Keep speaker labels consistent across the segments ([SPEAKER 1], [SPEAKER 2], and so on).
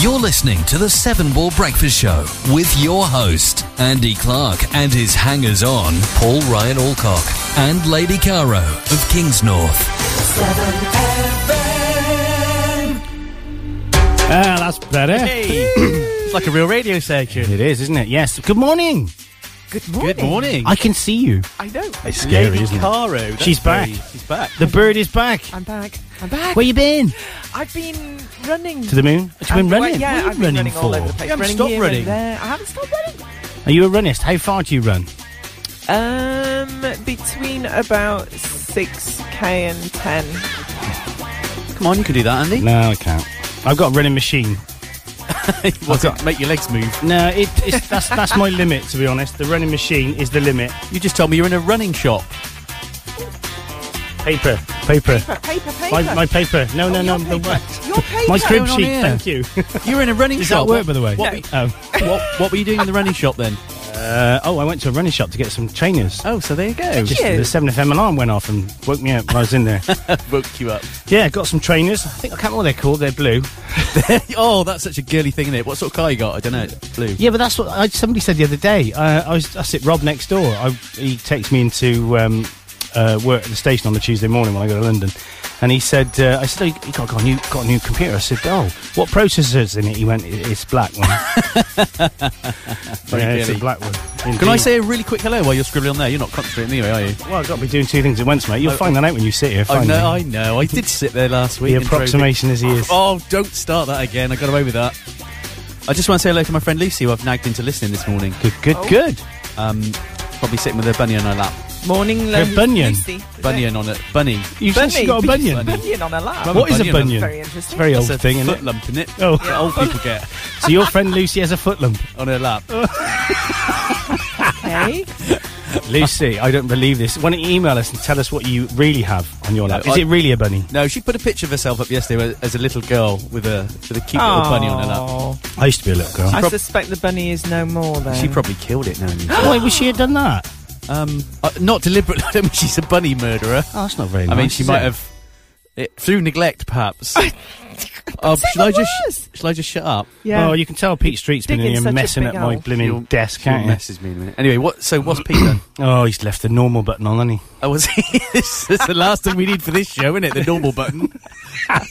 [SPEAKER 1] You're listening to the Seven Ball Breakfast Show with your host, Andy Clark, and his hangers on, Paul Ryan Alcock and Lady Caro of Kingsnorth.
[SPEAKER 2] Ah, that's better.
[SPEAKER 3] Hey. it's like a real radio station.
[SPEAKER 2] It is, isn't it? Yes. Good morning.
[SPEAKER 3] Good morning. Good morning.
[SPEAKER 2] I can see you.
[SPEAKER 3] I know. It's
[SPEAKER 2] scary, isn't it?
[SPEAKER 3] Caro. that's
[SPEAKER 2] She's back.
[SPEAKER 3] very- She's back.
[SPEAKER 2] The bird is back.
[SPEAKER 3] I'm back. I'm back.
[SPEAKER 2] Where you been?
[SPEAKER 4] I've been running.
[SPEAKER 2] To the moon? Have you been
[SPEAKER 4] I've-
[SPEAKER 2] running?
[SPEAKER 4] Yeah,
[SPEAKER 2] what are you
[SPEAKER 4] I've been running
[SPEAKER 2] for?
[SPEAKER 4] all over the place.
[SPEAKER 3] You haven't
[SPEAKER 4] running
[SPEAKER 3] stopped
[SPEAKER 4] here
[SPEAKER 3] running.
[SPEAKER 4] And there. I haven't stopped running.
[SPEAKER 2] Are you a runnist? How far do you run?
[SPEAKER 4] Um, between about six k and ten.
[SPEAKER 3] Come on, you can do that, Andy.
[SPEAKER 2] No, I can't. I've got a running machine.
[SPEAKER 3] What's it? Make your legs move.
[SPEAKER 2] No, it, it's, that's that's my limit. To be honest, the running machine is the limit.
[SPEAKER 3] You just told me you're in a running shop.
[SPEAKER 2] Paper, paper.
[SPEAKER 4] But paper, paper.
[SPEAKER 2] My, my paper. No, no,
[SPEAKER 4] Oh,
[SPEAKER 2] no.
[SPEAKER 4] your
[SPEAKER 2] the-
[SPEAKER 4] paper. Your paper.
[SPEAKER 2] My crib
[SPEAKER 3] What's going on
[SPEAKER 2] sheet.
[SPEAKER 3] here?
[SPEAKER 2] Thank you.
[SPEAKER 3] You're in a running
[SPEAKER 2] Does
[SPEAKER 3] shop.
[SPEAKER 2] that work,
[SPEAKER 3] What-
[SPEAKER 2] by the way?
[SPEAKER 3] What,
[SPEAKER 2] Oh.
[SPEAKER 3] what, what were you doing in the running shop then?
[SPEAKER 2] Uh, oh, I went to a running shop to get some trainers.
[SPEAKER 3] Oh, so there you go.
[SPEAKER 2] Just
[SPEAKER 4] you.
[SPEAKER 2] the 7FM alarm went off and woke me up when I was in there.
[SPEAKER 3] woke you up.
[SPEAKER 2] yeah, got some trainers. I think I can't remember what they're called. They're blue.
[SPEAKER 3] oh, that's such a girly thing, isn't it? What sort of car you got? I don't know. Blue.
[SPEAKER 2] Yeah, but that's what I, somebody said the other day. Uh, I was I sit Rob next door. I, he takes me into um, uh, work at the station on the Tuesday morning when I go to London, and he said, uh, "I said, oh, you got, got a new got a new computer." I said, "Oh, what processor's in it?" He went, "It- "It's black one." yeah, it's a
[SPEAKER 3] Billy.
[SPEAKER 2] black one.
[SPEAKER 3] Can I
[SPEAKER 2] Indeed.
[SPEAKER 3] say a really quick hello while you're scribbling on there? You're not concentrating anyway, are you?
[SPEAKER 2] Well, I've got to be doing two things at once, mate. You'll find that out when you sit here.
[SPEAKER 3] I
[SPEAKER 2] Finally.
[SPEAKER 3] know, I know. I did sit there last week.
[SPEAKER 2] the
[SPEAKER 3] and drove it.
[SPEAKER 2] approximation as he is.
[SPEAKER 3] Oh, don't start that again. I got away with that. I just want to say hello to my friend Lucy, who I've nagged into listening this morning. Oh.
[SPEAKER 2] Good, good, good.
[SPEAKER 3] Um, probably sitting with her bunny on her lap.
[SPEAKER 4] morning.
[SPEAKER 2] Her
[SPEAKER 4] Lu-
[SPEAKER 2] bunion.
[SPEAKER 4] Lucy, is it?
[SPEAKER 3] Bunny on it. Bunny.
[SPEAKER 2] You've
[SPEAKER 4] Bunny.
[SPEAKER 2] actually got a
[SPEAKER 4] because
[SPEAKER 2] bunion.
[SPEAKER 4] Bunion on her lap.
[SPEAKER 3] Well,
[SPEAKER 2] What is a
[SPEAKER 3] Bunion.
[SPEAKER 2] bunion?
[SPEAKER 4] Very interesting.
[SPEAKER 2] It's a very old
[SPEAKER 3] That's a
[SPEAKER 2] thing,
[SPEAKER 3] foot
[SPEAKER 2] isn't it?
[SPEAKER 3] lump, is it?
[SPEAKER 2] Oh.
[SPEAKER 3] That old people get
[SPEAKER 2] So your friend Lucy has a foot lump.
[SPEAKER 3] on her lap.
[SPEAKER 4] Okay.
[SPEAKER 2] Lucy, I don't believe this. Why don't you email us and tell us what you really have on your lap?
[SPEAKER 3] No,
[SPEAKER 2] Is
[SPEAKER 3] I-
[SPEAKER 2] it really a bunny?
[SPEAKER 3] No, she put a picture of herself up yesterday where- as a little girl with a with a cute little bunny on her lap.
[SPEAKER 4] Aw.
[SPEAKER 2] I used to be a little girl.
[SPEAKER 4] I
[SPEAKER 3] prob-
[SPEAKER 4] suspect the bunny is no more though.
[SPEAKER 3] She probably killed it. Now,
[SPEAKER 2] Why would she have done that?
[SPEAKER 3] um, uh, not deliberately. I don't mean she's a bunny murderer.
[SPEAKER 2] Oh, that's not very
[SPEAKER 3] I mean,
[SPEAKER 2] nice,
[SPEAKER 3] she
[SPEAKER 2] is
[SPEAKER 3] might
[SPEAKER 2] it?
[SPEAKER 3] have it, through neglect, perhaps. Oh, should I just should I just shut up?
[SPEAKER 4] yeah.
[SPEAKER 2] Oh, you can tell Pete Street's been in
[SPEAKER 4] Digging
[SPEAKER 2] here
[SPEAKER 4] such a
[SPEAKER 2] messing up
[SPEAKER 4] big
[SPEAKER 2] my
[SPEAKER 4] hole.
[SPEAKER 2] blimmin'
[SPEAKER 3] You'll-
[SPEAKER 2] desk,
[SPEAKER 3] She'll
[SPEAKER 2] can't you?
[SPEAKER 3] message me in a minute. Anyway, what? So what's Pete done?
[SPEAKER 2] Oh, he's left the normal button on, hasn't he?
[SPEAKER 3] Oh, was he? this is the last thing we need for this show, isn't it? The normal button.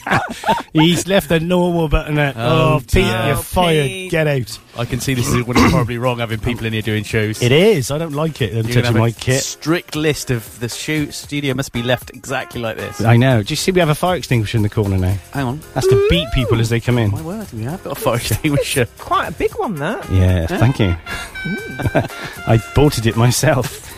[SPEAKER 2] He's left the normal button out.
[SPEAKER 3] Oh,
[SPEAKER 2] Oh, Pete,
[SPEAKER 3] dear.
[SPEAKER 2] you're
[SPEAKER 4] Oh,
[SPEAKER 2] fired.
[SPEAKER 4] Pete.
[SPEAKER 2] Get out.
[SPEAKER 3] I can see this is what is probably wrong having people in here doing shows.
[SPEAKER 2] It is. I don't like it. I'm
[SPEAKER 3] You're gonna
[SPEAKER 2] touching
[SPEAKER 3] have
[SPEAKER 2] my
[SPEAKER 3] a
[SPEAKER 2] kit.
[SPEAKER 3] Strict list of the shoe studio must be left exactly like this.
[SPEAKER 2] I know. Do you see we have a fire extinguisher in the corner now?
[SPEAKER 3] Hang on.
[SPEAKER 2] That's to beat people as they come in.
[SPEAKER 3] My word, we have got a fire extinguisher.
[SPEAKER 4] Quite a big one that.
[SPEAKER 2] Yeah, thank you. I bolted it myself.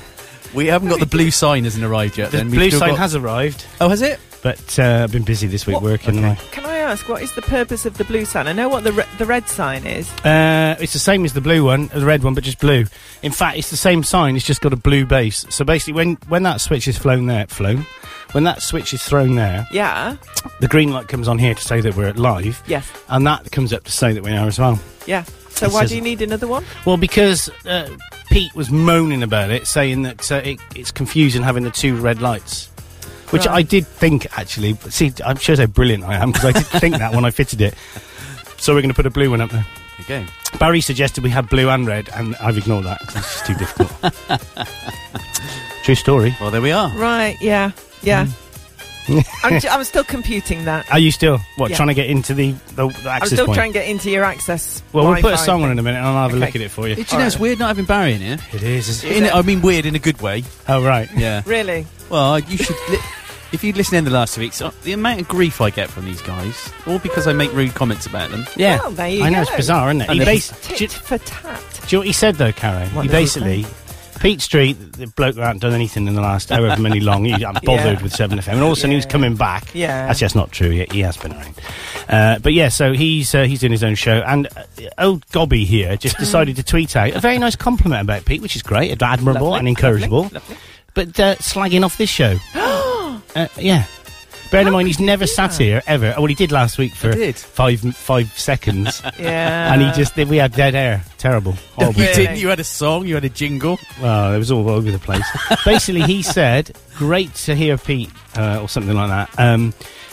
[SPEAKER 3] We haven't got the blue sign hasn't arrived yet.
[SPEAKER 2] The
[SPEAKER 3] then. We've
[SPEAKER 2] blue
[SPEAKER 3] still
[SPEAKER 2] sign
[SPEAKER 3] got-
[SPEAKER 2] has arrived,
[SPEAKER 3] Oh, has it?
[SPEAKER 2] but uh, I've been busy this week
[SPEAKER 4] What?
[SPEAKER 2] working. and I-
[SPEAKER 4] Can I ask what is the purpose of the blue sign? I know what the re- the red sign is.
[SPEAKER 2] Uh, it's the same as the blue one, the red one, but just blue. In fact, it's the same sign. It's just got a blue base. So basically, when when that switch is flown there, flown, when that switch is thrown there,
[SPEAKER 4] Yeah.
[SPEAKER 2] the green light comes on here to say that we're live,
[SPEAKER 4] Yes.
[SPEAKER 2] and that comes up to say that we are as well.
[SPEAKER 4] Yeah. So
[SPEAKER 2] It
[SPEAKER 4] why
[SPEAKER 2] says-
[SPEAKER 4] do you need another one?
[SPEAKER 2] Well, because uh, Pete was moaning about it, saying that uh, it, it's confusing having the two red lights. Which
[SPEAKER 4] Right.
[SPEAKER 2] I did think actually. See, I'm sure how brilliant I am because I did think that when I fitted it. So we're going to put a blue one up there.
[SPEAKER 3] Okay.
[SPEAKER 2] Barry suggested we had blue and red, and I've ignored that because it's just too difficult. True story.
[SPEAKER 3] Well, there we are.
[SPEAKER 4] Right. Yeah. Yeah. I'm, j- I'm still computing that.
[SPEAKER 2] Are you still what
[SPEAKER 4] Yeah.
[SPEAKER 2] trying Hmm. to get into the the, the
[SPEAKER 4] I'm
[SPEAKER 2] access
[SPEAKER 4] still
[SPEAKER 2] point?
[SPEAKER 4] trying to get into your access.
[SPEAKER 2] well, we'll put a
[SPEAKER 4] Wi-Fi
[SPEAKER 2] song on in
[SPEAKER 4] thing.
[SPEAKER 2] a minute, and I'll have a look
[SPEAKER 4] Okay.
[SPEAKER 2] at it for you.
[SPEAKER 3] Did you know it's weird not having Barry in here?
[SPEAKER 2] It is. is
[SPEAKER 3] In, I mean, weird in a good way.
[SPEAKER 2] oh right.
[SPEAKER 3] Yeah.
[SPEAKER 4] Really?
[SPEAKER 3] Well, you should. Li- if you'd listened in the last two weeks, uh, the amount of grief I get from these guys, all because I make rude comments about them.
[SPEAKER 2] Yeah.
[SPEAKER 4] Well, there you
[SPEAKER 2] I know
[SPEAKER 4] go.
[SPEAKER 2] it's bizarre, isn't it?
[SPEAKER 3] And
[SPEAKER 2] He
[SPEAKER 3] they-
[SPEAKER 2] bas-
[SPEAKER 4] Tit for tat.
[SPEAKER 2] Do you know what he said though, Caro?
[SPEAKER 4] What
[SPEAKER 2] he
[SPEAKER 4] did he
[SPEAKER 2] basically, Pete Street, the bloke that hadn't done anything in the last however many long, he hadn't bothered
[SPEAKER 4] Yeah.
[SPEAKER 2] with 7FM, and all of a sudden he was
[SPEAKER 4] Yeah.
[SPEAKER 2] coming back.
[SPEAKER 4] Yeah.
[SPEAKER 2] Actually, that's not true, he, he has been around. Uh, but yeah, so he's uh, he's doing his own show, and uh, old Gobby here
[SPEAKER 4] Hmm.
[SPEAKER 2] just decided to tweet out a very nice compliment about Pete, which is great, ad- admirable
[SPEAKER 4] Lovely,
[SPEAKER 2] and encourageable, but uh, slagging off this show. uh, yeah. Bearing in mind, he's never sat here ever. Oh, well, he did last week for
[SPEAKER 3] did.
[SPEAKER 2] five five seconds,
[SPEAKER 4] Yeah.
[SPEAKER 2] and he just we had dead air. Terrible, horrible.
[SPEAKER 3] You
[SPEAKER 4] Really?
[SPEAKER 3] Oh, didn't. You had a song. You had a jingle.
[SPEAKER 2] Well, it was all over the place. Basically, he said, "Great to hear Pete," uh, or something like that. Um,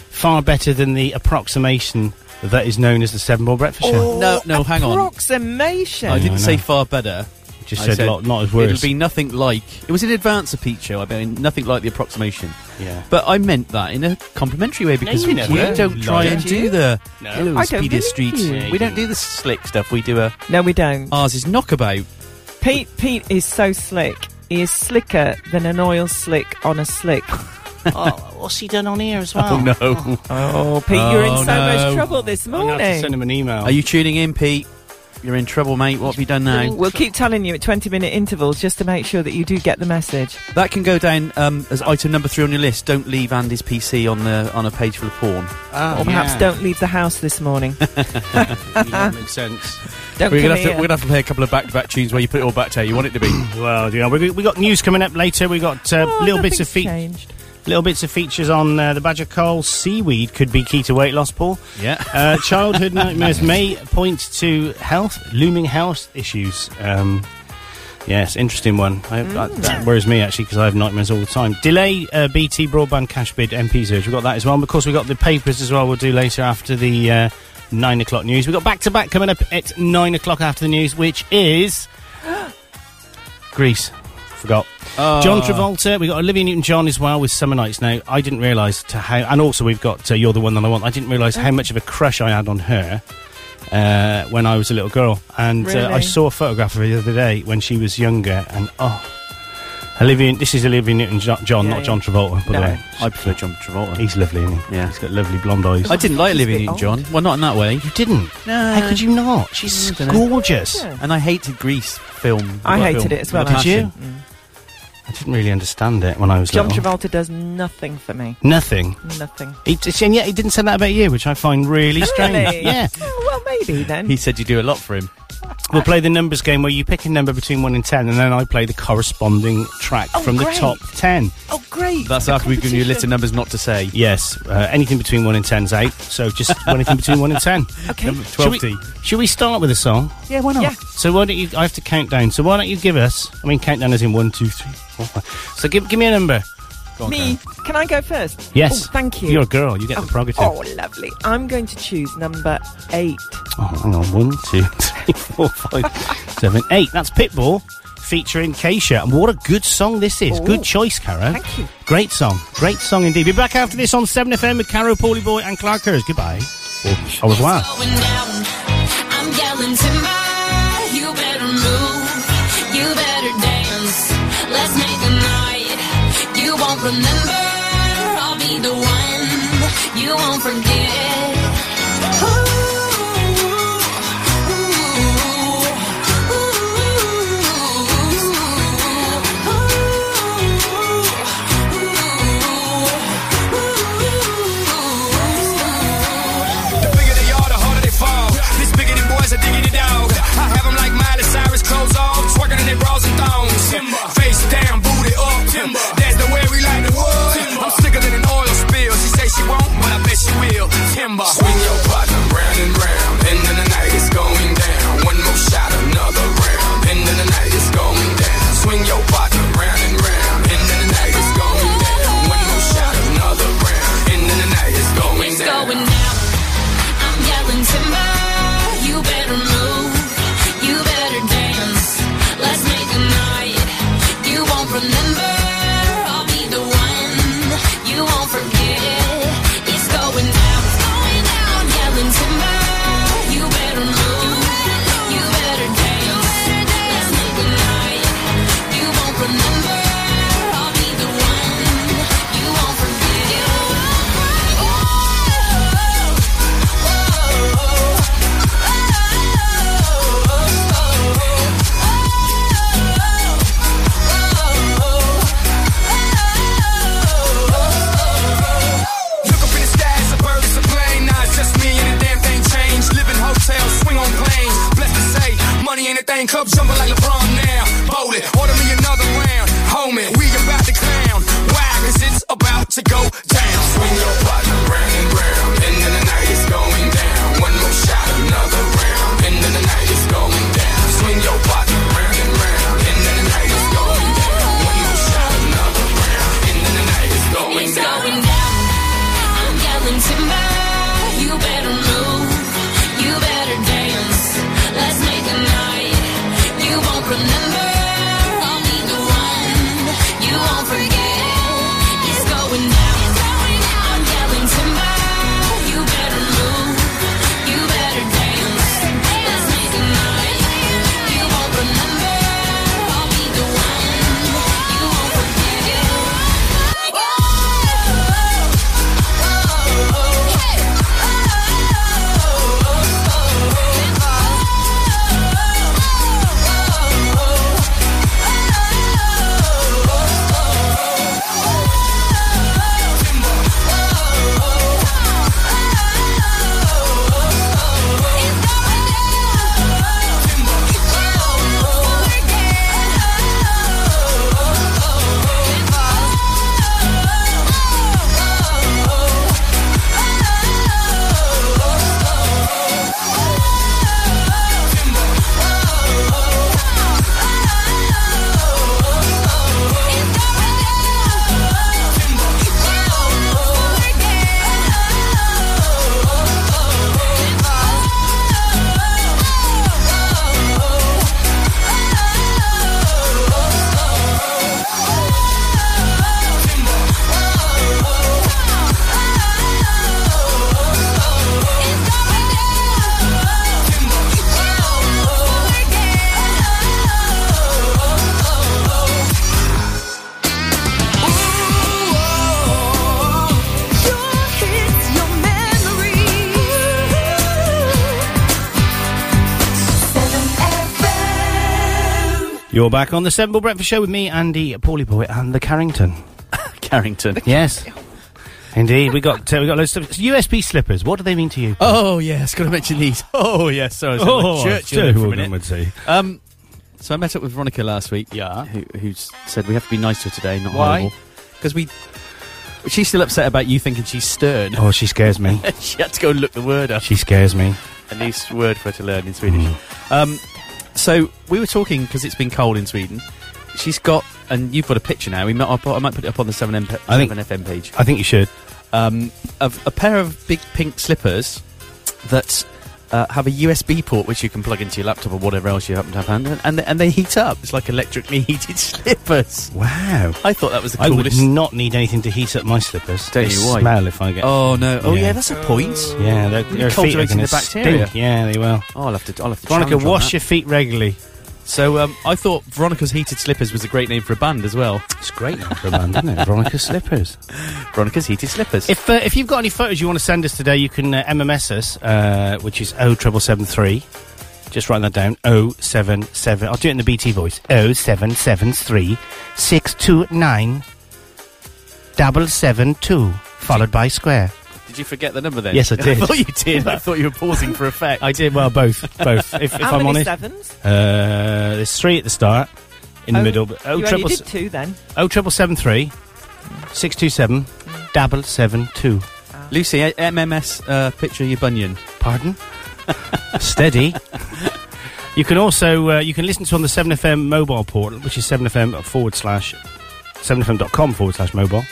[SPEAKER 2] far better than the approximation that is known as the Seven Ball Breakfast Show.
[SPEAKER 3] No, no, hang on.
[SPEAKER 4] Oh, Approximation.
[SPEAKER 3] I
[SPEAKER 2] I
[SPEAKER 3] didn't say
[SPEAKER 2] know.
[SPEAKER 3] far better.
[SPEAKER 2] Just
[SPEAKER 3] I
[SPEAKER 2] said, lot, not as worse.
[SPEAKER 3] It'll be nothing like. It was in advance of Pete Show. I mean, nothing like the approximation.
[SPEAKER 2] yeah.
[SPEAKER 3] But I meant that in a complimentary way because
[SPEAKER 2] you
[SPEAKER 3] we,
[SPEAKER 2] never
[SPEAKER 3] we
[SPEAKER 2] did.
[SPEAKER 3] don't try
[SPEAKER 2] Did
[SPEAKER 3] and
[SPEAKER 4] you?
[SPEAKER 3] do the
[SPEAKER 2] No.
[SPEAKER 3] hello,
[SPEAKER 4] I don't
[SPEAKER 3] speedy
[SPEAKER 4] believe
[SPEAKER 3] streets.
[SPEAKER 4] you.
[SPEAKER 3] We don't do the slick stuff. We do a
[SPEAKER 4] No, we don't.
[SPEAKER 3] ours is knockabout.
[SPEAKER 4] Pete Pete is so slick. He is slicker than an oil slick on a slick.
[SPEAKER 5] oh, what's he done on here as well?
[SPEAKER 3] no!
[SPEAKER 4] Oh, Pete, you're in
[SPEAKER 3] Oh,
[SPEAKER 4] so
[SPEAKER 3] no.
[SPEAKER 4] much trouble this
[SPEAKER 2] I'm gonna have to send
[SPEAKER 4] morning.
[SPEAKER 2] him an email.
[SPEAKER 3] Are you tuning in, Pete? You're in trouble, mate. What have you done now?
[SPEAKER 4] We'll keep telling you at 20 minute intervals just to make sure that you do get the message.
[SPEAKER 3] That can go down um, as item number three on your list. Don't leave Andy's PC on the on a page full of porn.
[SPEAKER 2] Ah,
[SPEAKER 4] or perhaps don't leave the house this morning.
[SPEAKER 2] that makes sense.
[SPEAKER 4] Don't come
[SPEAKER 3] We're gonna, have to,
[SPEAKER 4] here.
[SPEAKER 3] we're gonna have to play a couple of back to back tunes where you put it all back to how you want it to be.
[SPEAKER 2] Well, yeah, we, we got news coming up later. We got uh,
[SPEAKER 4] Oh,
[SPEAKER 2] little bits of
[SPEAKER 4] nothing's
[SPEAKER 2] feet,
[SPEAKER 4] changed.
[SPEAKER 2] little bits of features on uh, the badger coal. Seaweed could be key to weight loss, Paul.
[SPEAKER 3] yeah.
[SPEAKER 2] Uh, childhood nightmares may point to health, looming health issues. Um, yes, interesting one. I, I, that worries me actually because I have nightmares all the time. Delay uh, BT broadband cash bid MP surge. We've got that as well. And of course, we've got the papers as well. We'll do later after the uh, nine o'clock news. We've got back to back coming up at nine o'clock after the news, which is Greece. Forgot. John Travolta. We got Olivia Newton-John as well with Summer Nights. Now, I didn't realise to how, and also we've got uh, You're the One That I Want. I didn't realise how much of a crush I had on her uh, when I was a little girl, and uh, I
[SPEAKER 4] Really?
[SPEAKER 2] saw a photograph of her the other day when she was younger, and oh. Olivia, this is Olivia Newton-John,
[SPEAKER 4] Yeah,
[SPEAKER 2] not
[SPEAKER 4] yeah.
[SPEAKER 2] John Travolta, by
[SPEAKER 4] No.
[SPEAKER 2] the way.
[SPEAKER 3] I prefer John Travolta.
[SPEAKER 2] He's lovely, isn't he?
[SPEAKER 3] Yeah.
[SPEAKER 2] He's got lovely blonde eyes.
[SPEAKER 3] I didn't like
[SPEAKER 4] a
[SPEAKER 3] living
[SPEAKER 4] bit
[SPEAKER 3] in
[SPEAKER 4] old.
[SPEAKER 3] John. Well, not in that way.
[SPEAKER 2] you didn't?
[SPEAKER 3] No.
[SPEAKER 2] How could you not? She's
[SPEAKER 3] I dunno.
[SPEAKER 2] gorgeous.
[SPEAKER 4] Mm, Yeah.
[SPEAKER 3] And I hated Grease film.
[SPEAKER 4] I
[SPEAKER 3] Well,
[SPEAKER 4] hated
[SPEAKER 3] film.
[SPEAKER 4] it as well,
[SPEAKER 3] With a
[SPEAKER 2] Did you?
[SPEAKER 3] passion.
[SPEAKER 4] Mm.
[SPEAKER 2] I didn't really understand it when I was
[SPEAKER 4] John
[SPEAKER 2] little.
[SPEAKER 4] Travolta does nothing for me.
[SPEAKER 2] Nothing.
[SPEAKER 4] Nothing.
[SPEAKER 2] He, and yet he didn't say that about you, which I find really strange.
[SPEAKER 4] Really?
[SPEAKER 2] Yeah.
[SPEAKER 4] Oh, well, maybe then.
[SPEAKER 3] He said you do a lot for him.
[SPEAKER 2] We'll play the numbers game where you pick a number between 1 and 10, and then I play the corresponding track
[SPEAKER 4] Oh,
[SPEAKER 2] from
[SPEAKER 4] great.
[SPEAKER 2] the top 10.
[SPEAKER 4] oh, great.
[SPEAKER 3] That's after we've given you a list of numbers not to say.
[SPEAKER 2] Yes, uh, anything between 1 and 10 is 8, so just anything between 1 and 10.
[SPEAKER 4] Okay.
[SPEAKER 3] Number
[SPEAKER 2] Should
[SPEAKER 3] 12
[SPEAKER 2] we, should we start with a song?
[SPEAKER 3] Yeah, why not?
[SPEAKER 4] Yeah.
[SPEAKER 2] So why don't you, I have to count down. So why don't you give us, I mean count down as in one, two, three, four, five. So give, give me a number.
[SPEAKER 4] Me. Can I go first?
[SPEAKER 2] Yes.
[SPEAKER 4] Oh, thank you.
[SPEAKER 2] You're a girl, you get the prerogative.
[SPEAKER 4] Oh, lovely. I'm going to choose number eight.
[SPEAKER 2] Oh, hang on. One, two, three, four, five, seven, eight. That's Pitbull featuring Keisha. And what a good song this is.
[SPEAKER 4] Ooh.
[SPEAKER 2] Good choice, Caro.
[SPEAKER 4] Thank you.
[SPEAKER 2] Great song. Great song indeed. Be back after this on 7FM with Caro, Paulie Boy, and Clark Hers. Goodbye. Or
[SPEAKER 3] Oh,
[SPEAKER 2] au revoir.
[SPEAKER 6] going down. I'm yelling timber. You better move. You better dance. Let's make a night. You won't remember. I'll be the one. You won't forget. Ooh, ooh, ooh, ooh, ooh, ooh, ooh.
[SPEAKER 7] The bigger they are, the harder they fall. This biggity boy's a diggity dog. I have him like Miley Cyrus, clothes off, twerking in their bras and thongs. Face down, booty up. That's the way we like the wood. I'm sicker than an oil spill. She say she won't, but I bet she will. Timber. Swing your partner round and round. End of the night is going down. One more shot, another round. End of the night is going down. Swing your partner round and round. End of the night is going down. One more shot, another round. End of the night is going
[SPEAKER 6] It's
[SPEAKER 7] down.
[SPEAKER 6] going down. I'm yelling timber. You better move. You better dance. Let's make a night. You won't remember. I'll be the one. You won't forget. It's going down. It's going down. I'm yelling timber. You better move. You better dance. Let's make a night. You won't remember. I'll be the one. You won't forget.
[SPEAKER 7] Look up in the sky, it's a bird, it's a plane. Nah, it's just me and the damn thing changed. Live in hotels, swing on planes. Blessed to say, money ain't a thing. Club jumping like LeBron now. Bowl it, order me another round. Homie, we about to clown. Why? Cause it's about to go down. Swing your partner round and round. End of the night is going down. One more shot, another round. End of the night is going down. Swing your partner round and round. End of the night is going down. One more shot, another round. End of the night is going
[SPEAKER 6] It's
[SPEAKER 7] down.
[SPEAKER 6] going down. I'm yelling timber. You better move.
[SPEAKER 2] You're back on the Seven Ball Breakfast Show with me, Andy, Paulie Boy, and the Carrington.
[SPEAKER 3] Carrington.
[SPEAKER 2] Yes. Indeed, we got uh, we got loads of USB slippers. What do they mean to you?
[SPEAKER 3] Oh yes, got to mention these. Oh yes, sorry, I was
[SPEAKER 2] Oh,
[SPEAKER 3] at church
[SPEAKER 2] Stuart
[SPEAKER 3] earlier for a
[SPEAKER 2] Wilden
[SPEAKER 3] minute.
[SPEAKER 2] would say.
[SPEAKER 3] Um, so I met up with Veronica last week. Yeah, who, who said we have to be nice to her today, not
[SPEAKER 2] Why?
[SPEAKER 3] Because we, she's still upset about you thinking she's stern.
[SPEAKER 2] Oh, she scares me.
[SPEAKER 3] she had to go look the word up.
[SPEAKER 2] She scares me.
[SPEAKER 3] A nice word for her to learn in Swedish.
[SPEAKER 2] Mm.
[SPEAKER 3] Um, so we were talking because it's been cold in Sweden. She's got, and you've got a picture now. We might, I put- I might put it up on the Seven, M,
[SPEAKER 2] I think-
[SPEAKER 3] 7 FM page
[SPEAKER 2] I think you should.
[SPEAKER 3] um, of a pair of big pink slippers that uh, have a USB port which you can plug into your laptop or whatever else you happen to have hand, and and they heat up. It's like electrically heated slippers.
[SPEAKER 2] Wow.
[SPEAKER 3] I thought that was the
[SPEAKER 2] I would
[SPEAKER 3] coolest.
[SPEAKER 2] not need anything to heat up my slippers.
[SPEAKER 3] Don't
[SPEAKER 2] They
[SPEAKER 3] you, why?
[SPEAKER 2] smell if I get.
[SPEAKER 3] oh no! Oh yeah,
[SPEAKER 2] Yeah.
[SPEAKER 3] that's a point.
[SPEAKER 2] Yeah, they're, their feet are
[SPEAKER 3] Cultivating
[SPEAKER 2] going
[SPEAKER 3] the
[SPEAKER 2] to
[SPEAKER 3] bacteria.
[SPEAKER 2] stink. Yeah, they will.
[SPEAKER 3] Oh, I'll have to. I'll have to.
[SPEAKER 2] Veronica,
[SPEAKER 3] challenge on
[SPEAKER 2] wash
[SPEAKER 3] that.
[SPEAKER 2] your feet regularly.
[SPEAKER 3] So um, I thought Veronica's heated slippers was a great name for a band as well.
[SPEAKER 2] It's great for a man, isn't it? Veronica slippers.
[SPEAKER 3] Veronica's heated slippers.
[SPEAKER 2] If uh, if you've got any photos you want to send us today, you can uh, MMS us, uh, which is 07773. Just write that down. 077. I'll do it in the BT voice. 0773 629 772. Followed by square.
[SPEAKER 3] did you forget the number then?
[SPEAKER 2] Yes, I did.
[SPEAKER 3] I thought you did. I thought you were pausing for effect.
[SPEAKER 2] I did well, both, both. If, if
[SPEAKER 4] How
[SPEAKER 2] I'm
[SPEAKER 4] many
[SPEAKER 2] honest, uh,
[SPEAKER 4] sevens?
[SPEAKER 2] there's three at the start, in the
[SPEAKER 4] Oh,
[SPEAKER 2] middle. But
[SPEAKER 4] you
[SPEAKER 2] 0
[SPEAKER 4] only
[SPEAKER 2] triple oh,
[SPEAKER 4] did two then.
[SPEAKER 2] 0773 627 double seven two.
[SPEAKER 4] Ah.
[SPEAKER 3] Lucy, a- MMS uh, picture of your bunion.
[SPEAKER 2] Pardon? Steady. You can also uh, you can listen to on the 7FM mobile portal, which is 7FM forward slash 7FM.com forward slash mobile.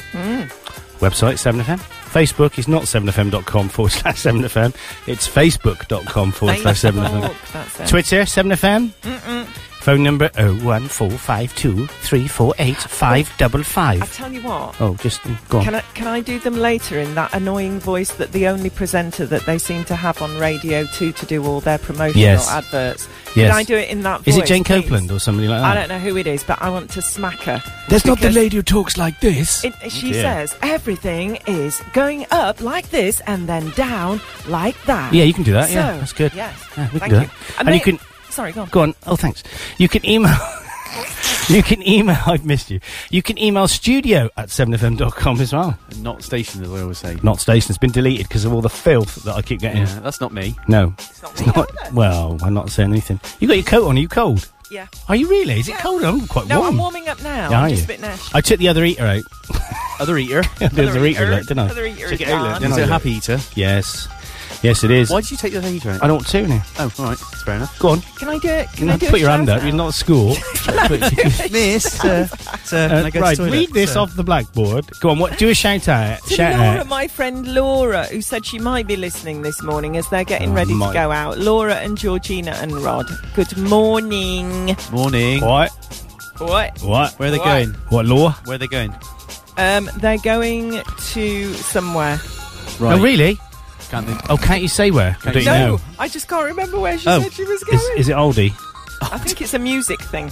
[SPEAKER 2] Website 7FM. Facebook is not 7FM.com forward slash 7FM. It's Facebook.com forward slash 7FM.
[SPEAKER 4] Facebook, that's it.
[SPEAKER 2] Twitter 7FM.
[SPEAKER 4] Mm,
[SPEAKER 2] Phone number oh, 01452 348
[SPEAKER 4] I
[SPEAKER 2] 555.
[SPEAKER 4] tell you what.
[SPEAKER 2] Oh, just mm, go on.
[SPEAKER 4] Can I, can I do them later in that annoying voice that the only presenter that they seem to have on Radio 2 to do all their promotional
[SPEAKER 2] Yes.
[SPEAKER 4] adverts? Can
[SPEAKER 2] Yes.
[SPEAKER 4] I do it in that voice?
[SPEAKER 2] Is it Jane
[SPEAKER 4] please?
[SPEAKER 2] Copeland or somebody like that?
[SPEAKER 4] I don't know who it is, but I want to smack her.
[SPEAKER 2] That's not the
[SPEAKER 4] because-
[SPEAKER 2] lady who talks like this.
[SPEAKER 4] It, she
[SPEAKER 2] dear.
[SPEAKER 4] says everything is going up like this and then down like that.
[SPEAKER 2] Yeah, you can do that. yeah,
[SPEAKER 4] So,
[SPEAKER 2] that's good.
[SPEAKER 4] Yes.
[SPEAKER 2] Yeah, we can
[SPEAKER 4] Thank
[SPEAKER 2] do
[SPEAKER 4] you.
[SPEAKER 2] that. And you
[SPEAKER 4] they-
[SPEAKER 2] can-
[SPEAKER 4] Sorry, go on.
[SPEAKER 2] Go on. Oh, thanks. You can email. you can email. I've missed you. You can email studio at 7fm.com as well.
[SPEAKER 3] Not station, as I always say.
[SPEAKER 2] Not station. It's been deleted because of all the filth that I keep getting.
[SPEAKER 3] Yeah, that's not me.
[SPEAKER 2] No.
[SPEAKER 4] It's not
[SPEAKER 2] It's
[SPEAKER 4] me,
[SPEAKER 2] not.
[SPEAKER 4] is it?
[SPEAKER 2] Well, I'm not saying anything. You got your coat on. Are you cold?
[SPEAKER 4] Yeah.
[SPEAKER 2] Are you really? Is it
[SPEAKER 4] Yeah.
[SPEAKER 2] cold? I'm quite
[SPEAKER 4] No,
[SPEAKER 2] warm.
[SPEAKER 4] I'm warming up now.
[SPEAKER 2] Yeah, are
[SPEAKER 4] I'm just
[SPEAKER 2] you?
[SPEAKER 4] a bit nash.
[SPEAKER 2] I took the other eater out.
[SPEAKER 3] Other eater.
[SPEAKER 2] the other eater,
[SPEAKER 4] eater.
[SPEAKER 2] out, didn't I?
[SPEAKER 4] Other eater is
[SPEAKER 2] Took it out,
[SPEAKER 4] gone.
[SPEAKER 2] didn't
[SPEAKER 3] Is
[SPEAKER 2] I?
[SPEAKER 3] it a happy eater?
[SPEAKER 2] Yes. Yes, it is.
[SPEAKER 3] Why did you take the other eater?
[SPEAKER 2] I don't want to now.
[SPEAKER 3] Oh, all right. That's fair enough.
[SPEAKER 2] Go on.
[SPEAKER 4] Can I do it? Can I do
[SPEAKER 2] put
[SPEAKER 4] a
[SPEAKER 2] your hand
[SPEAKER 4] shout
[SPEAKER 2] up.
[SPEAKER 4] out?
[SPEAKER 2] You're not at school.
[SPEAKER 3] Miss, uh, sir,
[SPEAKER 2] Uh, right, read this off the blackboard. Go on, what? Do a shout out.
[SPEAKER 4] To
[SPEAKER 2] shout
[SPEAKER 4] Laura,
[SPEAKER 2] out.
[SPEAKER 4] my friend Laura, who said she might be listening this morning as they're getting
[SPEAKER 2] Oh,
[SPEAKER 4] ready
[SPEAKER 2] my-
[SPEAKER 4] to go out. Laura and Georgina and Rod. Good morning.
[SPEAKER 3] Morning.
[SPEAKER 2] What?
[SPEAKER 4] What?
[SPEAKER 2] What?
[SPEAKER 3] Where are they
[SPEAKER 4] What?
[SPEAKER 3] going?
[SPEAKER 2] What law?
[SPEAKER 3] Where are they
[SPEAKER 2] Uh,
[SPEAKER 3] going?
[SPEAKER 4] Um, they're going to somewhere.
[SPEAKER 3] Right.
[SPEAKER 2] Oh, really?
[SPEAKER 3] Can't think.
[SPEAKER 2] Oh, can't you say where? I don't
[SPEAKER 3] you
[SPEAKER 2] know.
[SPEAKER 4] No, I just can't remember where she
[SPEAKER 3] Oh,
[SPEAKER 4] said she was going.
[SPEAKER 2] Is, is it Aldi
[SPEAKER 4] I think it's a music thing.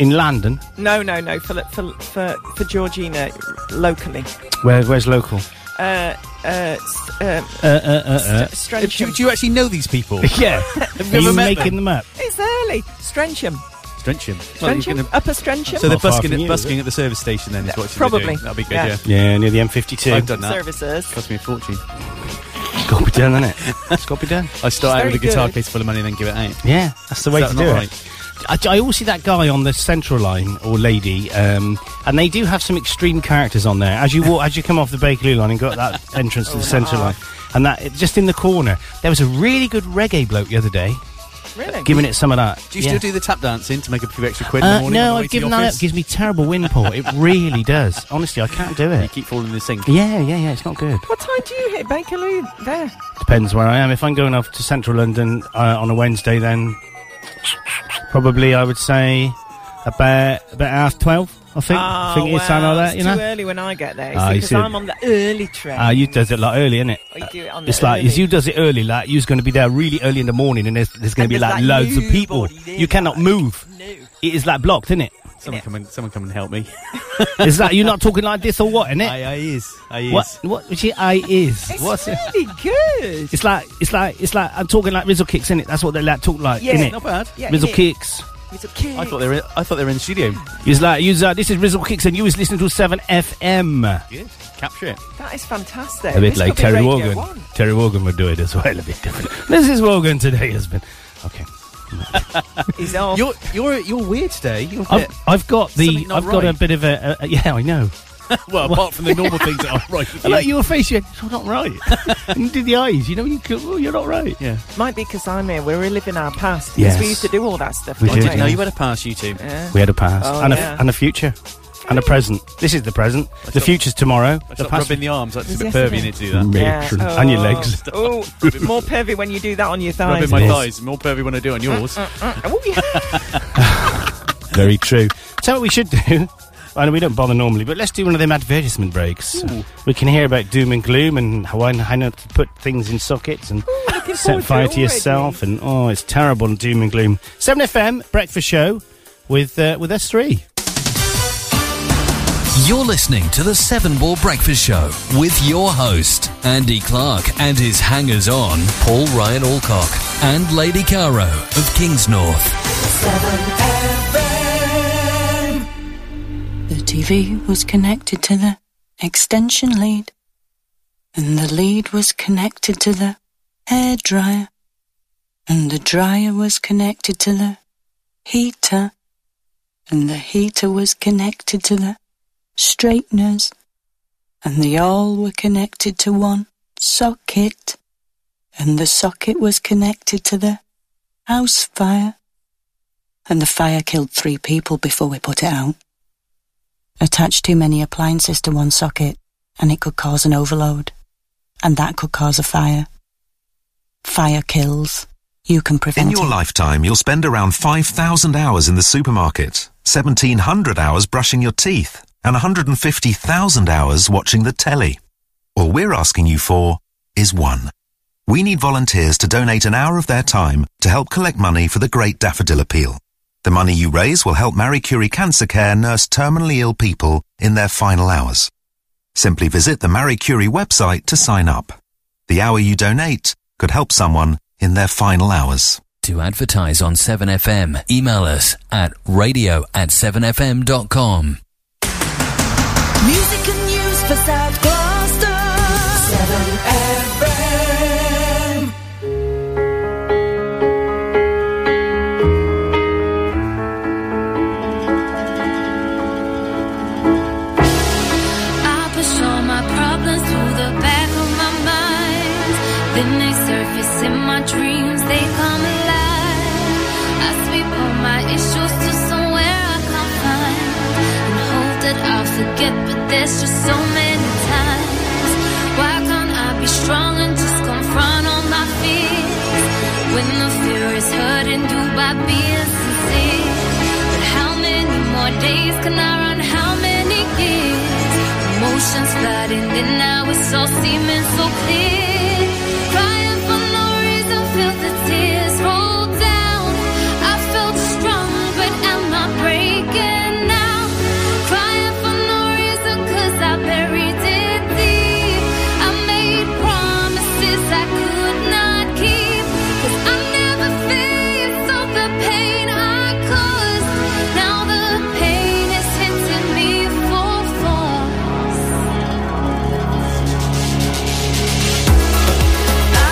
[SPEAKER 2] in London?
[SPEAKER 4] No, no, no. For for for, for Georgina locally.
[SPEAKER 2] Where? Where's local?
[SPEAKER 4] Uh, uh, s- um,
[SPEAKER 2] Uh, uh, uh, uh.
[SPEAKER 4] Strensham.
[SPEAKER 3] Do, do you actually know these people?
[SPEAKER 2] yeah. Are you
[SPEAKER 3] met
[SPEAKER 2] making them up?
[SPEAKER 4] It's early. Strensham.
[SPEAKER 3] Strensham. Well, you're
[SPEAKER 4] Strensham.
[SPEAKER 3] gonna-
[SPEAKER 4] Upper Strensham.
[SPEAKER 3] so they're
[SPEAKER 2] Not far
[SPEAKER 3] busking
[SPEAKER 2] from
[SPEAKER 3] at,
[SPEAKER 2] you, is
[SPEAKER 3] busking at the service station then, is what you're
[SPEAKER 4] Probably.
[SPEAKER 3] doing. That'd be good,
[SPEAKER 4] Yeah.
[SPEAKER 3] yeah.
[SPEAKER 2] Yeah, near the M52.
[SPEAKER 3] I've done that.
[SPEAKER 4] services.
[SPEAKER 3] Cost me a fortune.
[SPEAKER 2] It's got to be done, isn't it? It's got to be done.
[SPEAKER 3] I start out
[SPEAKER 4] very
[SPEAKER 3] with a guitar
[SPEAKER 4] good.
[SPEAKER 3] case full of money and then give it out.
[SPEAKER 2] Yeah, that's the way
[SPEAKER 3] that
[SPEAKER 2] to
[SPEAKER 3] not
[SPEAKER 2] do
[SPEAKER 3] right?
[SPEAKER 2] it. I, I always see that guy on the central line or lady, um, and they do have some extreme characters on there. As you walk, as you come off the Bakerloo line and go up that entrance to
[SPEAKER 4] Oh,
[SPEAKER 2] the central line, and that it- just in the corner, there was a really good reggae bloke the other day
[SPEAKER 4] Really?
[SPEAKER 2] giving it some of that.
[SPEAKER 3] Do you
[SPEAKER 2] Yeah.
[SPEAKER 3] still do the tap dancing to make a few extra quid in the
[SPEAKER 2] Uh,
[SPEAKER 3] morning? on the
[SPEAKER 2] no,
[SPEAKER 3] way
[SPEAKER 2] I've
[SPEAKER 3] to the
[SPEAKER 2] given that up.
[SPEAKER 3] office?
[SPEAKER 2] It gives me terrible wind pull. It really does. Honestly, I can't do
[SPEAKER 3] You
[SPEAKER 2] it.
[SPEAKER 3] keep falling in the sink.
[SPEAKER 2] Yeah, yeah, yeah. It's not good.
[SPEAKER 4] What time do you hit Bakerloo? There.
[SPEAKER 2] Depends where I am. If I'm going off to central London uh, on a Wednesday, then probably I would say about about half twelve. I think.
[SPEAKER 3] Ah,
[SPEAKER 2] I think it's something like that. You
[SPEAKER 4] Ah, it's too
[SPEAKER 2] know.
[SPEAKER 4] early when I get there.
[SPEAKER 2] Ah, you
[SPEAKER 4] Because
[SPEAKER 2] see.
[SPEAKER 4] I'm on the early train.
[SPEAKER 2] Ah, you does it like early, innit?
[SPEAKER 4] Or you do it on the
[SPEAKER 2] It's like
[SPEAKER 4] early.
[SPEAKER 2] if you does it early, like you's going to be there really early in the morning, and there's, there's going
[SPEAKER 4] And
[SPEAKER 2] to be
[SPEAKER 4] there's,
[SPEAKER 2] like
[SPEAKER 4] like,
[SPEAKER 2] loads of people.
[SPEAKER 4] nobody there,
[SPEAKER 2] You cannot
[SPEAKER 4] like-
[SPEAKER 2] move.
[SPEAKER 4] No.
[SPEAKER 2] It is like blocked, isn't it?
[SPEAKER 3] Someone come and someone come and help me.
[SPEAKER 2] Is that you not talking like this or what? Innit?
[SPEAKER 3] I, I is. I is.
[SPEAKER 2] what? What? Which I is.
[SPEAKER 4] It's
[SPEAKER 2] What's it?
[SPEAKER 4] really good.
[SPEAKER 2] It's like it's like it's like I'm talking like Rizzle kicks, innit? That's what they like talk like,
[SPEAKER 4] Yeah,
[SPEAKER 2] innit?
[SPEAKER 4] not
[SPEAKER 3] bad.
[SPEAKER 4] Yeah,
[SPEAKER 2] Rizzle
[SPEAKER 4] innit?
[SPEAKER 2] kicks.
[SPEAKER 4] He's a kid.
[SPEAKER 3] I thought they were. In, I thought they were in the studio.
[SPEAKER 2] He's like, you, uh, this is Rizzle Kicks, and you is listening to 7FM.
[SPEAKER 3] Yes, capture it.
[SPEAKER 4] that is fantastic.
[SPEAKER 2] A bit
[SPEAKER 4] This
[SPEAKER 2] like
[SPEAKER 4] could be
[SPEAKER 2] Terry
[SPEAKER 4] Radio
[SPEAKER 2] Wogan.
[SPEAKER 4] One.
[SPEAKER 2] Terry Wogan would do it as well, a bit different. Mrs. Wogan today has been. Okay.
[SPEAKER 4] He's
[SPEAKER 2] Oh.
[SPEAKER 4] off.
[SPEAKER 3] You're you're you're weird today. You're a bit-
[SPEAKER 2] I've, I've got the.
[SPEAKER 3] Something not
[SPEAKER 2] I've got a
[SPEAKER 3] right.
[SPEAKER 2] bit of a. a, a- yeah, I know.
[SPEAKER 3] well, apart from the normal things that are right. with
[SPEAKER 2] I like
[SPEAKER 3] you.
[SPEAKER 2] your face. You're, you're not right. and you did the eyes. You know, you, go, oh, you're not right.
[SPEAKER 3] Yeah.
[SPEAKER 4] Might be because I'm here. We're reliving our past. 'cause
[SPEAKER 2] Yes.
[SPEAKER 4] we used to do all that stuff.
[SPEAKER 2] We
[SPEAKER 4] didn't
[SPEAKER 2] did,
[SPEAKER 3] Didn't
[SPEAKER 2] yeah.
[SPEAKER 3] know you had a pass, you two.
[SPEAKER 4] Yeah.
[SPEAKER 2] We had a past
[SPEAKER 4] Oh,
[SPEAKER 2] and,
[SPEAKER 4] yeah.
[SPEAKER 2] a, and a future and a present. This is the present. the
[SPEAKER 3] not-
[SPEAKER 2] future's tomorrow.
[SPEAKER 3] I
[SPEAKER 2] The
[SPEAKER 3] stopped
[SPEAKER 2] past.
[SPEAKER 3] rubbing the arms. That's a
[SPEAKER 4] Was
[SPEAKER 3] bit
[SPEAKER 4] yesterday.
[SPEAKER 3] pervy in it to do that.
[SPEAKER 4] Yeah.
[SPEAKER 2] And your legs.
[SPEAKER 4] Oh, more pervy when you do that on your thighs.
[SPEAKER 3] Rubbing my
[SPEAKER 2] Yes.
[SPEAKER 3] thighs. More pervy when I do on yours.
[SPEAKER 4] Oh, yeah.
[SPEAKER 2] Very true. So what we should do. I know we don't bother normally, but let's do one of them advertisement breaks. We can hear about doom and gloom and how I how not to put things in sockets and set
[SPEAKER 4] forward to
[SPEAKER 2] fire
[SPEAKER 4] it
[SPEAKER 2] to yourself. And oh, it's terrible and doom and gloom. Seven FM breakfast show with uh, with us three.
[SPEAKER 1] You're listening to the Seven Ball Breakfast Show with your host, Andy Clark, and his hangers on, Paul Ryan Alcock and Lady Caro of Kings North.
[SPEAKER 8] The TV was connected to the extension lead, and the lead was connected to the hairdryer, and the dryer was connected to the heater, and the heater was connected to the straighteners, and they all were connected to one socket, and the socket was connected to the house fire, and the fire killed three people before we put it out. Attach too many appliances to one socket, and it could cause an overload. And that could cause a fire. Fire kills. You can prevent
[SPEAKER 9] In your
[SPEAKER 8] it.
[SPEAKER 9] lifetime, you'll spend around 5,000 hours in the supermarket, 1,700 hours brushing your teeth, and 150,000 hours watching the telly. All we're asking you for is one. We need volunteers to donate an hour of their time to help collect money for the Great Daffodil Appeal. The money you raise will help Marie Curie Cancer Care nurse terminally ill people in their final hours. Simply visit the Marie Curie website to sign up. The hour you donate could help someone in their final hours.
[SPEAKER 1] To advertise on 7FM, email us at radio at 7FM.com.
[SPEAKER 10] Music and news for South Gloucester. 7FM. I push all my problems through the back of my mind. Then they surface in my dreams, they come alive. I sweep all my issues to somewhere I can't find. And hope that I'll forget, but there's just so many times. Why can't I be strong and just confront all my fears? When the fear is hurting, do I be sincere? But how many more days can I run? How many years? Emotions flooding in now, it's all seeming so clear. Crying for no reason, feel the tears roll down. I felt strong, but am I breaking now? Crying for no reason, 'cause I buried it deep. I made promises I could not keep. 'Cause I never faced all the pain I caused. Now the pain is hitting me full force. I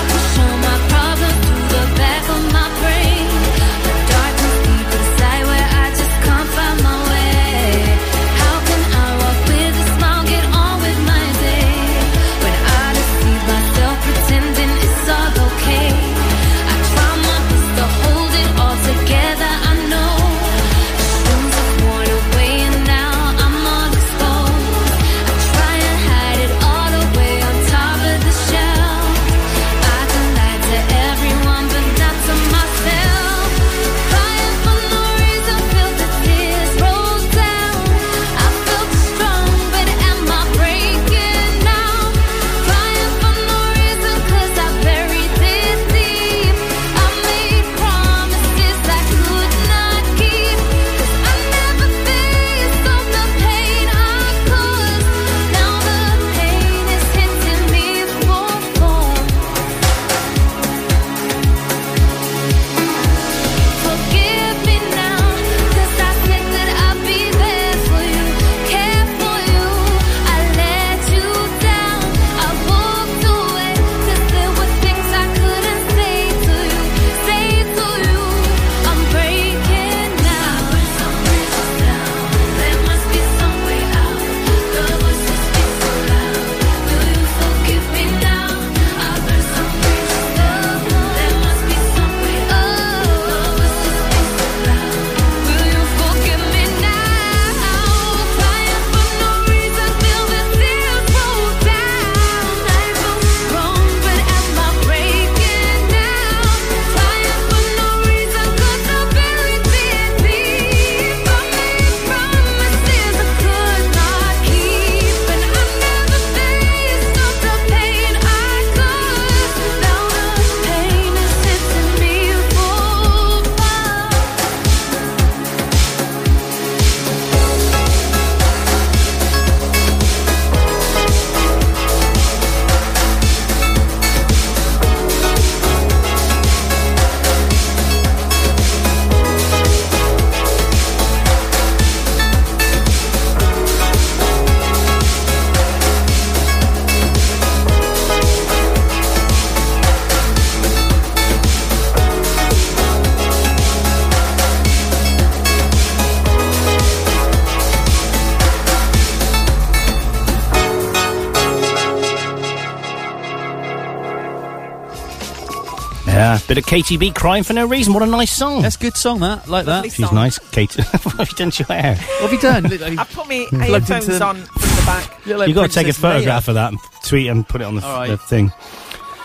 [SPEAKER 2] Bit of KTB crying for no reason. What a nice song.
[SPEAKER 3] That's a good song, that. Like that.
[SPEAKER 4] Lovely
[SPEAKER 2] She's
[SPEAKER 4] song.
[SPEAKER 2] nice, Kate. what have you done to your hair?
[SPEAKER 3] What have you done? Look,
[SPEAKER 4] I've put my
[SPEAKER 3] Plugged
[SPEAKER 4] earphones
[SPEAKER 3] into-
[SPEAKER 4] on from the back.
[SPEAKER 3] look like
[SPEAKER 2] you got to take a
[SPEAKER 3] Princess Leia.
[SPEAKER 2] photograph of that and tweet and put it on the, f-
[SPEAKER 3] All right.
[SPEAKER 2] the thing.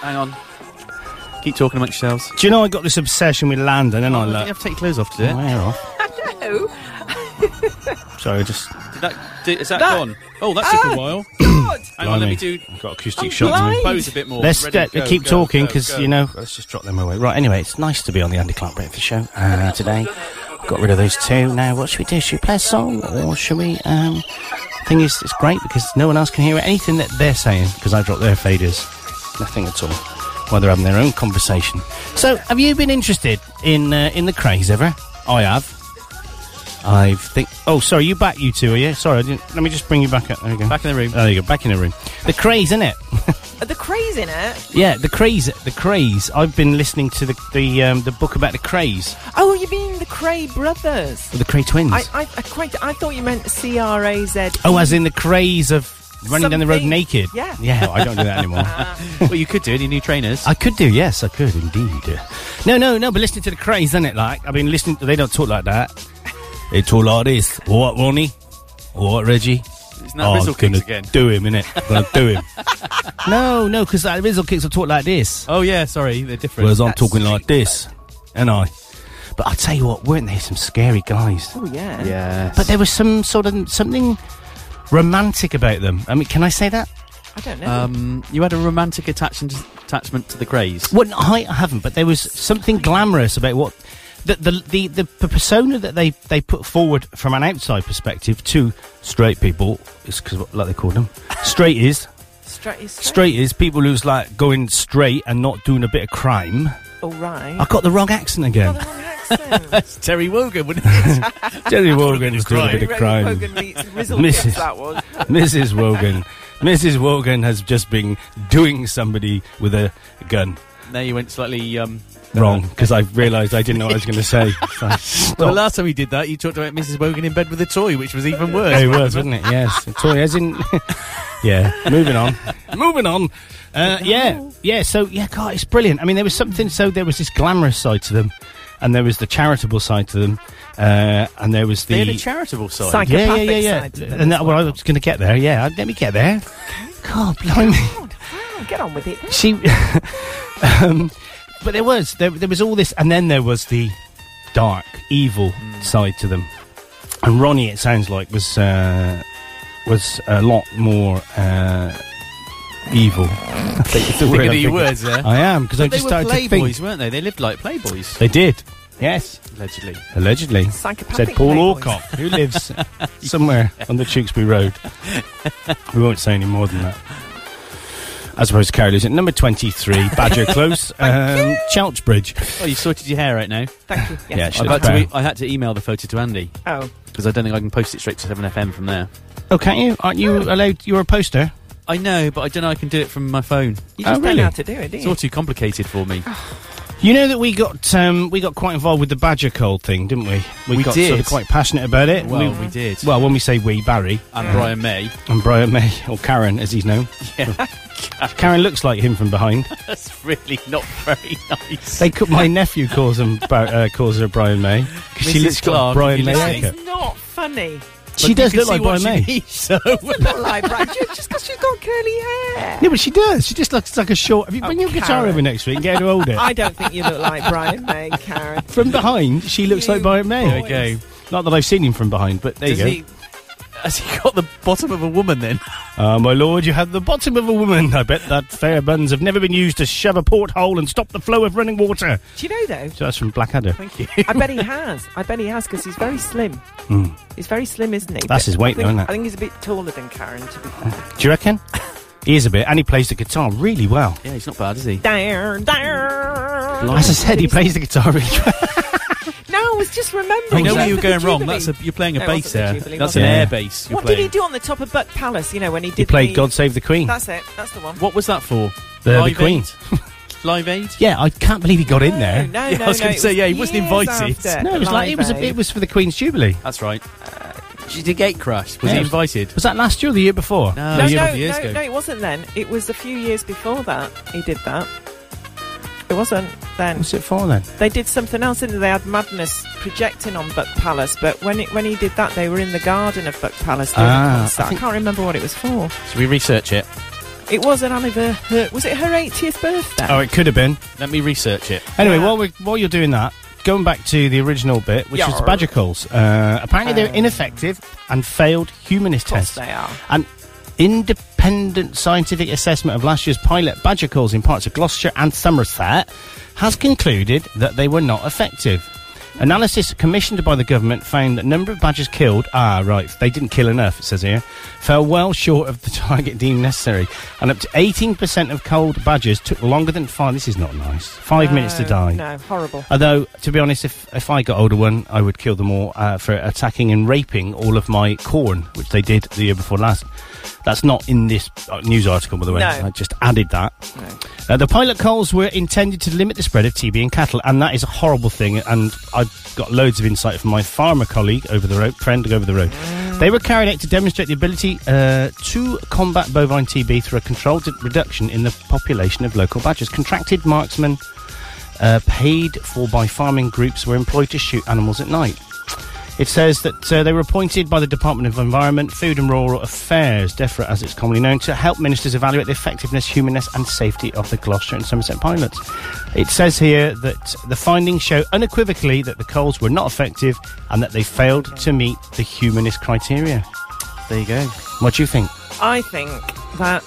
[SPEAKER 3] Hang on. Keep talking amongst yourselves. Oh,
[SPEAKER 2] Do you know I got this obsession with Landon, and I
[SPEAKER 3] you
[SPEAKER 2] look.
[SPEAKER 3] have to take your clothes off to do
[SPEAKER 2] my
[SPEAKER 3] it.
[SPEAKER 2] hair off.
[SPEAKER 4] No.
[SPEAKER 2] Sorry, I just
[SPEAKER 3] Did that, did, is that,
[SPEAKER 4] That-
[SPEAKER 3] gone? Oh, that took a while.
[SPEAKER 4] God.
[SPEAKER 3] Hang on, let
[SPEAKER 2] Blimey.
[SPEAKER 3] me do
[SPEAKER 2] I've got acoustic
[SPEAKER 4] I'm
[SPEAKER 2] shock. to me.
[SPEAKER 4] blind.
[SPEAKER 3] pose a bit more.
[SPEAKER 2] Let's
[SPEAKER 3] Ready,
[SPEAKER 2] get-
[SPEAKER 3] go,
[SPEAKER 2] keep
[SPEAKER 3] go,
[SPEAKER 2] talking
[SPEAKER 3] go,
[SPEAKER 2] 'cause
[SPEAKER 3] go.
[SPEAKER 2] you know. Let's just drop them away. Right. Anyway, it's nice to be on the Andy Clark Breakfast Show uh, today. Got rid of those two. Now, what should we do? Should we play a song or should we? Um, thing is, it's great because no one else can hear anything that they're saying because I dropped their faders. Nothing at all. While they're having their own conversation. So, have you been interested in uh, in the craze ever? I have. I think. Oh, sorry, you back, you two, are you? Sorry, I didn't. Let me just bring you back up. There we go.
[SPEAKER 3] Back in the room.
[SPEAKER 2] There you go. Back in the room. The craze, innit?
[SPEAKER 4] Are uh, the craze in it?
[SPEAKER 2] Yeah, the craze. The craze. I've been listening to the the, um, the book about the craze,
[SPEAKER 4] Oh, you mean the Cray brothers?
[SPEAKER 2] the Cray twins.
[SPEAKER 4] I, I, I quite. I thought you meant C R A Z. E.
[SPEAKER 2] oh, as in the craze of running down the road
[SPEAKER 4] Something-
[SPEAKER 2] naked.
[SPEAKER 4] yeah. Ah.
[SPEAKER 2] yeah. I don't do that anymore.
[SPEAKER 3] well, you could do it in your trainers.
[SPEAKER 2] I could do. Yes, I could indeed. No, no, no. But listening to the craze, isn't it? Like I've been listening. They don't talk like that. They talk like this. What, Ronnie? What, Reggie?
[SPEAKER 3] Isn't that Rizzle
[SPEAKER 2] I'm
[SPEAKER 3] Kicks
[SPEAKER 2] gonna
[SPEAKER 3] again?
[SPEAKER 2] do him, innit? I'm gonna do him. no, no, because uh, Rizzle kicks will talk like this.
[SPEAKER 3] Oh, yeah, sorry. They're different.
[SPEAKER 2] Whereas I'm
[SPEAKER 4] That's
[SPEAKER 2] talking like this, and I. But I tell you what, weren't they some scary guys?
[SPEAKER 4] Oh yeah.
[SPEAKER 3] Yeah.
[SPEAKER 2] But there was some sort of something romantic about them. I mean, can I say that?
[SPEAKER 4] I don't know.
[SPEAKER 3] Um, you had a romantic attachment attachment to the craze.
[SPEAKER 2] Well, I, I haven't, but there was something glamorous about what the the, the the p- persona that they they put forward from an outside perspective to straight people is because like they called them straight is
[SPEAKER 4] straight is straight.
[SPEAKER 2] straight is people who's like going straight and not doing a bit of crime.
[SPEAKER 4] All Oh, right.
[SPEAKER 2] I got the wrong accent
[SPEAKER 4] Got
[SPEAKER 2] again.
[SPEAKER 4] the wrong accent.
[SPEAKER 3] That's Terry Wogan, wouldn't it?
[SPEAKER 2] Jerry Wogan's doing a bit of
[SPEAKER 4] Ray
[SPEAKER 2] crime.
[SPEAKER 4] Hogan meets Rizzle
[SPEAKER 2] Mrs.
[SPEAKER 4] Kicks, that one.
[SPEAKER 2] Mrs. Wogan. Mrs. Wogan has just been doing somebody with a gun.
[SPEAKER 3] now you went slightly um,
[SPEAKER 2] Wrong, because I realised I didn't know what I was going to say. So I
[SPEAKER 3] Well,
[SPEAKER 2] stopped.
[SPEAKER 3] the last time we did that, you talked about Mrs. Wogan in bed with a toy, which was even
[SPEAKER 2] It
[SPEAKER 3] worse.
[SPEAKER 2] was, wasn't it? Yes. Sorry, as in, yeah. Moving on. Moving on. Uh, yeah, yeah. So yeah, God, it's brilliant. I mean, there was something. So there was this glamorous side to them, and there was the charitable side to them, uh, and there was
[SPEAKER 3] they had a
[SPEAKER 2] the
[SPEAKER 3] charitable side.
[SPEAKER 4] Psych-
[SPEAKER 2] yeah, yeah,
[SPEAKER 4] Psychopathic
[SPEAKER 2] yeah, yeah.
[SPEAKER 4] side to them
[SPEAKER 2] And
[SPEAKER 4] as
[SPEAKER 2] that, well, I was going to get there. Yeah, let me get there. God, blimey.
[SPEAKER 4] Oh, get on with it.
[SPEAKER 2] She, um, but there was there, there was all this, and then there was the dark, evil
[SPEAKER 4] Hmm.
[SPEAKER 2] side to them. And Ronnie, it sounds like, was uh, was a lot more uh, evil. I think is the word
[SPEAKER 3] Thinking
[SPEAKER 2] I'm
[SPEAKER 3] of your
[SPEAKER 2] thinking.
[SPEAKER 3] words there.
[SPEAKER 2] I am because I
[SPEAKER 3] they
[SPEAKER 2] just
[SPEAKER 3] were
[SPEAKER 2] started to think
[SPEAKER 3] playboys, weren't they? They lived like playboys,
[SPEAKER 2] they did. Yes,
[SPEAKER 3] allegedly.
[SPEAKER 2] allegedly.
[SPEAKER 4] Psychopathic.
[SPEAKER 2] Said Paul
[SPEAKER 4] playboys.
[SPEAKER 2] Orcock, who lives somewhere on the Tewkesbury Road. we won't say any more than that. I suppose Carol is at number 23, Badger Close, um, Cheltsbridge.
[SPEAKER 3] Oh, you sorted your hair out now.
[SPEAKER 4] Thank you. Yes.
[SPEAKER 2] Yeah, she
[SPEAKER 3] I've
[SPEAKER 2] looks
[SPEAKER 3] had to,
[SPEAKER 2] better.
[SPEAKER 3] e- I had to email the photo to Andy
[SPEAKER 4] Oh,
[SPEAKER 3] because I don't think I can post it straight to 7FM from there.
[SPEAKER 2] Oh, can't you? Aren't you allowed? You're a poster.
[SPEAKER 3] I know, but I don't know I can do it from my phone.
[SPEAKER 4] you
[SPEAKER 2] Oh,
[SPEAKER 4] just don't
[SPEAKER 2] really?
[SPEAKER 4] know how to do it, do
[SPEAKER 3] It's
[SPEAKER 4] you? Oh.
[SPEAKER 3] all too complicated for me.
[SPEAKER 2] You know that we got um, we got quite involved with the Badger Cold thing, didn't we? We,
[SPEAKER 3] We
[SPEAKER 2] got
[SPEAKER 3] did.
[SPEAKER 2] sort of quite passionate about it.
[SPEAKER 3] Well,
[SPEAKER 2] we,
[SPEAKER 3] we did.
[SPEAKER 2] well, when we say we, Barry
[SPEAKER 3] and Brian May.
[SPEAKER 2] and Brian May or Karen, as he's known.
[SPEAKER 3] Yeah,
[SPEAKER 2] Karen looks like him from behind.
[SPEAKER 3] that's really not very nice.
[SPEAKER 2] They could, my nephew calls him Bar- uh, calls her Brian May because she
[SPEAKER 3] Mrs.
[SPEAKER 2] looks
[SPEAKER 3] Clark,
[SPEAKER 2] like Brian
[SPEAKER 3] if
[SPEAKER 2] May.
[SPEAKER 3] you
[SPEAKER 4] That
[SPEAKER 3] listen-
[SPEAKER 2] haircut.
[SPEAKER 4] is not funny.
[SPEAKER 3] But
[SPEAKER 2] She
[SPEAKER 3] you
[SPEAKER 2] does
[SPEAKER 3] can
[SPEAKER 2] look
[SPEAKER 3] see
[SPEAKER 2] like
[SPEAKER 3] what
[SPEAKER 2] Brian May.
[SPEAKER 3] she needs, so
[SPEAKER 4] Not like Brad, ju- just because she's got curly hair.
[SPEAKER 2] Yeah, but she does. She just looks like a short. If you bring your
[SPEAKER 4] Oh,
[SPEAKER 2] guitar
[SPEAKER 4] Karen.
[SPEAKER 2] over next week and get her to hold it.
[SPEAKER 4] I don't think you look like Brian May, Karen.
[SPEAKER 2] From behind, she looks
[SPEAKER 4] You
[SPEAKER 2] like Brian May.
[SPEAKER 4] There we
[SPEAKER 3] go.
[SPEAKER 2] Not that I've seen him from behind, but there
[SPEAKER 3] Does
[SPEAKER 2] you go.
[SPEAKER 3] he- has he got the bottom of a woman then?
[SPEAKER 2] Ah, my lord, you have the bottom of a woman. I bet that fair buns have never been used to shove a porthole and stop the flow of running water.
[SPEAKER 4] Do you know though?
[SPEAKER 2] So that's from Blackadder.
[SPEAKER 3] Thank you.
[SPEAKER 4] I bet he has. I bet he has because he's very slim.
[SPEAKER 2] Hmm.
[SPEAKER 4] He's very slim, isn't he?
[SPEAKER 2] That's his weight,
[SPEAKER 4] I think,
[SPEAKER 2] though, isn't it?
[SPEAKER 4] I think he's a bit taller than Karen. To be fair.
[SPEAKER 2] Do you reckon? he is a bit, and he plays the guitar really well.
[SPEAKER 3] Yeah, he's not bad, is he?
[SPEAKER 4] There, there.
[SPEAKER 2] As I said, he plays the guitar really well.
[SPEAKER 4] No, I was just remembering.
[SPEAKER 3] I Oh, know
[SPEAKER 4] Was
[SPEAKER 3] where
[SPEAKER 4] that
[SPEAKER 3] you're
[SPEAKER 4] for the
[SPEAKER 3] going wrong.
[SPEAKER 4] Jubilee?
[SPEAKER 3] That's a, you're playing a
[SPEAKER 4] No, it
[SPEAKER 3] bass
[SPEAKER 4] wasn't the
[SPEAKER 3] there.
[SPEAKER 4] Jubilee,
[SPEAKER 3] That's
[SPEAKER 4] was
[SPEAKER 3] an
[SPEAKER 2] it?
[SPEAKER 3] air
[SPEAKER 2] Yeah.
[SPEAKER 3] bass. You're
[SPEAKER 4] What
[SPEAKER 3] playing.
[SPEAKER 4] did he do on the top of Buck Palace? You know when he did.
[SPEAKER 2] He played
[SPEAKER 4] the-
[SPEAKER 2] God Save the Queen.
[SPEAKER 4] That's it. That's the one.
[SPEAKER 3] What was that for?
[SPEAKER 2] The- the
[SPEAKER 3] Live
[SPEAKER 2] Queen.
[SPEAKER 3] Aid? Live Aid.
[SPEAKER 2] Yeah, I can't believe he got in
[SPEAKER 4] No,
[SPEAKER 2] there.
[SPEAKER 4] no,
[SPEAKER 3] Yeah, I
[SPEAKER 4] no.
[SPEAKER 3] was gonna
[SPEAKER 4] no,
[SPEAKER 3] say,
[SPEAKER 4] it
[SPEAKER 3] yeah, he wasn't
[SPEAKER 4] years
[SPEAKER 3] invited.
[SPEAKER 4] after
[SPEAKER 2] No, it was like it was
[SPEAKER 4] Live
[SPEAKER 2] a,
[SPEAKER 4] Aid.
[SPEAKER 2] it was for the Queen's Jubilee.
[SPEAKER 3] That's right. Uh, she did gate crash. Was
[SPEAKER 2] Yeah.
[SPEAKER 3] he invited?
[SPEAKER 2] Was that last year or the year before?
[SPEAKER 3] No,
[SPEAKER 4] No,
[SPEAKER 3] year-
[SPEAKER 4] no,
[SPEAKER 3] years
[SPEAKER 4] no,
[SPEAKER 3] ago.
[SPEAKER 4] no, it wasn't then. It was a few years before that he did that. It wasn't then.
[SPEAKER 2] What's it for then?
[SPEAKER 4] They did something else, and they had Madness projecting on Buck Palace. But when it, when he did that, they were in the garden of Buck Palace doing
[SPEAKER 3] Ah,
[SPEAKER 4] a concert.
[SPEAKER 3] I
[SPEAKER 4] I,
[SPEAKER 3] think-
[SPEAKER 4] can't remember what it was for.
[SPEAKER 3] Should we research it?
[SPEAKER 4] It was an anniversary. Was it her 80th birthday?
[SPEAKER 2] Oh, it could have been.
[SPEAKER 3] Let me research it.
[SPEAKER 2] Anyway, while we while you're doing that, going back to the original bit, which is
[SPEAKER 4] Yarr.
[SPEAKER 2] badger calls. Uh, apparently, they're
[SPEAKER 4] Oh.
[SPEAKER 2] ineffective and failed humanist
[SPEAKER 4] Of course
[SPEAKER 2] tests.
[SPEAKER 4] they are.
[SPEAKER 2] An independent scientific assessment of last year's pilot badger calls in parts of Gloucestershire and Somerset has concluded that they were not effective. Analysis commissioned by the government found that number of badgers killed, ah, right, they didn't kill enough, it says here, fell well short of the target deemed necessary. And up to 18% of culled badgers took longer than five, this is not nice, five minutes to
[SPEAKER 4] No,
[SPEAKER 2] die.
[SPEAKER 4] No, horrible.
[SPEAKER 2] Although, to be honest, if, if I got older one, I would kill them all uh, for attacking and raping all of my corn, which they did the year before last. That's not in this uh, news article, by the way.
[SPEAKER 4] No.
[SPEAKER 2] I just added that. Uh, the pilot calls were intended to limit the spread of TB in cattle, and that is a horrible thing. And I've got loads of insight from my farmer colleague over the road, friend over the road. They were carried out to demonstrate the ability uh, to combat bovine TB through a controlled reduction in the population of local badgers. Contracted marksmen uh, paid for by farming groups were employed to shoot animals at night. It says that uh, they were appointed by the Department of Environment, Food and Rural Affairs, DEFRA as it's commonly known, to help ministers evaluate the effectiveness, humanness, and safety of the Gloucester and Somerset pilots. It says here that the findings show unequivocally that the coals were not effective and that they failed to meet the humanist criteria.
[SPEAKER 3] There you go.
[SPEAKER 2] What do you think?
[SPEAKER 4] I think that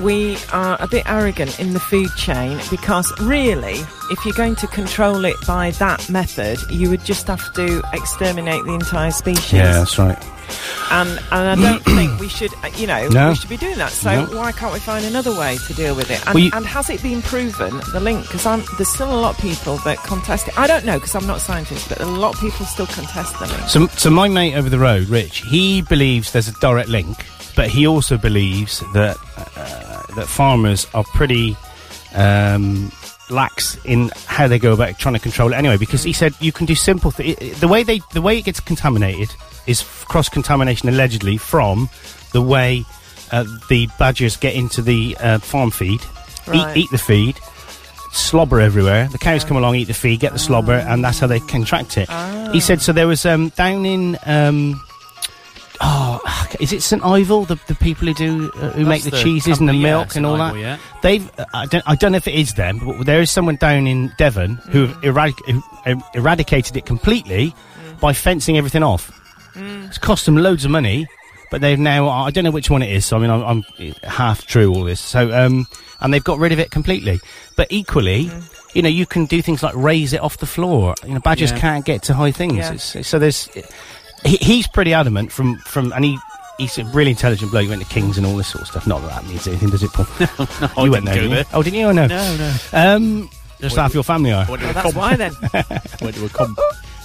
[SPEAKER 4] we are a bit arrogant in the food chain because really, if you're going to control it by that method, you would just have to exterminate the entire species.
[SPEAKER 2] right.
[SPEAKER 4] And, and I don't think we should, uh, you know,
[SPEAKER 2] No.
[SPEAKER 4] we should be doing that. So
[SPEAKER 2] No.
[SPEAKER 4] why can't we find another way to deal with it? And,
[SPEAKER 2] Well, you-
[SPEAKER 4] and has it been proven, the link? Because there's still a lot of people that contest it. I don't know because I'm not a scientist, but a lot of people still contest the link.
[SPEAKER 2] So, so my mate over the road, Rich, he believes there's a direct link, but he also believes that uh, that farmers are pretty um, lax in how they go about trying to control it anyway. Because he said you can do simple thi- i- i- the way they the way it gets contaminated is cross contamination allegedly from the way uh, the badgers get into the uh, farm feed,
[SPEAKER 4] Right.
[SPEAKER 2] eat, eat the feed. Slobber everywhere. The cows come along, eat the feed, get the slobber, and that's how they contract it. He said so. There was um, down in um, oh, is it St Ival? The, the people who do uh, who make the,
[SPEAKER 3] That's
[SPEAKER 2] cheeses and the
[SPEAKER 3] company, yeah,
[SPEAKER 2] milk and all
[SPEAKER 3] St.
[SPEAKER 2] that.
[SPEAKER 3] Ivel, yeah.
[SPEAKER 2] They've uh, I don't I don't know if it is them, but there is someone down in Devon who have eradic- who um, eradicated it completely by fencing everything off. It's cost them loads of money, but they've now I don't know which one it is. So I mean I'm, I'm eh, half true all this. So um and they've got rid of it completely. But equally. You know, you can do things like raise it off the floor. You know, badgers
[SPEAKER 3] Mm. Yeah.
[SPEAKER 2] can't get to high things.
[SPEAKER 4] Yeah.
[SPEAKER 2] It's, it's- so there's, he, he's pretty adamant from from, and he he's a really intelligent bloke. He went to Kings and all this sort of stuff. Not that that means anything, does it, Paul?
[SPEAKER 3] I
[SPEAKER 2] you went
[SPEAKER 3] didn't
[SPEAKER 2] there,
[SPEAKER 3] go
[SPEAKER 2] didn't you?
[SPEAKER 3] there.
[SPEAKER 2] Oh, didn't you? Oh, no.
[SPEAKER 3] No, no.
[SPEAKER 2] Um, just half your family are.
[SPEAKER 3] Went
[SPEAKER 4] Well,
[SPEAKER 3] to a
[SPEAKER 4] that's why then.
[SPEAKER 3] comp. Went to a comp.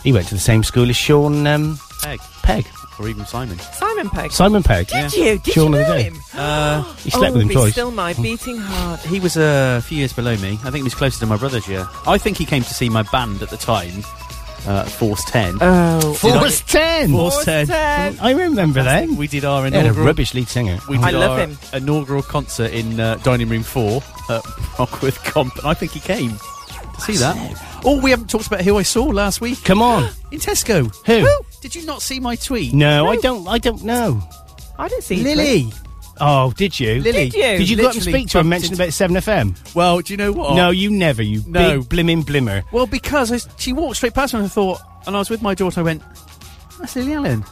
[SPEAKER 2] He went to the same school as Sean um,
[SPEAKER 3] Egg.
[SPEAKER 2] Pegg,
[SPEAKER 3] Or even Simon.
[SPEAKER 4] Simon Pegg.
[SPEAKER 2] Simon Pegg.
[SPEAKER 4] did you? Did
[SPEAKER 2] Shaun
[SPEAKER 4] you
[SPEAKER 2] of the
[SPEAKER 4] know
[SPEAKER 2] Dead.
[SPEAKER 4] him?
[SPEAKER 3] Uh,
[SPEAKER 2] He slept
[SPEAKER 4] oh,
[SPEAKER 2] with him
[SPEAKER 4] be
[SPEAKER 2] twice.
[SPEAKER 4] still my beating heart.
[SPEAKER 3] he was uh, a few years below me. I think he was closer to my brother's year. I think he came to see my band at the time, uh, Force 10.
[SPEAKER 4] Oh,
[SPEAKER 2] Force ten.
[SPEAKER 3] Force 10.
[SPEAKER 2] I remember them.
[SPEAKER 3] We did our
[SPEAKER 2] They had a
[SPEAKER 3] inaugural
[SPEAKER 2] rubbish lead singer.
[SPEAKER 3] We
[SPEAKER 4] I
[SPEAKER 3] did
[SPEAKER 4] love
[SPEAKER 3] our
[SPEAKER 4] him.
[SPEAKER 3] inaugural concert in uh, Dining Room 4 at Rockworth Comp, and I think he came to see that. Oh, we haven't talked about who I saw last week
[SPEAKER 2] Come on.
[SPEAKER 3] in Tesco.
[SPEAKER 2] Who?
[SPEAKER 3] Did you not see my tweet?
[SPEAKER 2] No, I don't. I don't know.
[SPEAKER 4] I didn't see
[SPEAKER 3] Lily.
[SPEAKER 2] Oh, did you?
[SPEAKER 3] Lily.
[SPEAKER 4] Did you?
[SPEAKER 2] Did you go up and
[SPEAKER 3] Literally
[SPEAKER 2] speak to him?
[SPEAKER 3] bumped
[SPEAKER 2] Mention
[SPEAKER 3] into-
[SPEAKER 2] about Seven FM?
[SPEAKER 3] Well, do you know what?
[SPEAKER 2] No, you never. You
[SPEAKER 3] No.
[SPEAKER 2] big blimmin' blimmer.
[SPEAKER 3] Well, because I, she walked straight past me and I thought, and I was with my daughter, I went, that's Lily Allen.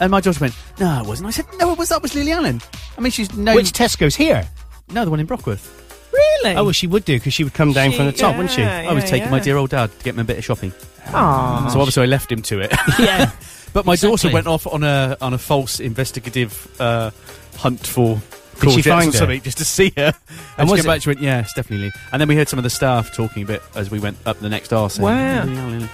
[SPEAKER 3] And my daughter went, no, it wasn't. I said, no, it was. That was Lily Allen. I mean, she's no,
[SPEAKER 2] Which Tesco's here?
[SPEAKER 3] no, the one in Brockworth.
[SPEAKER 4] Really?
[SPEAKER 2] Oh, well, she would do because she would come down
[SPEAKER 4] She-
[SPEAKER 2] from the top, wouldn't she?
[SPEAKER 4] yeah.
[SPEAKER 3] I was taking my dear old dad to get him a bit of shopping.
[SPEAKER 4] Aw.
[SPEAKER 3] So obviously I left him to it.
[SPEAKER 2] Yeah.
[SPEAKER 3] But my daughter
[SPEAKER 2] Exactly.
[SPEAKER 3] went off on a on a false investigative uh, hunt for
[SPEAKER 2] Did she
[SPEAKER 3] courgette
[SPEAKER 2] find
[SPEAKER 3] or
[SPEAKER 2] her?
[SPEAKER 3] something just to see her.
[SPEAKER 2] And
[SPEAKER 3] And,
[SPEAKER 2] was
[SPEAKER 3] she came
[SPEAKER 2] it-
[SPEAKER 3] back, she went, yeah, it's definitely. Lee." And then we heard some of the staff talking a bit as we went up the next hour. Saying,
[SPEAKER 4] Wow.
[SPEAKER 3] "Oh, yeah, yeah, yeah."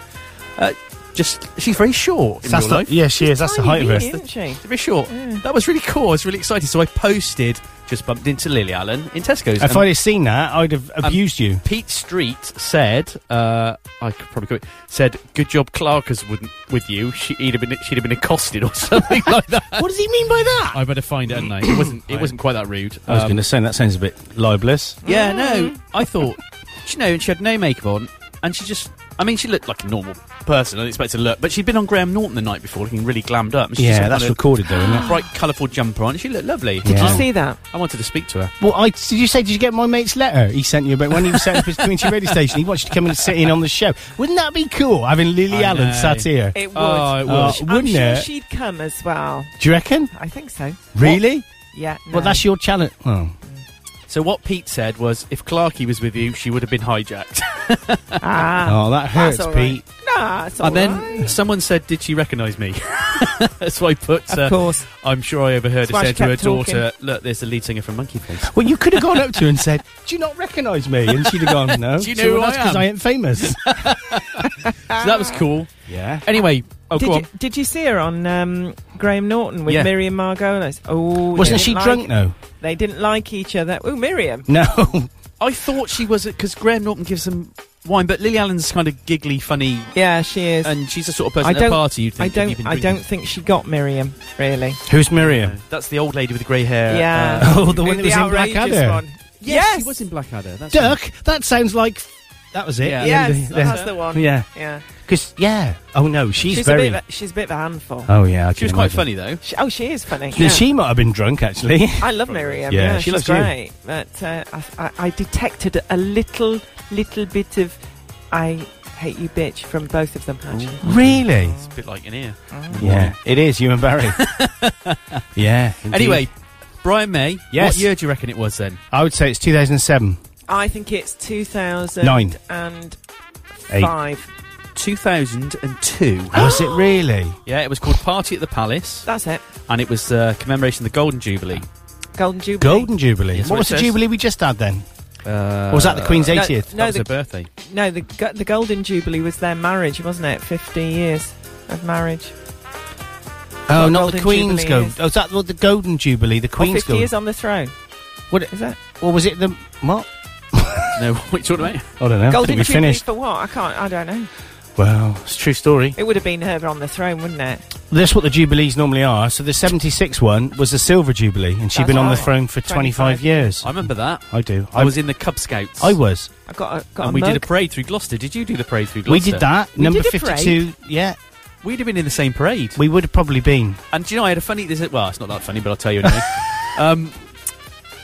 [SPEAKER 3] Uh, just she's very short in
[SPEAKER 2] That's
[SPEAKER 3] real
[SPEAKER 2] the-
[SPEAKER 3] life.
[SPEAKER 2] yeah, she is. That's the
[SPEAKER 4] Tiny
[SPEAKER 2] height of
[SPEAKER 4] beauty,
[SPEAKER 2] her.
[SPEAKER 4] Isn't she?
[SPEAKER 3] Very short. That was really cool. I was really excited. So I posted, just bumped into Lily Allen in Tesco's.
[SPEAKER 2] If
[SPEAKER 3] And
[SPEAKER 2] I'd have seen that, I'd have
[SPEAKER 4] Um,
[SPEAKER 2] abused you.
[SPEAKER 3] Pete Street said, uh, I could probably quit, said, good job Clarkers wouldn't with you. She, he'd have been, she'd have been accosted or something like that.
[SPEAKER 2] What does he mean by that?
[SPEAKER 3] I better find it, hadn't I? It wasn't, it wasn't quite that rude.
[SPEAKER 2] I was
[SPEAKER 3] Um,
[SPEAKER 2] going to say that sounds a bit libelous.
[SPEAKER 3] yeah, no, I thought, She know, and she had no makeup on, and she just. I mean, she looked like a normal person. I didn't expect her to look, but she'd been on Graham Norton the night before, looking really glammed up. and she
[SPEAKER 2] Yeah,
[SPEAKER 3] just had
[SPEAKER 2] that's
[SPEAKER 3] a
[SPEAKER 2] recorded though, isn't it?
[SPEAKER 3] Bright, colourful jumper on. She looked lovely.
[SPEAKER 2] Did you
[SPEAKER 3] I-
[SPEAKER 4] See that?
[SPEAKER 3] I wanted to speak to her.
[SPEAKER 2] Well, I did you say? Did you get my mate's letter? He sent you about when he was set up his community radio station. He wanted to come and sit in on the show. Wouldn't that be cool? Having Lily
[SPEAKER 3] I
[SPEAKER 2] Allen
[SPEAKER 3] know.
[SPEAKER 2] sat here.
[SPEAKER 4] It would.
[SPEAKER 3] Oh, it would.
[SPEAKER 2] Oh,
[SPEAKER 4] I'm
[SPEAKER 2] wouldn't
[SPEAKER 4] sure
[SPEAKER 2] it?
[SPEAKER 4] she'd come as well.
[SPEAKER 2] Do you reckon?
[SPEAKER 4] I think so.
[SPEAKER 2] Really?
[SPEAKER 4] Yeah. No.
[SPEAKER 2] Well, that's your challenge. Oh.
[SPEAKER 3] So what Pete said was, if Clarkey was with you, she would have been hijacked.
[SPEAKER 4] ah,
[SPEAKER 2] Oh, that hurts,
[SPEAKER 4] all right.
[SPEAKER 2] Pete.
[SPEAKER 4] nah, it's all
[SPEAKER 3] and then
[SPEAKER 4] right.
[SPEAKER 3] someone said, "Did she recognise me?" That's why I put.
[SPEAKER 4] Of
[SPEAKER 3] uh,
[SPEAKER 4] course.
[SPEAKER 3] I'm sure I overheard
[SPEAKER 4] That's why
[SPEAKER 3] her say
[SPEAKER 4] she
[SPEAKER 3] to her
[SPEAKER 4] kept talking.
[SPEAKER 3] daughter, "Look, there's the lead singer from Monkey Face."
[SPEAKER 2] Well, you could have gone up to her and said, "Do you not recognise me?" And she'd have gone, "No."
[SPEAKER 3] Do you
[SPEAKER 2] So,
[SPEAKER 3] know
[SPEAKER 2] well,
[SPEAKER 3] who I
[SPEAKER 2] that's because
[SPEAKER 3] am?
[SPEAKER 2] I ain't famous.
[SPEAKER 3] So that was cool.
[SPEAKER 2] yeah.
[SPEAKER 3] Anyway, oh,
[SPEAKER 4] did
[SPEAKER 3] go on.
[SPEAKER 4] you, did you see her on um, Graham Norton with
[SPEAKER 3] Yeah.
[SPEAKER 4] Miriam Margolis? Oh, they
[SPEAKER 2] Wasn't
[SPEAKER 4] didn't
[SPEAKER 2] she
[SPEAKER 4] like-
[SPEAKER 2] drunk though?
[SPEAKER 4] They didn't like each other. Oh, Miriam.
[SPEAKER 2] No.
[SPEAKER 3] I thought she was because Graham Norton gives them wine, but Lily Allen's kind of giggly, funny,
[SPEAKER 4] Yeah, she is.
[SPEAKER 3] and she's the sort of
[SPEAKER 4] I
[SPEAKER 3] person at a
[SPEAKER 4] don't-
[SPEAKER 3] party you'd
[SPEAKER 4] I
[SPEAKER 3] think.
[SPEAKER 4] don't. I don't think she got Miriam really.
[SPEAKER 2] Who's Miriam?
[SPEAKER 3] That's the old lady with the grey hair.
[SPEAKER 4] yeah.
[SPEAKER 3] uh,
[SPEAKER 2] Oh, the one that was in
[SPEAKER 4] outrageous
[SPEAKER 2] Blackadder.
[SPEAKER 4] one.
[SPEAKER 3] yes,
[SPEAKER 4] Yes.
[SPEAKER 3] she was in Blackadder. That's right.
[SPEAKER 2] Duck. That sounds like. That was it.
[SPEAKER 3] Yeah.
[SPEAKER 2] The end
[SPEAKER 4] Yes,
[SPEAKER 2] of the-
[SPEAKER 4] that's the one.
[SPEAKER 2] Yeah.
[SPEAKER 4] Yeah.
[SPEAKER 2] Because yeah. Oh no, she's,
[SPEAKER 4] She's,
[SPEAKER 2] very.
[SPEAKER 4] a bit. Of a, she's a bit of a handful.
[SPEAKER 2] oh yeah. I
[SPEAKER 3] She
[SPEAKER 2] can
[SPEAKER 3] was quite
[SPEAKER 2] imagine.
[SPEAKER 3] funny though.
[SPEAKER 4] She, oh, she is funny.
[SPEAKER 2] Yeah,
[SPEAKER 4] Yeah.
[SPEAKER 2] She might have been drunk actually.
[SPEAKER 4] I love Miriam.
[SPEAKER 2] Yeah,
[SPEAKER 4] Yeah,
[SPEAKER 2] she
[SPEAKER 4] she's
[SPEAKER 2] loves you.
[SPEAKER 4] great. But uh, I, I, I detected a little, little bit of "I hate you, bitch" from both of them. Actually.
[SPEAKER 2] really?
[SPEAKER 3] It's a bit like an ear.
[SPEAKER 4] Oh.
[SPEAKER 2] Yeah, it is you and Barry. yeah. indeed.
[SPEAKER 3] Anyway, Brian May.
[SPEAKER 2] Yes.
[SPEAKER 3] What year do you reckon it was then?
[SPEAKER 2] I would say it's 2007.
[SPEAKER 4] I think it's two thousand
[SPEAKER 2] Nine.
[SPEAKER 4] and
[SPEAKER 2] Eight.
[SPEAKER 4] five.
[SPEAKER 3] 2002.
[SPEAKER 2] Was it really?
[SPEAKER 3] yeah, it was called Party at the Palace,
[SPEAKER 4] That's it.
[SPEAKER 3] and it was uh, commemoration of the Golden Jubilee.
[SPEAKER 4] Golden Jubilee.
[SPEAKER 2] Golden Jubilee.
[SPEAKER 3] Yes,
[SPEAKER 2] what
[SPEAKER 3] what
[SPEAKER 2] was
[SPEAKER 3] it
[SPEAKER 2] the
[SPEAKER 3] says.
[SPEAKER 2] Jubilee we just had then?
[SPEAKER 3] Uh,
[SPEAKER 2] Or was that the Queen's
[SPEAKER 4] No,
[SPEAKER 2] 80th?
[SPEAKER 3] that
[SPEAKER 4] No,
[SPEAKER 3] was
[SPEAKER 4] the,
[SPEAKER 3] her birthday.
[SPEAKER 4] no the, go- the Golden Jubilee was their marriage, wasn't it? Fifty years of marriage.
[SPEAKER 2] oh,
[SPEAKER 4] what
[SPEAKER 2] not the
[SPEAKER 4] Golden
[SPEAKER 2] Queen's
[SPEAKER 4] Jubilee
[SPEAKER 2] Golden.
[SPEAKER 4] is.
[SPEAKER 2] Oh, was that what the Golden Jubilee? The
[SPEAKER 4] Or
[SPEAKER 2] Queen's
[SPEAKER 4] Fifty
[SPEAKER 2] Golden.
[SPEAKER 4] years on the throne.
[SPEAKER 2] What it-
[SPEAKER 4] Is that
[SPEAKER 2] Or was it the what?
[SPEAKER 3] no, what are you talking about?
[SPEAKER 2] I don't know. I think
[SPEAKER 4] Golden
[SPEAKER 2] we
[SPEAKER 4] Jubilee
[SPEAKER 2] finished.
[SPEAKER 4] for what? I can't. I don't know.
[SPEAKER 2] Well, it's a true story.
[SPEAKER 4] It would have been her on the throne, wouldn't it?
[SPEAKER 2] That's what the Jubilees normally are. So the 76 one was the Silver Jubilee, and she'd
[SPEAKER 4] That's
[SPEAKER 2] been on the
[SPEAKER 4] right.
[SPEAKER 2] throne for 25,
[SPEAKER 4] 25
[SPEAKER 2] years.
[SPEAKER 3] I remember that.
[SPEAKER 2] I do.
[SPEAKER 3] I was in the Cub Scouts.
[SPEAKER 2] I was.
[SPEAKER 4] I got a got
[SPEAKER 3] And
[SPEAKER 4] a
[SPEAKER 3] we did a
[SPEAKER 4] mug.
[SPEAKER 3] parade through Gloucester. Did you do the parade through
[SPEAKER 2] We
[SPEAKER 3] Gloucester?
[SPEAKER 2] did that.
[SPEAKER 4] We
[SPEAKER 2] Number
[SPEAKER 4] did a
[SPEAKER 2] 52. Yeah.
[SPEAKER 3] We'd have been in the same parade.
[SPEAKER 2] We would have probably been.
[SPEAKER 3] And do you know, I had a funny. This is, well, it's not that funny, but I'll tell you anyway. um,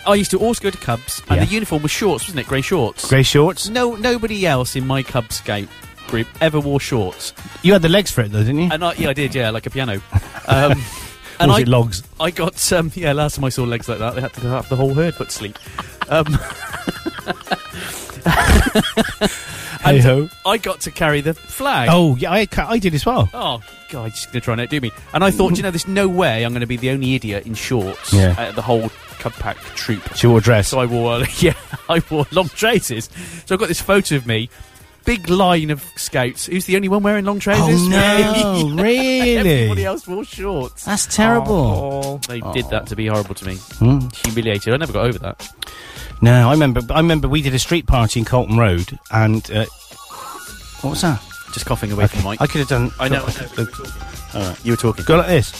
[SPEAKER 3] I used to always go to Cubs, and
[SPEAKER 2] Yeah.
[SPEAKER 3] the uniform was shorts, wasn't it? Grey shorts.
[SPEAKER 2] Grey shorts.
[SPEAKER 3] No, nobody else in my Cub Scout group ever wore shorts.
[SPEAKER 2] You had the legs for it though, didn't you?
[SPEAKER 3] And I, yeah, I did. Yeah, like a piano. Um, and
[SPEAKER 2] Or was
[SPEAKER 3] I,
[SPEAKER 2] it logs?
[SPEAKER 3] I got um, yeah. Last time I saw legs like that, they had to have the whole herd put to sleep. Um,
[SPEAKER 2] Hey ho.
[SPEAKER 3] I got to carry the flag.
[SPEAKER 2] Oh yeah, I, ca- I did as well.
[SPEAKER 3] Oh God, she's gonna try and outdo me. And I thought, you know, there's no way I'm gonna be the only idiot in shorts
[SPEAKER 2] Yeah.
[SPEAKER 3] out of the whole Cub Pack troop.
[SPEAKER 2] She wore a dress.
[SPEAKER 3] So I wore, yeah, I wore long trousers. So I've got this photo of me, big line of scouts. Who's the only one wearing long trousers?
[SPEAKER 2] Oh no!
[SPEAKER 3] Everybody
[SPEAKER 2] really?
[SPEAKER 3] else wore shorts.
[SPEAKER 2] That's
[SPEAKER 4] Oh.
[SPEAKER 2] terrible.
[SPEAKER 3] They did that to be horrible to me.
[SPEAKER 2] Hmm.
[SPEAKER 3] Humiliated. I never got over that.
[SPEAKER 2] No, I remember. I remember we did a street party in Colton Road, and uh, what was that?
[SPEAKER 3] Just coughing away from Mike.
[SPEAKER 2] I could have done.
[SPEAKER 3] I know, I know, we were you were talking.
[SPEAKER 2] Go like this.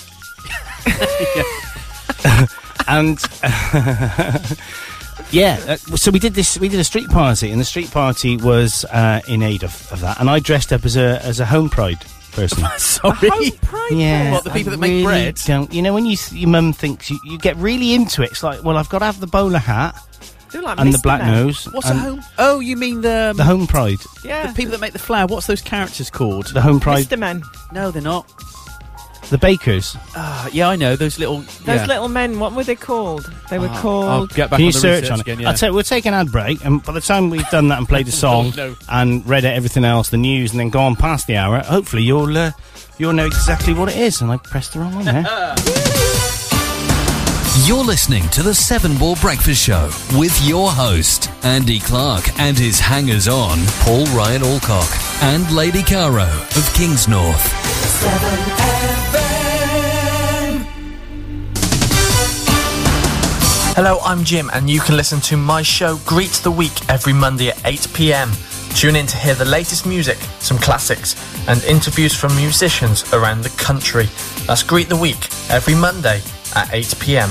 [SPEAKER 2] and yeah, uh, so we did this. We did a street party, and the street party was uh, in aid of, of that. And I dressed up as a as a home pride person.
[SPEAKER 3] Sorry.
[SPEAKER 2] Yeah,
[SPEAKER 3] What, the people
[SPEAKER 2] I
[SPEAKER 3] that make
[SPEAKER 2] really
[SPEAKER 3] bread?
[SPEAKER 2] Don't you know when you s- your mum thinks you, you get really into it? It's like, well, I've got to have the bowler hat
[SPEAKER 4] They're like
[SPEAKER 2] and the
[SPEAKER 4] Mr.
[SPEAKER 2] black
[SPEAKER 4] Men.
[SPEAKER 2] nose.
[SPEAKER 3] What's
[SPEAKER 2] and
[SPEAKER 3] a home? Oh, you mean the,
[SPEAKER 2] The home pride.
[SPEAKER 4] Yeah.
[SPEAKER 3] the people that make the flour? What's those characters called?
[SPEAKER 2] The home pride.
[SPEAKER 4] Mr. Men.
[SPEAKER 3] No, they're not.
[SPEAKER 2] The bakers.
[SPEAKER 3] Uh, yeah, I know those little
[SPEAKER 4] Those
[SPEAKER 3] yeah.
[SPEAKER 4] little men, what were they called? They were
[SPEAKER 2] Ah.
[SPEAKER 3] Uh, I'll
[SPEAKER 4] called.
[SPEAKER 3] get back
[SPEAKER 2] Can
[SPEAKER 3] on
[SPEAKER 2] you
[SPEAKER 3] the
[SPEAKER 2] search
[SPEAKER 3] research
[SPEAKER 2] on it?
[SPEAKER 3] again. Yeah.
[SPEAKER 2] I'll tell you, we'll take an ad break, and by the time we've done that and played a song
[SPEAKER 3] no.
[SPEAKER 2] and read out everything else, the news, and then gone past the hour, hopefully you'll uh, you'll know exactly what it is. And I pressed the wrong one there.
[SPEAKER 1] You're listening to the Seven Ball Breakfast Show with your host, Andy Clark, and his hangers on, Paul Ryan Alcock and Lady Caro of Kings North.
[SPEAKER 11] Hello, I'm Jim, and you can listen to my show Greet the Week every Monday at 8 pm. Tune in to hear the latest music, some classics, and interviews from musicians around the country. That's Greet the Week every Monday at 8 pm.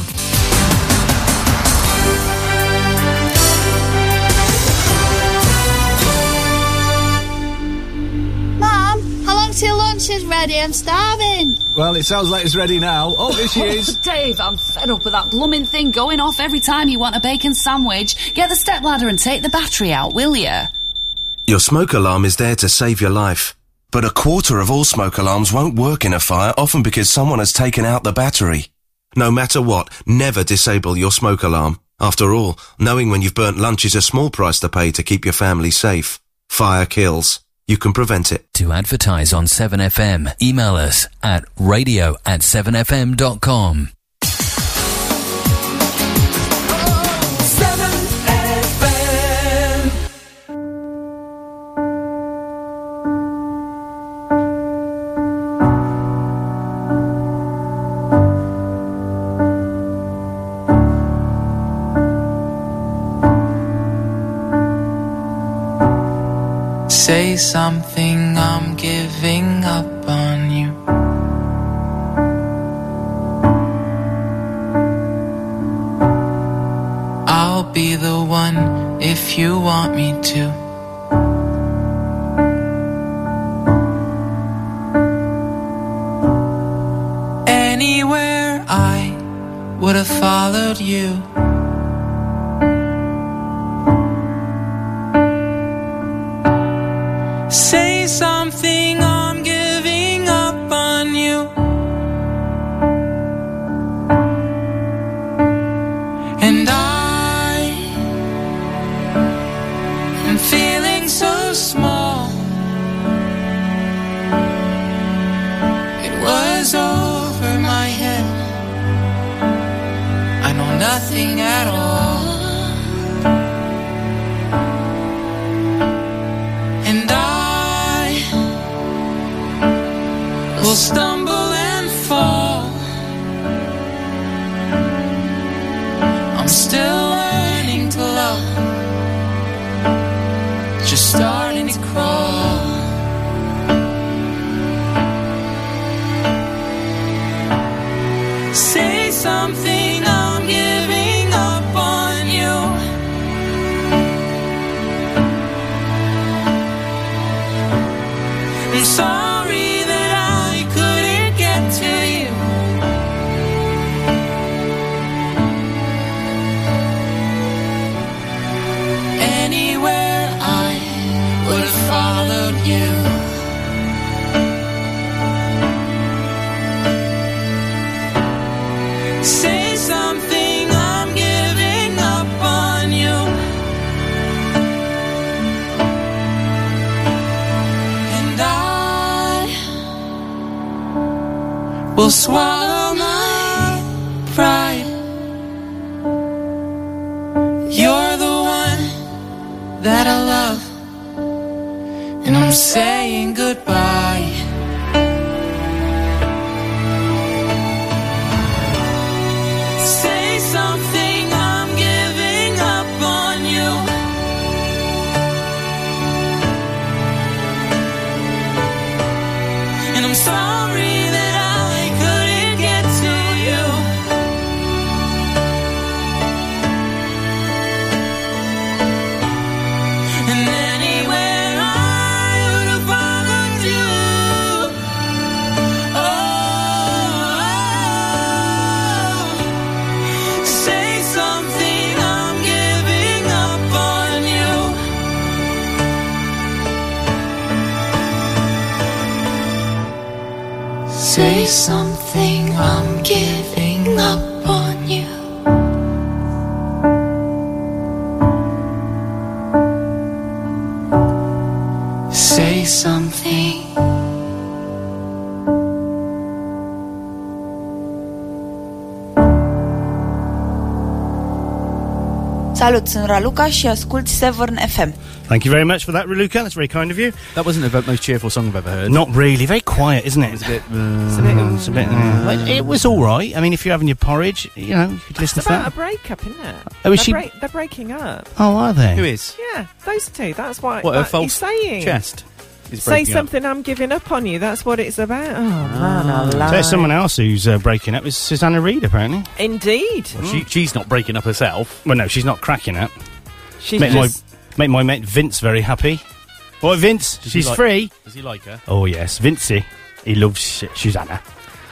[SPEAKER 12] lunches ready. I'm starving.
[SPEAKER 13] Well, it sounds like it's ready now. Oh, here she is.
[SPEAKER 14] Dave, I'm fed up with that blooming thing going off every time you want a bacon sandwich. Get the stepladder and take the battery out, will you?
[SPEAKER 15] Your smoke alarm is there to save your life. But a quarter of all smoke alarms won't work in a fire, often because someone has taken out the battery. No matter what, never disable your smoke alarm. After all, knowing when you've burnt lunch is a small price to pay to keep your family safe. Fire kills. You can prevent it.
[SPEAKER 1] To advertise on 7FM, email us at radio at 7fm.com.
[SPEAKER 10] 7FM.
[SPEAKER 16] Say something, I'm giving up on you. I'll be the one if you want me to. Anywhere I would have followed you. Say something, I'm giving up on you. And I am feeling so small. It was over my head. I know nothing at all. And I will stumble and fall. I'm still learning to love, just starting to crawl. Say something, I'm giving up on you. I'm sorry that I couldn't get to you. Anywhere I would have followed you. Say something, I'm giving up on you. and I will swallow my pride. You're the one that I love, and I'm saying goodbye.
[SPEAKER 10] Say something, I'm giving up on you.
[SPEAKER 16] And I'm sorry that I couldn't get to you. And anywhere I would have followed you. Oh, say something, I'm giving up on you.
[SPEAKER 12] Say something, I'm giving up on you. Say something.
[SPEAKER 17] Salut, sunt Raluca și ascult Severn FM.
[SPEAKER 2] Thank you very much for that, Raluca. That's very kind of you.
[SPEAKER 3] That wasn't the most cheerful song I've ever heard.
[SPEAKER 2] Not really. Very quiet, isn't it? It's a
[SPEAKER 3] bit. uh,
[SPEAKER 2] it's a bit. But it was all right. I mean, if you're having your porridge, you know, you could listen
[SPEAKER 4] It's
[SPEAKER 2] to
[SPEAKER 4] about
[SPEAKER 2] that.
[SPEAKER 4] a breakup, isn't it?
[SPEAKER 2] Oh, is
[SPEAKER 4] they're,
[SPEAKER 2] she-
[SPEAKER 4] they're breaking up.
[SPEAKER 2] Oh, are they? Who
[SPEAKER 3] is?
[SPEAKER 4] Yeah, those two. That's why.
[SPEAKER 3] What,
[SPEAKER 4] that,
[SPEAKER 3] her false
[SPEAKER 4] he's saying.
[SPEAKER 3] chest? is
[SPEAKER 4] Say
[SPEAKER 3] breaking up.
[SPEAKER 4] something, I'm giving up on you. That's what it's about. Oh, man, I
[SPEAKER 2] So
[SPEAKER 4] love
[SPEAKER 2] there's someone else who's uh, breaking up. Is Susanna Reid apparently?
[SPEAKER 4] Indeed. Mm.
[SPEAKER 2] She, she's not breaking up herself. Well, no, she's not cracking up.
[SPEAKER 4] She's
[SPEAKER 2] make
[SPEAKER 4] just-
[SPEAKER 2] my make my mate Vince very happy. Boy, Vince,
[SPEAKER 3] Does he
[SPEAKER 2] she's
[SPEAKER 3] like-
[SPEAKER 2] free.
[SPEAKER 3] Does he like her?
[SPEAKER 2] Oh yes, Vincey. he loves Susanna.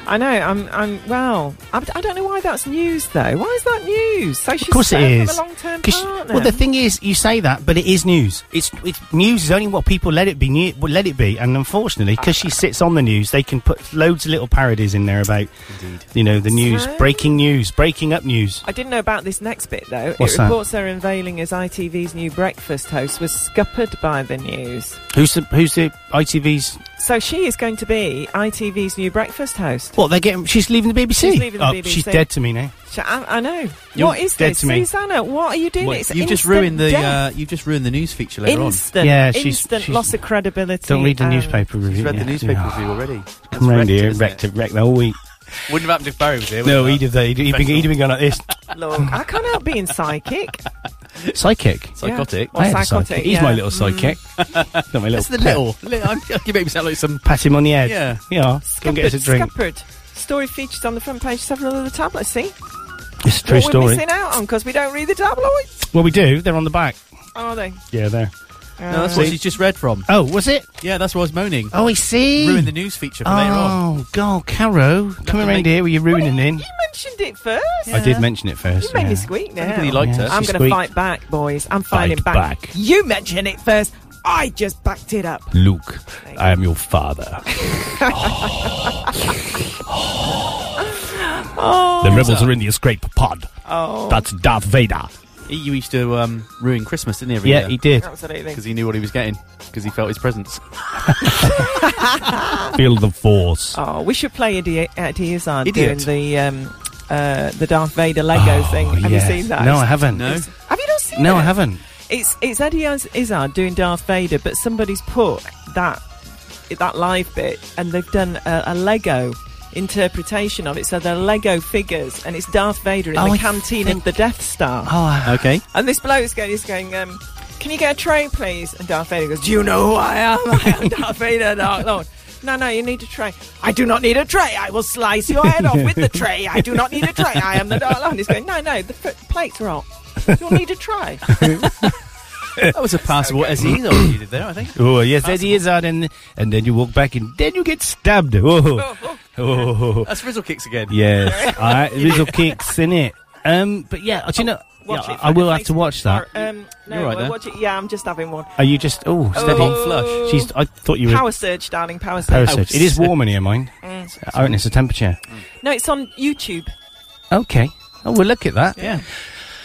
[SPEAKER 4] I know. I'm. I'm. Well, I, I don't know why that's news though. Why is that news? So she's
[SPEAKER 2] Of course it
[SPEAKER 4] settled with
[SPEAKER 2] is.
[SPEAKER 4] A long-term
[SPEAKER 2] 'Cause-
[SPEAKER 4] partner.
[SPEAKER 2] Well, the thing is, you say that, but it is news. It's, it's news is only what people let it be. New, well, let it be, and unfortunately, because she sits on the news, they can put loads of little parodies in there about, you know, the news,
[SPEAKER 4] So?
[SPEAKER 2] breaking news, breaking up news.
[SPEAKER 4] I didn't know about this next bit though.
[SPEAKER 2] What's
[SPEAKER 4] it
[SPEAKER 2] that?
[SPEAKER 4] reports her unveiling as ITV's new breakfast host was scuppered by the news.
[SPEAKER 2] Who's the who's the ITV's?
[SPEAKER 4] So she is going to be ITV's new breakfast host.
[SPEAKER 2] What they're getting? She's leaving the BBC.
[SPEAKER 4] She's leaving the
[SPEAKER 2] oh,
[SPEAKER 4] BBC.
[SPEAKER 2] she's dead to me now.
[SPEAKER 4] Sh- I, I know.
[SPEAKER 2] You're
[SPEAKER 4] what is
[SPEAKER 2] dead
[SPEAKER 4] this,
[SPEAKER 2] to me.
[SPEAKER 4] Susanna? What are you doing?
[SPEAKER 3] What,
[SPEAKER 4] it's
[SPEAKER 3] you've just
[SPEAKER 4] instant
[SPEAKER 3] ruined the
[SPEAKER 4] death.
[SPEAKER 3] uh, you've just ruined the news feature later
[SPEAKER 4] instant,
[SPEAKER 3] on.
[SPEAKER 4] instant loss of credibility. Um,
[SPEAKER 2] Don't read the
[SPEAKER 4] and-
[SPEAKER 2] newspaper review.
[SPEAKER 3] She's read
[SPEAKER 2] yeah.
[SPEAKER 3] the newspaper
[SPEAKER 2] Yeah.
[SPEAKER 3] review already.
[SPEAKER 2] Come round here, wrecked it, wrecked the whole week.
[SPEAKER 3] Wouldn't have happened if Barry was here. would
[SPEAKER 2] No,
[SPEAKER 3] it?
[SPEAKER 2] he'd have, he'd, he'd, been, he'd have been going like this.
[SPEAKER 4] Look, I can't help being psychic.
[SPEAKER 2] Psychic.
[SPEAKER 4] Psychotic.
[SPEAKER 3] Oh,
[SPEAKER 2] I had
[SPEAKER 4] Or
[SPEAKER 2] a
[SPEAKER 4] psychotic,
[SPEAKER 2] psychic. He's
[SPEAKER 4] yeah.
[SPEAKER 2] my little
[SPEAKER 4] Mm.
[SPEAKER 2] psychic. Not my little.
[SPEAKER 3] It's the
[SPEAKER 2] pet.
[SPEAKER 3] little. little I'm, you make me sound like some.
[SPEAKER 2] Pat him on the head.
[SPEAKER 3] Yeah.
[SPEAKER 2] Yeah. Go and get us a drink.
[SPEAKER 4] Scuppered. Story featured on the front page of several of the tablets. See,
[SPEAKER 2] It's a true
[SPEAKER 4] what we're
[SPEAKER 2] story.
[SPEAKER 4] missing out on because we don't read the tabloids.
[SPEAKER 2] Well, we do. They're on the back.
[SPEAKER 4] Are they? Uh,
[SPEAKER 2] Yeah, there.
[SPEAKER 3] No, that's what
[SPEAKER 2] See?
[SPEAKER 3] she's just read from.
[SPEAKER 2] Oh, was it?
[SPEAKER 3] Yeah, that's what I was moaning.
[SPEAKER 2] Oh, I see.
[SPEAKER 3] Ruined the news feature for later on.
[SPEAKER 2] Oh, God, Caro, come
[SPEAKER 3] to
[SPEAKER 2] around
[SPEAKER 3] make-
[SPEAKER 2] here. Were you ruining in?
[SPEAKER 4] mentioned it first.
[SPEAKER 2] I did mention it first.
[SPEAKER 4] You made
[SPEAKER 2] yeah.
[SPEAKER 4] me squeak now.
[SPEAKER 2] Everybody liked Yeah, her.
[SPEAKER 4] I'm
[SPEAKER 2] she
[SPEAKER 4] going to
[SPEAKER 2] squeaked.
[SPEAKER 4] fight back, boys. I'm fighting
[SPEAKER 2] Fight
[SPEAKER 4] back.
[SPEAKER 2] back.
[SPEAKER 4] You mentioned it first. I just backed it up.
[SPEAKER 2] Luke, I am your father.
[SPEAKER 4] Oh.
[SPEAKER 2] are in the escape pod.
[SPEAKER 4] Oh.
[SPEAKER 2] Darth Vader.
[SPEAKER 3] He used to um, ruin Christmas, didn't he? Every
[SPEAKER 2] Yeah,
[SPEAKER 3] year?
[SPEAKER 2] he did.
[SPEAKER 4] Absolutely.
[SPEAKER 3] Because he knew what he was getting. Because he felt his presence.
[SPEAKER 2] Oh, Feel the force.
[SPEAKER 4] Oh, we should play Idiot, Ideas on doing
[SPEAKER 2] Idiot.
[SPEAKER 4] the um, uh, the Darth Vader Lego thing. Have you
[SPEAKER 2] yeah.
[SPEAKER 4] seen that?
[SPEAKER 2] Oh, No, I haven't. No.
[SPEAKER 4] It's- Have you not seen it?
[SPEAKER 2] No, I haven't.
[SPEAKER 4] It's it's Eddie Iz- Izzard doing Darth Vader, but somebody's put that that live bit, and they've done a, a Lego interpretation of it. So they're Lego figures, and it's Darth Vader in
[SPEAKER 2] Oh,
[SPEAKER 4] the
[SPEAKER 2] I
[SPEAKER 4] canteen of the Death Star.
[SPEAKER 3] okay.
[SPEAKER 4] And this bloke's going, he's going, um, can you get a train, please? And Darth Vader goes, do you know who I am? I am Darth Vader, Dark Lord. No, no, you need a tray. I do not need a tray. I will slice your head off with the tray. I do not need a tray. I am the Dark Lord. He's going, no, no, the f- plates are hot. You'll need a tray.
[SPEAKER 3] that was a passable SE though you did there, I think.
[SPEAKER 2] Oh, yes, Eddie Izzard, and, and then you walk back and then you get stabbed. Oh, oh, oh.
[SPEAKER 3] That's Rizzle Kicks again.
[SPEAKER 2] Yes, all right, little kicks in it. Um, but yeah, do you know?
[SPEAKER 4] Watch
[SPEAKER 2] yeah,
[SPEAKER 4] it,
[SPEAKER 2] I will
[SPEAKER 4] Frank,
[SPEAKER 2] have to watch that.
[SPEAKER 4] Um, no,
[SPEAKER 2] You're right
[SPEAKER 4] uh,
[SPEAKER 2] there.
[SPEAKER 4] watch it. Yeah, I'm just having one.
[SPEAKER 2] Are you just oh steady
[SPEAKER 4] Oh. Flush.
[SPEAKER 2] She's. I thought you were
[SPEAKER 4] Power surge, darling. Power surge.
[SPEAKER 2] power surge. It is warm in here, mine.
[SPEAKER 4] Mm.
[SPEAKER 2] I reckon it's the temperature.
[SPEAKER 4] No, it's on YouTube.
[SPEAKER 2] Okay. Oh, we'll look at that.
[SPEAKER 4] Yeah.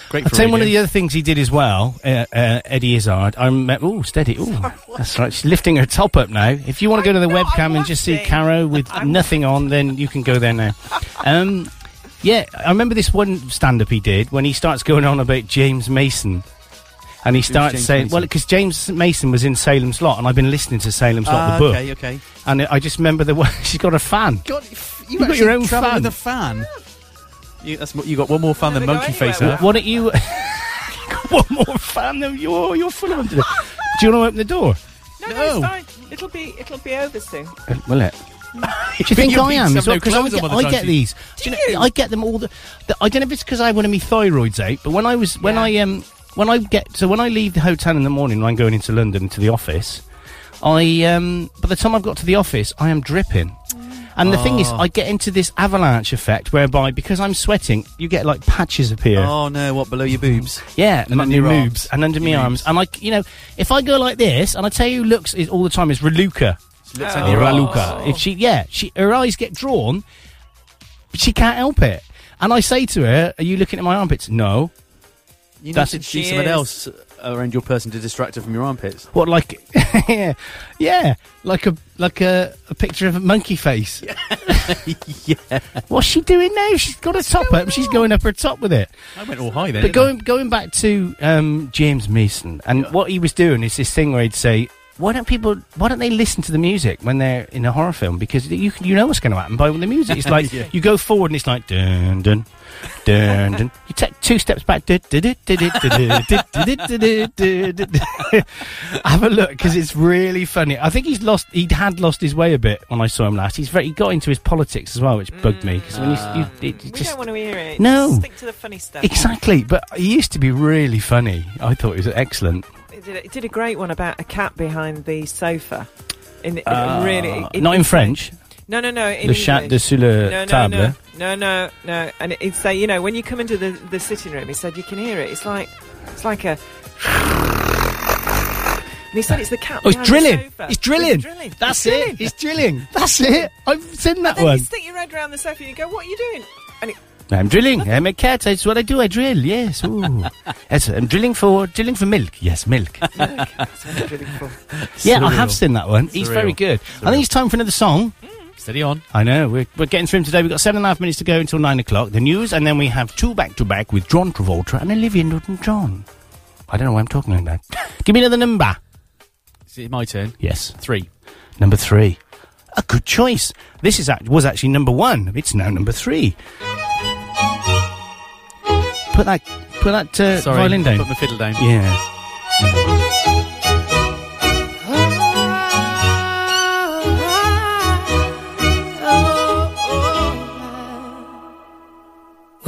[SPEAKER 3] Great.
[SPEAKER 2] I'll
[SPEAKER 3] for
[SPEAKER 2] tell you one of the
[SPEAKER 3] radio.
[SPEAKER 2] other things he did as well, uh, uh, Eddie Izzard. I remember. Oh, steady. Oh, that's right. She's lifting her top up now. If you want to go to the webcam and just see Caro with nothing on, then you can go there now. Um, yeah, I remember this one stand up he did when he starts going on about James Mason. And he
[SPEAKER 3] Who's
[SPEAKER 2] starts
[SPEAKER 3] James
[SPEAKER 2] saying,
[SPEAKER 3] Mason?
[SPEAKER 2] well, because James Mason was in Salem's Lot, and I've been listening to Salem's Lot,
[SPEAKER 3] Ah,
[SPEAKER 2] the book.
[SPEAKER 3] okay, okay.
[SPEAKER 2] And I just remember the one, she's got a fan.
[SPEAKER 3] God, you
[SPEAKER 2] You've got your own
[SPEAKER 3] travel
[SPEAKER 2] fan.
[SPEAKER 3] with a fan. You, that's what you got. One more fan than Monkey Face.
[SPEAKER 2] Why
[SPEAKER 3] huh?
[SPEAKER 2] why don't you? one more fan than you're. You're full of them. today. Do you want to open the door?
[SPEAKER 4] No, no, it's fine. It'll be, it'll be over soon.
[SPEAKER 2] Uh, Will it? Do you
[SPEAKER 4] But
[SPEAKER 2] think
[SPEAKER 4] you'll
[SPEAKER 2] I
[SPEAKER 4] be
[SPEAKER 2] am?
[SPEAKER 4] some
[SPEAKER 2] Because
[SPEAKER 4] no
[SPEAKER 2] I
[SPEAKER 4] clothes
[SPEAKER 2] get,
[SPEAKER 4] on by the
[SPEAKER 2] I
[SPEAKER 4] time
[SPEAKER 2] get
[SPEAKER 4] she-
[SPEAKER 2] these. Do you know, I get them all. The, the, I don't know if it's because I have one of my thyroids out, but when I was when I um when I get so when I leave the hotel in the morning, when I'm going into London to the office, I um by the time I've got to the office, I am dripping. And the thing is,
[SPEAKER 3] Oh.
[SPEAKER 2] I get into this avalanche effect whereby because I'm sweating, you get like patches appear.
[SPEAKER 3] Oh no! What below your boobs?
[SPEAKER 2] Yeah, and
[SPEAKER 3] and
[SPEAKER 2] under
[SPEAKER 3] your
[SPEAKER 2] my
[SPEAKER 3] arms.
[SPEAKER 2] moobs and under my
[SPEAKER 3] Your
[SPEAKER 2] arms. And I, c- you know, if I go like this, and I tell you, looks is all the time is Raluca.
[SPEAKER 3] looks
[SPEAKER 2] Or
[SPEAKER 3] under your arms.
[SPEAKER 2] Raluca. If she, yeah, she her eyes get drawn, but she can't help it. And I say to her, "Are you looking at my armpits?" No.
[SPEAKER 3] You need
[SPEAKER 2] That's-
[SPEAKER 3] to do someone else around your person to distract her from your armpits.
[SPEAKER 2] What like? yeah, yeah, like a like a, a picture of a monkey face.
[SPEAKER 3] yeah.
[SPEAKER 2] What's she doing now? She's got a top up. She's going up her top with it.
[SPEAKER 3] I went all high then.
[SPEAKER 2] But going going back to um, James Mason and what he was doing is this thing where he'd say, "Why don't people? Why don't they listen to the music when they're in a horror film? Because you you know what's going to happen by the music. It's like
[SPEAKER 3] Yeah.
[SPEAKER 2] you go forward and it's like dun dun dun dun. You take two steps back. dun, dun, dun, dun, dun, dun, dun, dun, dun, dun, dun, dun, dun. Have a look because it's really funny. I think he's lost. He had lost his way a bit when I saw him last. He's very, he got into his politics as well, which bugged me because when you, you it, it
[SPEAKER 4] Mm. We
[SPEAKER 2] just
[SPEAKER 4] don't want to hear it.
[SPEAKER 2] no.
[SPEAKER 4] Stick to the funny stuff.
[SPEAKER 2] Exactly, but he used to be really funny. I thought he was excellent.
[SPEAKER 4] It did, it did a great one about a cat behind the sofa. In, in
[SPEAKER 2] Uh,
[SPEAKER 4] really, it-
[SPEAKER 2] not in
[SPEAKER 4] it's-
[SPEAKER 2] French.
[SPEAKER 4] No, no, no. in
[SPEAKER 2] Le chat
[SPEAKER 4] English.
[SPEAKER 2] dessus
[SPEAKER 4] no,
[SPEAKER 2] le
[SPEAKER 4] no,
[SPEAKER 2] table.
[SPEAKER 4] No, no, no, no. And it- it's say, you know, when you come into the, the sitting room, he said you can hear it. It's like, it's like a. And he said it's the cat.
[SPEAKER 2] Oh,
[SPEAKER 4] behind
[SPEAKER 2] it's
[SPEAKER 4] the
[SPEAKER 2] drilling.
[SPEAKER 4] sofa.
[SPEAKER 2] It's drilling.
[SPEAKER 4] It's drilling. It's
[SPEAKER 2] That's it.
[SPEAKER 4] drilling.
[SPEAKER 2] It's drilling. That's it. I've seen that
[SPEAKER 4] then
[SPEAKER 2] one.
[SPEAKER 4] You stick your head round the sofa and you go, "What are you doing?" And it,
[SPEAKER 2] I'm drilling. I'm a cat. That's what I do. I drill. Yes. Ooh. That's, I'm drilling for drilling for milk. Yes, milk. yeah, I have
[SPEAKER 3] Surreal.
[SPEAKER 2] seen that one. He's very
[SPEAKER 3] Surreal.
[SPEAKER 2] good. I think it's time for another song.
[SPEAKER 3] Steady on.
[SPEAKER 2] I know. We're, we're getting through him today. We've got seven and a half minutes to go until nine o'clock. The news, and then we have two back to back with John Travolta and Olivia Newton John. I don't know why I'm talking like that. Give me another number.
[SPEAKER 3] Is it my turn?
[SPEAKER 2] Yes.
[SPEAKER 3] Three.
[SPEAKER 2] Number three. A good choice. This is act- was actually number one. It's now number three. Put that put that uh,
[SPEAKER 3] Sorry,
[SPEAKER 2] violin down.
[SPEAKER 3] put my fiddle down.
[SPEAKER 2] Yeah.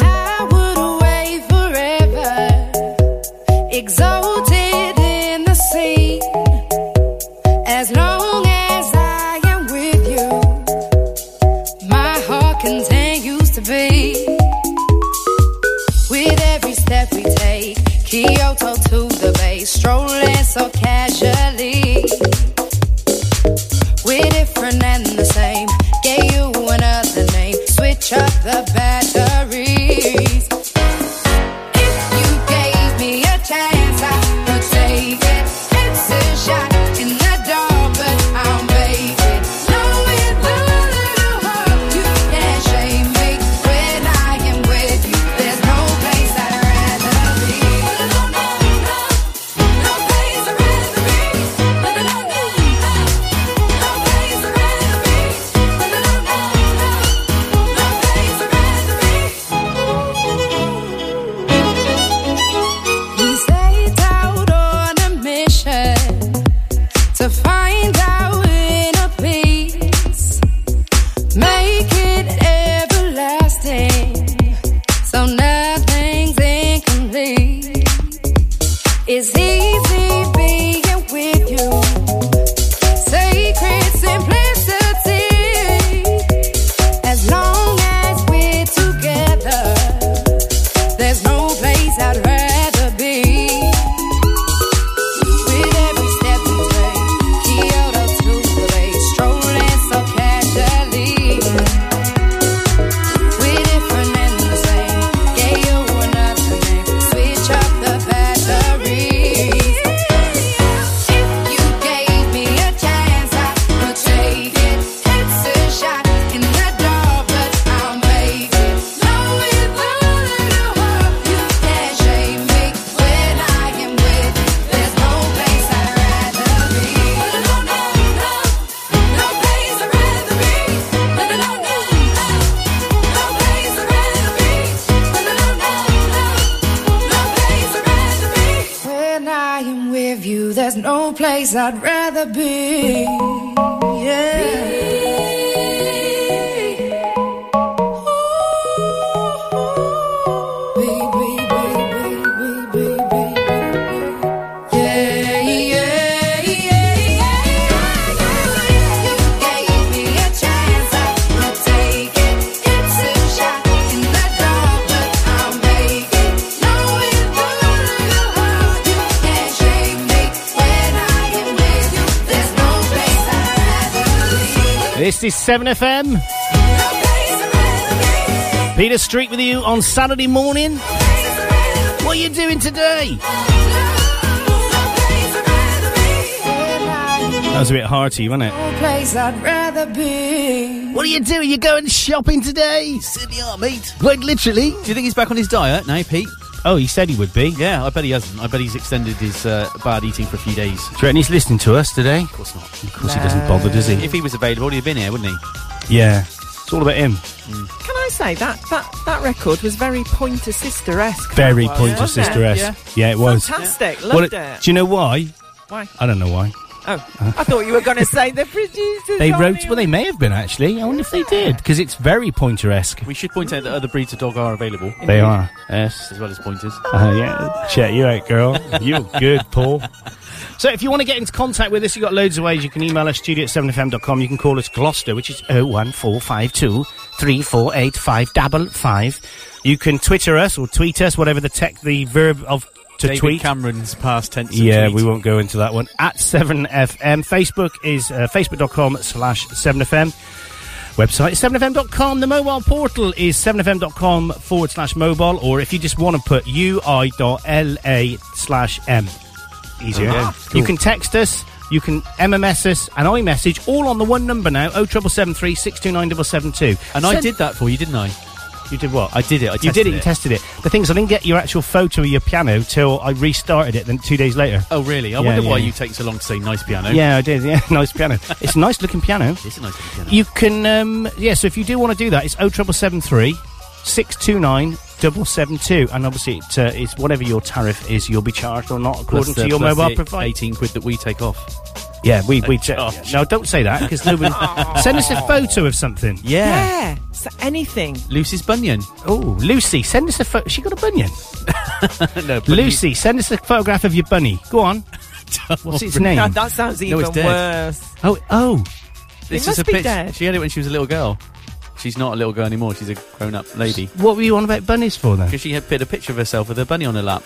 [SPEAKER 18] I would away forever, exalted in the sea. As long as I am with you my heart continues to be. With every step we take, Kyoto to the bay, strolling so casually. We're different and the same. Gave you another name, switch up the batteries. If you gave me a chance, I would take it. It's a shot in the dark, but I'll make it. Knowing the little hurt you can't shame me when I am with you. There's no place I'd rather be. No, no, no, no place I'd rather be. No, no, no, no, no place I'd rather be. No, no, no, no, no place I'd rather be. We set out on a mission to find our inner peace, make it everlasting, so nothing's incomplete. It's easy being with you, sacred simplicity. As long as we're together. There's no place I'd rather be. With every step we take, Kyoto to the bay, strolling so casually. We're different and the same. Gave you another name, switch up the batteries. If you gave me a chance, I would take it. It's a shot in the dark, but I'll make it. Knowing the little hurt you can shame me when I am with you. There's no place I'd rather be. No, no, no, no place I'd rather be. No, no, no, no, no place I'd rather be. No, no, no, no, no place I'd rather be. When I am with you, there's no place I'd rather be. Yeah.
[SPEAKER 2] This is 7FM. Peter Street with you on Saturday morning. What are you doing today? That was a bit hearty, wasn't it?
[SPEAKER 18] I'd rather be.
[SPEAKER 2] What are you doing? You going shopping today?
[SPEAKER 3] Sydney up, mate.
[SPEAKER 2] Like literally. Do
[SPEAKER 3] you think he's back on his diet now, Pete?
[SPEAKER 2] Oh, he said he would be.
[SPEAKER 3] Yeah, I bet he hasn't. I bet he's extended his uh, bad eating for a few days.
[SPEAKER 2] Do you reckon he's listening to us today? Of
[SPEAKER 3] course not.
[SPEAKER 2] Of course he doesn't bother, does he?
[SPEAKER 3] If he was available, he'd have been here, wouldn't he?
[SPEAKER 2] Yeah. It's all about him.
[SPEAKER 4] can I say that that that record was very Pointer Sister esque.
[SPEAKER 2] Very Pointer
[SPEAKER 4] wasn't it?
[SPEAKER 2] Sister S. Yeah. it was.
[SPEAKER 4] Fantastic.
[SPEAKER 2] Well,
[SPEAKER 4] Loved it.
[SPEAKER 2] Do you know why?
[SPEAKER 4] Why?
[SPEAKER 2] I don't know why.
[SPEAKER 4] Oh, I thought you were going to say the producers.
[SPEAKER 2] They
[SPEAKER 4] on
[SPEAKER 2] wrote.
[SPEAKER 4] the-
[SPEAKER 2] Well, they may have been actually. I wonder if they did because it's very pointer-esque.
[SPEAKER 3] We should point out that other breeds of dog are available.
[SPEAKER 2] They are.
[SPEAKER 3] Yes. As well as pointers.
[SPEAKER 2] Uh, yeah, check you out, girl. You're good, Paul. So if you want to get into contact with us, you've got loads of ways. You can email us, studio at 7fm.com. You can call us Gloucester, which is 01452 348 555. You can Twitter us or tweet us, whatever the tech, the verb of to
[SPEAKER 3] David
[SPEAKER 2] tweet.
[SPEAKER 3] Cameron's past tense. of
[SPEAKER 2] Yeah,
[SPEAKER 3] tweet.
[SPEAKER 2] we won't go into that one. At 7FM. Facebook is uh, facebook.com slash 7FM. Website is 7FM.com. The mobile portal is 7FM.com forward slash mobile, or if you just want to put UI.LA slash M. Easier.
[SPEAKER 3] Okay,
[SPEAKER 2] You
[SPEAKER 3] cool.
[SPEAKER 2] can text us. You can MMS us and iMessage all on the one number now, 07773 629
[SPEAKER 3] And I did that for you, didn't I?
[SPEAKER 2] You did what?
[SPEAKER 3] I did it. I
[SPEAKER 2] you
[SPEAKER 3] tested
[SPEAKER 2] did it, You tested it. The thing is, I didn't get your actual photo of your piano till I restarted it. Then two days later.
[SPEAKER 3] Oh, really? I
[SPEAKER 2] Yeah,
[SPEAKER 3] wonder
[SPEAKER 2] yeah,
[SPEAKER 3] why
[SPEAKER 2] yeah.
[SPEAKER 3] you take so long to say nice piano.
[SPEAKER 2] Yeah, I did. Yeah, nice piano. It's a nice looking piano.
[SPEAKER 3] It's a nice looking piano.
[SPEAKER 2] You can, um, yeah. So if you do want to do that, it's 0773 629 772, and obviously it, uh, it's whatever your tariff is, you'll be charged or not
[SPEAKER 3] Plus
[SPEAKER 2] according
[SPEAKER 3] the-
[SPEAKER 2] to your
[SPEAKER 3] plus
[SPEAKER 2] mobile
[SPEAKER 3] the
[SPEAKER 2] provider.
[SPEAKER 3] 18 quid that we take off.
[SPEAKER 2] Yeah, we we
[SPEAKER 3] Charge.
[SPEAKER 2] yeah. no, don't say that because send us a photo of something.
[SPEAKER 4] Yeah. So anything.
[SPEAKER 3] Lucy's bunion.
[SPEAKER 2] Oh, Lucy, send us a photo. She got a bunion.
[SPEAKER 3] no,
[SPEAKER 2] Lucy, send us a photograph of your bunny. Go on. What's its name?
[SPEAKER 4] That, that sounds
[SPEAKER 3] No,
[SPEAKER 4] even
[SPEAKER 3] it's dead.
[SPEAKER 4] worse.
[SPEAKER 2] Oh, oh.
[SPEAKER 3] This
[SPEAKER 4] must
[SPEAKER 3] is a
[SPEAKER 4] be
[SPEAKER 3] pic-
[SPEAKER 4] dead.
[SPEAKER 3] She had it when she was a little girl. She's not a little girl anymore. She's a grown-up lady.
[SPEAKER 2] What were you on about bunnies for then?
[SPEAKER 3] Because she had put a picture of herself with her bunny on her lap.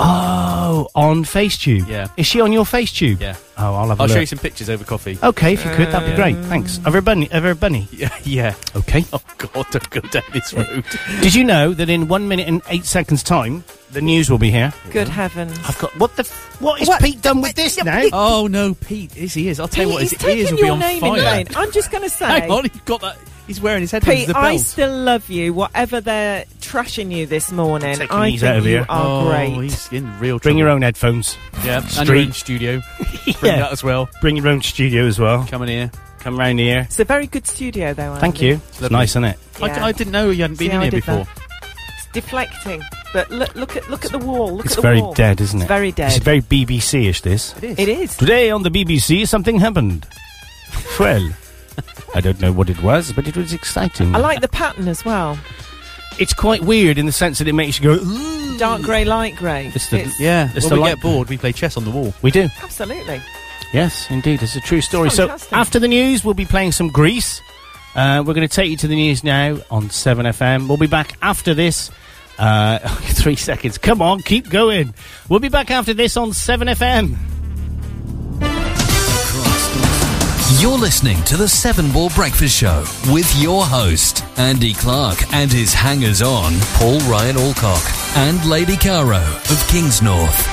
[SPEAKER 2] Oh, on FaceTube.
[SPEAKER 3] Yeah.
[SPEAKER 2] Is she on your FaceTube?
[SPEAKER 3] Yeah.
[SPEAKER 2] Oh, I'll have a
[SPEAKER 3] I'll show
[SPEAKER 2] look.
[SPEAKER 3] you some pictures over coffee.
[SPEAKER 2] Okay, if you could, that'd be
[SPEAKER 3] Yeah.
[SPEAKER 4] Uh,
[SPEAKER 2] great. Thanks. Of her bunny. Of her bunny.
[SPEAKER 3] Yeah, yeah.
[SPEAKER 2] Okay.
[SPEAKER 3] Oh God, don't go down this road.
[SPEAKER 2] Did you know that in one minute and eight seconds' time, the news will be here?
[SPEAKER 4] Good heavens.
[SPEAKER 2] I've got what the f- what is Pete done with this now?
[SPEAKER 3] Oh no, Pete! Is he is? I'll tell you what,
[SPEAKER 4] He's
[SPEAKER 3] his ears
[SPEAKER 4] taking
[SPEAKER 3] will be
[SPEAKER 4] your
[SPEAKER 3] on
[SPEAKER 4] name in
[SPEAKER 3] fire.
[SPEAKER 4] vain. I'm just going to say,
[SPEAKER 3] Hang on, he's got that. He's wearing his headphones.
[SPEAKER 4] Pete,
[SPEAKER 3] with the
[SPEAKER 4] I
[SPEAKER 3] belt.
[SPEAKER 4] still love you. Whatever they're trashing you this morning,
[SPEAKER 2] Taking
[SPEAKER 4] I
[SPEAKER 2] these
[SPEAKER 4] think
[SPEAKER 2] out of
[SPEAKER 4] you
[SPEAKER 2] here.
[SPEAKER 4] are
[SPEAKER 3] oh,
[SPEAKER 4] great.
[SPEAKER 3] He's in real trouble.
[SPEAKER 2] Bring your own headphones.
[SPEAKER 3] Yeah, and your
[SPEAKER 2] Street.
[SPEAKER 3] own studio. Bring
[SPEAKER 2] Yeah.
[SPEAKER 3] that as well.
[SPEAKER 2] Bring your own studio as well.
[SPEAKER 3] Come in here.
[SPEAKER 2] Come round here.
[SPEAKER 4] It's a very good studio, though. Andy.
[SPEAKER 2] Thank you. It's
[SPEAKER 3] Lovely.
[SPEAKER 2] nice, isn't it?
[SPEAKER 4] Yeah.
[SPEAKER 3] I, I didn't know you hadn't
[SPEAKER 4] See
[SPEAKER 3] been
[SPEAKER 4] how
[SPEAKER 3] in
[SPEAKER 4] I
[SPEAKER 3] here
[SPEAKER 4] did
[SPEAKER 3] before.
[SPEAKER 4] It's deflecting, but look, look at look at the wall. Look
[SPEAKER 2] It's
[SPEAKER 4] at the
[SPEAKER 2] very
[SPEAKER 4] wall.
[SPEAKER 2] dead, isn't it?
[SPEAKER 4] It's very
[SPEAKER 2] It's
[SPEAKER 4] dead.
[SPEAKER 2] very BBC-ish. This.
[SPEAKER 4] It is.
[SPEAKER 2] Today on the BBC, something happened. Well, I don't know what it was, but it was exciting.
[SPEAKER 4] I like the pattern as well.
[SPEAKER 2] It's quite weird in the sense that it makes you go. "Ooh."
[SPEAKER 4] Dark grey, light grey.
[SPEAKER 2] It's the-
[SPEAKER 4] It's-
[SPEAKER 3] Yeah,
[SPEAKER 2] It's
[SPEAKER 3] when
[SPEAKER 2] the
[SPEAKER 3] we
[SPEAKER 2] light-
[SPEAKER 3] get bored, we play chess on the wall.
[SPEAKER 2] We do.
[SPEAKER 4] Absolutely.
[SPEAKER 2] Yes, indeed. It's a true story. So,
[SPEAKER 4] Fantastic.
[SPEAKER 2] after the news, we'll be playing some Greece. Uh, we're going to take you to the news now on 7FM. We'll be back after this. Uh, three seconds. Come on, keep going. We'll be back after this on 7FM.
[SPEAKER 1] You're listening to the Seven Ball Breakfast Show with your host, Andy Clark, and his hangers on, Paul Ryan Alcock and Lady Caro of Kings North.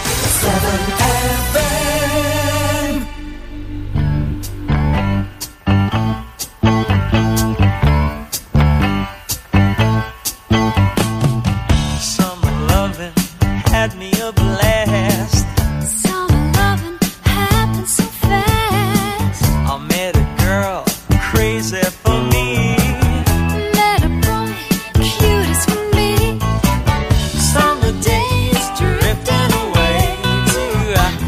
[SPEAKER 16] Summer loving had me a blast.
[SPEAKER 12] Summer loving happens so fast.
[SPEAKER 16] I met a girl crazy for me.
[SPEAKER 12] Met a boy, cute as can be.
[SPEAKER 16] Summer days drifting away to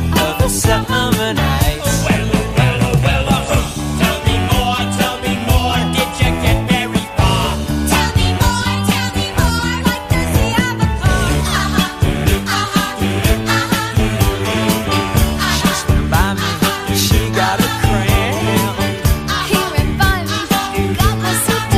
[SPEAKER 16] another summer night. Well, oh, well, well, uh-huh. tell me more, tell me more. Did you get very far?
[SPEAKER 12] Tell me more, tell me more. What does he have a for? Uh-huh, uh-huh, uh-huh.
[SPEAKER 16] She stood by me, she got a cramp.
[SPEAKER 12] He revived me,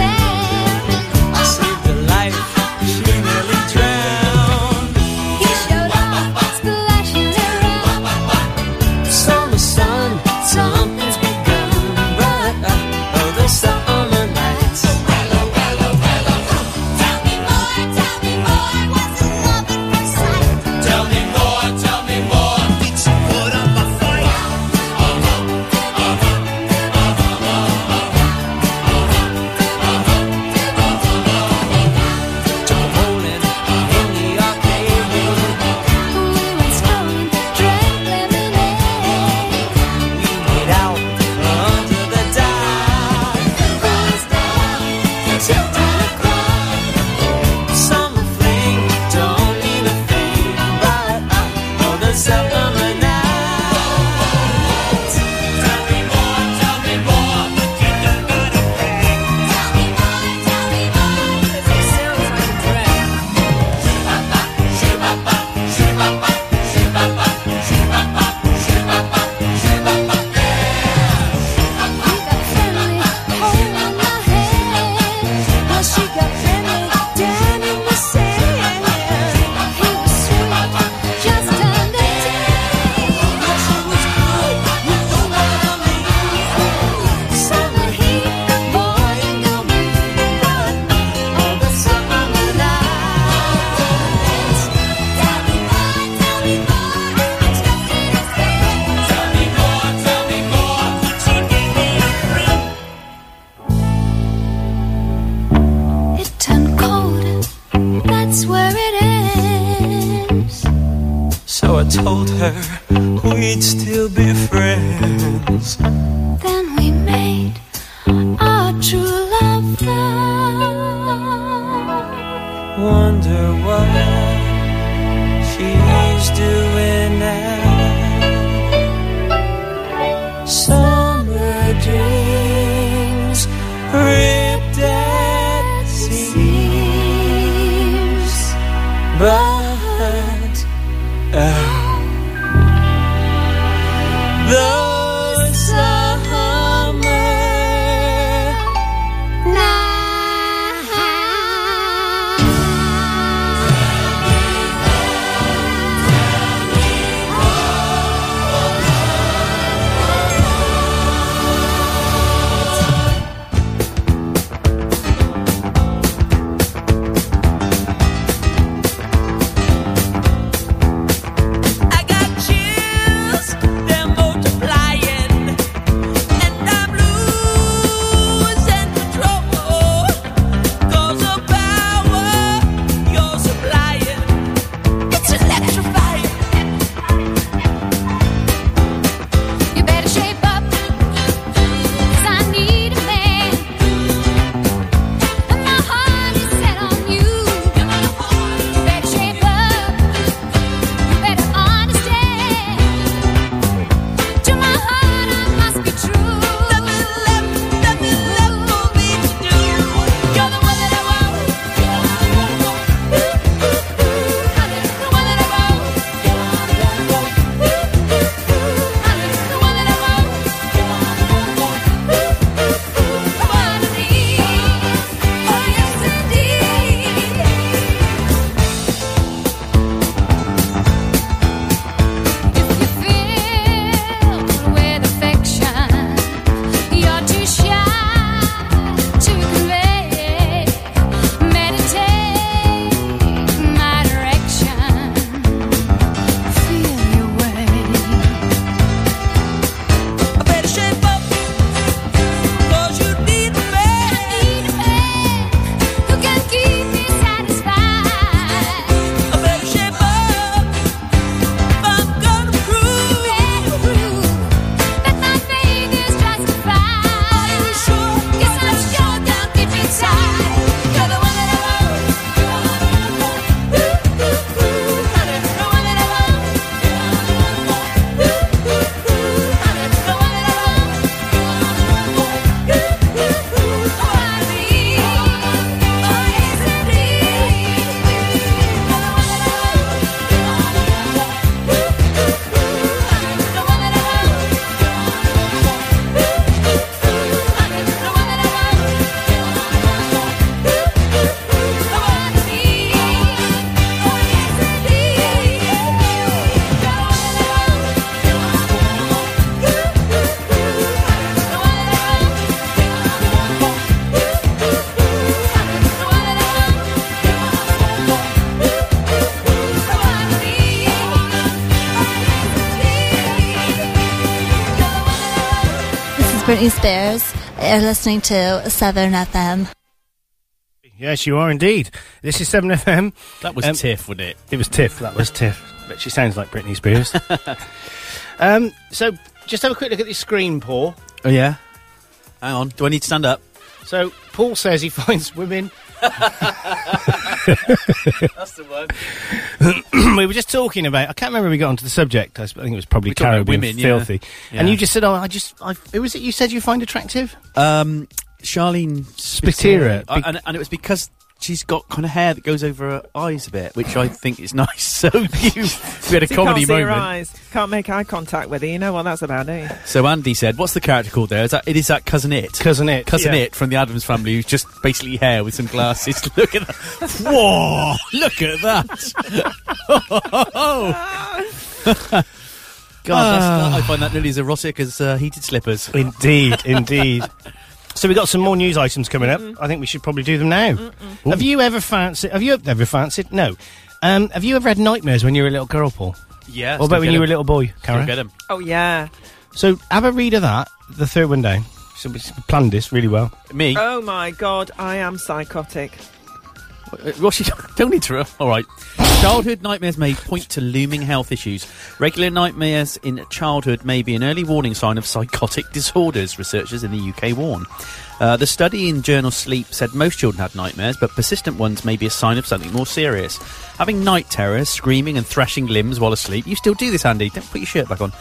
[SPEAKER 16] told her we'd still be friends.
[SPEAKER 12] Then we made our true love vow.
[SPEAKER 16] Wonder what she's doing now. Summer dreams ripped at the seams, but oh, those summer
[SPEAKER 12] I got chills, they're multiplying, and I'm losing control. 'Cause the power you're supplying, it's electrifying. You better shape up, 'cause I need a man, and my heart is set on you. You better shape up. You better understand. To my heart, I must be true. Nothing left, nothing left for me to do. You're the one that I want. You're the one I want. Ooh ooh ooh, I'm the one that I want. You're the one I want. Ooh ooh ooh, I'm the one that I want. You're the one I want. Ooh ooh ooh, I wanna be. Oh yes, indeed. Filled with affection, you're too shy to convey. Meditate my direction, feel your way. I better shape up, 'cause you need a man. I need a man who can keep me satisfied. I better shape up. I'm gonna prove that my faith is justified. Are you sure? Yes, I'm sure down deep inside. You're the one that I want. You're the one I want. Ooh ooh ooh, honey, the one that I want. You're the one I want. Ooh ooh ooh, honey, the one that I want. You're the one I want. Ooh ooh ooh, I wanna be. Oh yes, indeed. You're the one that I want.
[SPEAKER 19] This is Britney Spears. You're listening to Southern FM.
[SPEAKER 2] Yes, you are indeed. This is 7FM.
[SPEAKER 3] That was Tiff, wasn't it?
[SPEAKER 2] Um, It was Tiff. That was Tiff. But she sounds like Britney Spears. um, so, just have a quick look at this screen, Paul.
[SPEAKER 3] Oh yeah. Hang on. Do I need to stand up?
[SPEAKER 2] So, Paul says he finds women.
[SPEAKER 3] That's the
[SPEAKER 2] one. we were just talking about. I can't remember. We got onto the subject. I sp- I think it was probably
[SPEAKER 3] We talked about
[SPEAKER 2] Carol being
[SPEAKER 3] women, yeah.
[SPEAKER 2] filthy. And
[SPEAKER 3] Yeah.
[SPEAKER 2] you just said, "Oh, I just. I, who was it? You said you find attractive?
[SPEAKER 3] Um, Charlene
[SPEAKER 2] Spitera.
[SPEAKER 3] I- and, and it was because she's got kind of hair that goes over her eyes a bit, which I think is nice. So you, we had a
[SPEAKER 4] So you
[SPEAKER 3] comedy
[SPEAKER 4] can't see your
[SPEAKER 3] moment.
[SPEAKER 4] eyes, Can't make eye contact with her. You know what that's about, do you?
[SPEAKER 3] So Andy said, "What's the character called there? Is that, it is that cousin it,
[SPEAKER 2] cousin it,
[SPEAKER 3] cousin
[SPEAKER 2] yeah.
[SPEAKER 3] it from the Adams family, who's just basically hair with some glasses. Look at that! Whoa! Look at that! Oh. God,
[SPEAKER 2] Ah.
[SPEAKER 3] that's, that, I find that nearly as erotic as uh, heated slippers.
[SPEAKER 2] Indeed, indeed. So we got some more news items coming up. I think we should probably do them now. Have you ever fancied? Have you ever fancied? No. Um, have you ever had nightmares when you were a little girl, Paul?
[SPEAKER 3] Yeah.
[SPEAKER 2] What
[SPEAKER 3] still
[SPEAKER 2] about when
[SPEAKER 3] get
[SPEAKER 2] you were a
[SPEAKER 3] 'em.
[SPEAKER 2] little boy, Karen?
[SPEAKER 3] Still get 'em.
[SPEAKER 4] Oh yeah.
[SPEAKER 2] So have a read of that. The third one down. So we planned this really well.
[SPEAKER 3] Me?
[SPEAKER 4] Oh my god, I am psychotic.
[SPEAKER 3] Uh, What's your, don't interrupt. All right. Childhood nightmares may point to looming health issues. Regular nightmares in childhood may be an early warning sign of psychotic disorders, researchers in the UK warn. Uh, the study in Journal Sleep said most children had nightmares, but persistent ones may be a sign of something more serious. Having night terrors, screaming and thrashing limbs while asleep, you still do this, Andy. Don't put your shirt back on.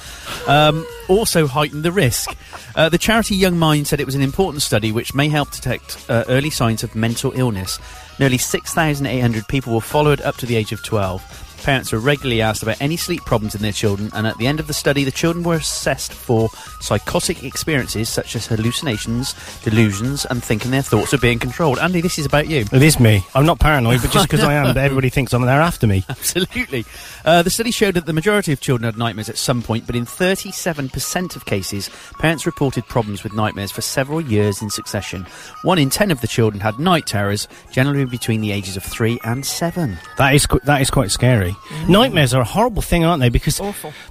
[SPEAKER 3] Um, also heighten the risk. Uh, the charity Young Mind said it was an important study which may help detect uh, early signs of mental illness. Nearly 6,800 people were followed up to the age of 12. Parents were regularly asked about any sleep problems in their children, and at the end of the study, the children were assessed for psychotic experiences such as hallucinations, delusions, and thinking their thoughts are being controlled. Andy, this is about you.
[SPEAKER 2] It is me. I'm not paranoid, but just because I am,
[SPEAKER 3] know.
[SPEAKER 2] everybody thinks I'm there after me.
[SPEAKER 3] Absolutely. Uh, the study showed that the majority of children had nightmares at some point, but in 37% of cases, parents reported problems with nightmares for several years in succession. One in 10 of the children had night terrors, generally between the ages of 3 and 7.
[SPEAKER 2] That is qu- that is quite scary.
[SPEAKER 4] Mm.
[SPEAKER 2] Nightmares are a horrible thing, aren't they? Because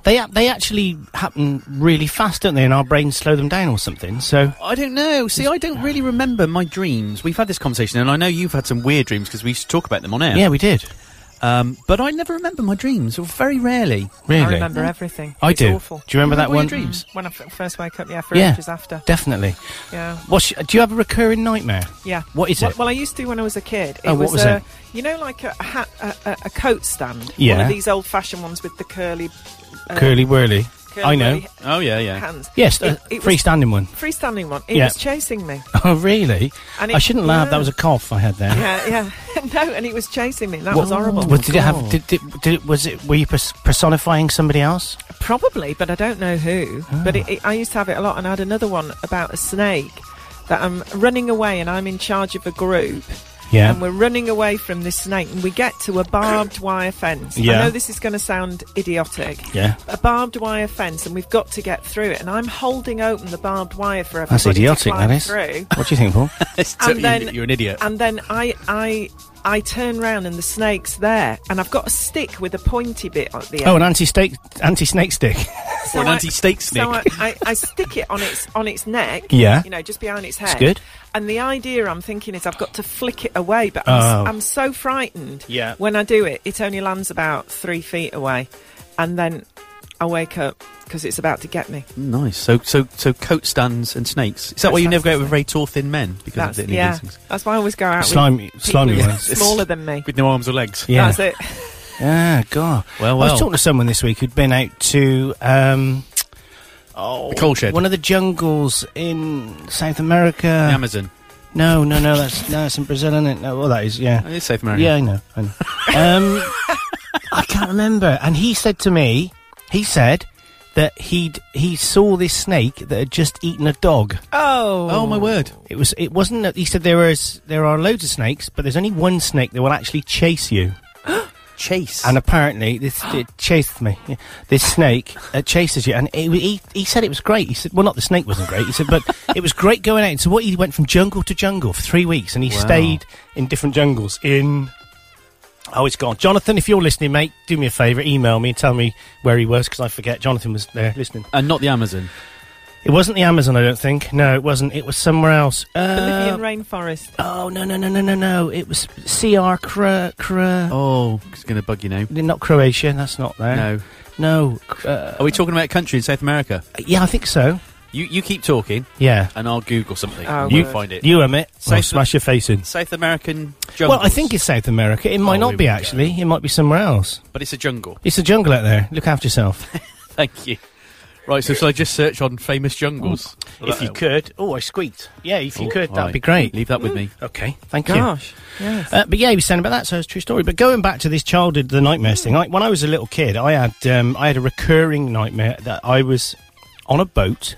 [SPEAKER 2] they a- they actually happen really fast, don't they? And our brains slow them down or something. So
[SPEAKER 3] I don't know. See, I don't really remember my dreams. We've had this conversation, and I know you've had some weird dreams because we used to talk about them on air.
[SPEAKER 2] Yeah, we did.
[SPEAKER 3] Um, but I never remember my dreams, or very rarely.
[SPEAKER 4] I remember everything.
[SPEAKER 2] I
[SPEAKER 4] It's
[SPEAKER 2] do.
[SPEAKER 4] Awful.
[SPEAKER 2] Do you remember that
[SPEAKER 4] your
[SPEAKER 2] one? Mm.
[SPEAKER 4] dreams? When I f- first wake up, yeah, for
[SPEAKER 2] yeah,
[SPEAKER 4] ages after.
[SPEAKER 2] definitely.
[SPEAKER 4] Yeah.
[SPEAKER 2] What's y- do you have a recurring nightmare?
[SPEAKER 4] Yeah.
[SPEAKER 2] What is
[SPEAKER 4] Well-
[SPEAKER 2] it?
[SPEAKER 4] Well, I used to when I was a kid. It
[SPEAKER 2] Oh, what was
[SPEAKER 4] a,
[SPEAKER 2] it?
[SPEAKER 4] You know, like a hat, a, a, a coat stand. One
[SPEAKER 2] Yeah.
[SPEAKER 4] of these old-fashioned ones with the curly. uh,
[SPEAKER 2] Curly whirly.
[SPEAKER 4] curly
[SPEAKER 2] I know.
[SPEAKER 4] whirly
[SPEAKER 3] Oh,
[SPEAKER 4] Hands.
[SPEAKER 2] Yes,
[SPEAKER 4] It-
[SPEAKER 2] a
[SPEAKER 4] it was-
[SPEAKER 2] freestanding one.
[SPEAKER 4] Freestanding one. It
[SPEAKER 2] Yeah.
[SPEAKER 4] was chasing me.
[SPEAKER 2] Oh really?
[SPEAKER 4] And
[SPEAKER 2] I
[SPEAKER 4] it-
[SPEAKER 2] shouldn't laugh. That
[SPEAKER 4] yeah.
[SPEAKER 2] was a cough I had there.
[SPEAKER 4] Yeah, yeah. no, and it was chasing me. That
[SPEAKER 2] What-
[SPEAKER 4] was horrible.
[SPEAKER 2] What, did it have? Did, did, did it? Was it? Were you pers- personifying somebody else?
[SPEAKER 4] Probably, but I don't know who. But
[SPEAKER 2] Ah.
[SPEAKER 4] it, it, I used to have it a lot, and I had another one about a snake that I'm running away, and I'm in charge of a group.
[SPEAKER 2] Yeah.
[SPEAKER 4] And we're running away from this snake, and we get to a barbed wire fence.
[SPEAKER 2] Yeah.
[SPEAKER 4] I know this is going to sound idiotic.
[SPEAKER 2] Yeah.
[SPEAKER 4] A barbed wire fence, and we've got to get through it. And I'm holding open the barbed wire for everybody.
[SPEAKER 2] That's
[SPEAKER 4] to
[SPEAKER 2] idiotic.
[SPEAKER 4] climb
[SPEAKER 2] That is.
[SPEAKER 4] Through.
[SPEAKER 2] What do you think, Paul?
[SPEAKER 3] and then, you're an idiot.
[SPEAKER 4] And then I, I, I turn round, and the snake's there, and I've got a stick with a pointy bit at the end.
[SPEAKER 2] Oh, an oh, anti-snake, anti-snake stick.
[SPEAKER 4] So I- So I, I, I stick it on its on its neck.
[SPEAKER 2] Yeah.
[SPEAKER 4] You know, just behind its head.
[SPEAKER 2] It's good.
[SPEAKER 4] And the idea I'm thinking is I've got to flick it away, but I'm, s-
[SPEAKER 2] Oh.
[SPEAKER 4] I'm so frightened.
[SPEAKER 2] Yeah.
[SPEAKER 4] When I do it, it only lands about three feet away, and then I wake up because it's about to get me.
[SPEAKER 3] Nice. So, so, so coat stands and snakes. Is that why you never go out with very tall, thin men? Because
[SPEAKER 4] That's,
[SPEAKER 3] of the,
[SPEAKER 4] yeah.
[SPEAKER 3] these things.
[SPEAKER 4] That's why I always go out
[SPEAKER 2] Slimy-
[SPEAKER 4] with
[SPEAKER 2] slimy
[SPEAKER 4] people
[SPEAKER 2] ones.
[SPEAKER 4] who are smaller than me.
[SPEAKER 3] With no arms or legs.
[SPEAKER 2] Yeah.
[SPEAKER 4] That's it.
[SPEAKER 2] Yeah, God.
[SPEAKER 3] Well,
[SPEAKER 2] I
[SPEAKER 3] well.
[SPEAKER 2] was talking to someone this week who'd been out to um, oh,
[SPEAKER 3] The coal shed.
[SPEAKER 2] one of the jungles in South America.
[SPEAKER 3] The Ah, Amazon.
[SPEAKER 2] No, no, no. That's no, it's in Brazil, isn't it? No, well, that is. Yeah,
[SPEAKER 3] It is South Oh, America.
[SPEAKER 2] Yeah, I know. I, know. um, I can't remember. And he said to me, he said that he'd he saw this snake that had just eaten a dog.
[SPEAKER 4] Oh.
[SPEAKER 3] Oh my word.
[SPEAKER 2] It was. It wasn't. that- He said there was. There are loads of snakes, but there's only one snake that will actually chase you.
[SPEAKER 3] Chase.
[SPEAKER 2] And apparently, this it chased me. Yeah. This snake uh, chases you, and it, he he said it was great. He said, well, not the snake wasn't great. He said, but it was great going out. And so what he went from jungle to jungle for three weeks, and he
[SPEAKER 3] Wow.
[SPEAKER 2] stayed in different jungles. In oh, it's gone. Jonathan, if you're listening, mate, do me a favour, email me and tell me where he was because I forget. Jonathan was there listening.
[SPEAKER 3] And not the Amazon.
[SPEAKER 2] It wasn't the Amazon, I don't think. No, it wasn't. It was somewhere else. Uh,
[SPEAKER 4] Bolivian rainforest.
[SPEAKER 2] Oh no no no no no no! It was CR Cra Cra.
[SPEAKER 3] Oh, it's going to bug you now.
[SPEAKER 2] Not Croatia. That's not there.
[SPEAKER 3] No.
[SPEAKER 2] No. Uh,
[SPEAKER 3] Are we talking about a country in South America?
[SPEAKER 2] Yeah, I think so.
[SPEAKER 3] You you keep talking.
[SPEAKER 2] Yeah.
[SPEAKER 3] And I'll Google something.
[SPEAKER 2] Oh,
[SPEAKER 3] you
[SPEAKER 2] word.
[SPEAKER 3] find it.
[SPEAKER 2] You, Emmett, I'll
[SPEAKER 3] South,
[SPEAKER 2] smash your face in.
[SPEAKER 3] South American jungle.
[SPEAKER 2] Well, I think it's South America. It might
[SPEAKER 3] Oh,
[SPEAKER 2] not
[SPEAKER 3] here
[SPEAKER 2] be
[SPEAKER 3] we go.
[SPEAKER 2] actually. It might be somewhere else.
[SPEAKER 3] But it's a jungle.
[SPEAKER 2] It's a jungle out there. Look after yourself.
[SPEAKER 3] Thank you. Right, so shall I just search on famous jungles?
[SPEAKER 2] If you could. Oh, I squeaked. Yeah, if you
[SPEAKER 3] Oh,
[SPEAKER 2] could, that'd
[SPEAKER 3] right.
[SPEAKER 2] be great.
[SPEAKER 3] Leave that with me.
[SPEAKER 2] Okay, thank you.
[SPEAKER 4] Gosh. Yes.
[SPEAKER 2] Uh, but yeah, he was saying about that, so it's a true story. But going back to this childhood, the nightmares thing. Like when I was a little kid, I had um, I had a recurring nightmare that I was on a boat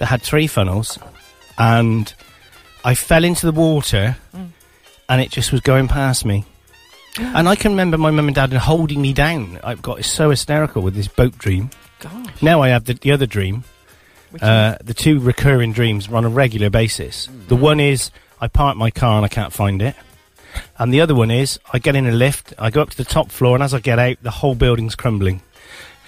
[SPEAKER 2] that had three funnels, and I fell into the water, and it just was going past me. And I can remember my mum and dad holding me down. I've got so hysterical with this boat dream.
[SPEAKER 4] Gosh.
[SPEAKER 2] Now I have the, the other dream. Uh, the two recurring dreams are on a regular basis.
[SPEAKER 4] Hmm.
[SPEAKER 2] The one is I park my car and I can't find it. And the other one is I get in a lift, I go up to the top floor, and as I get out, the whole building's crumbling.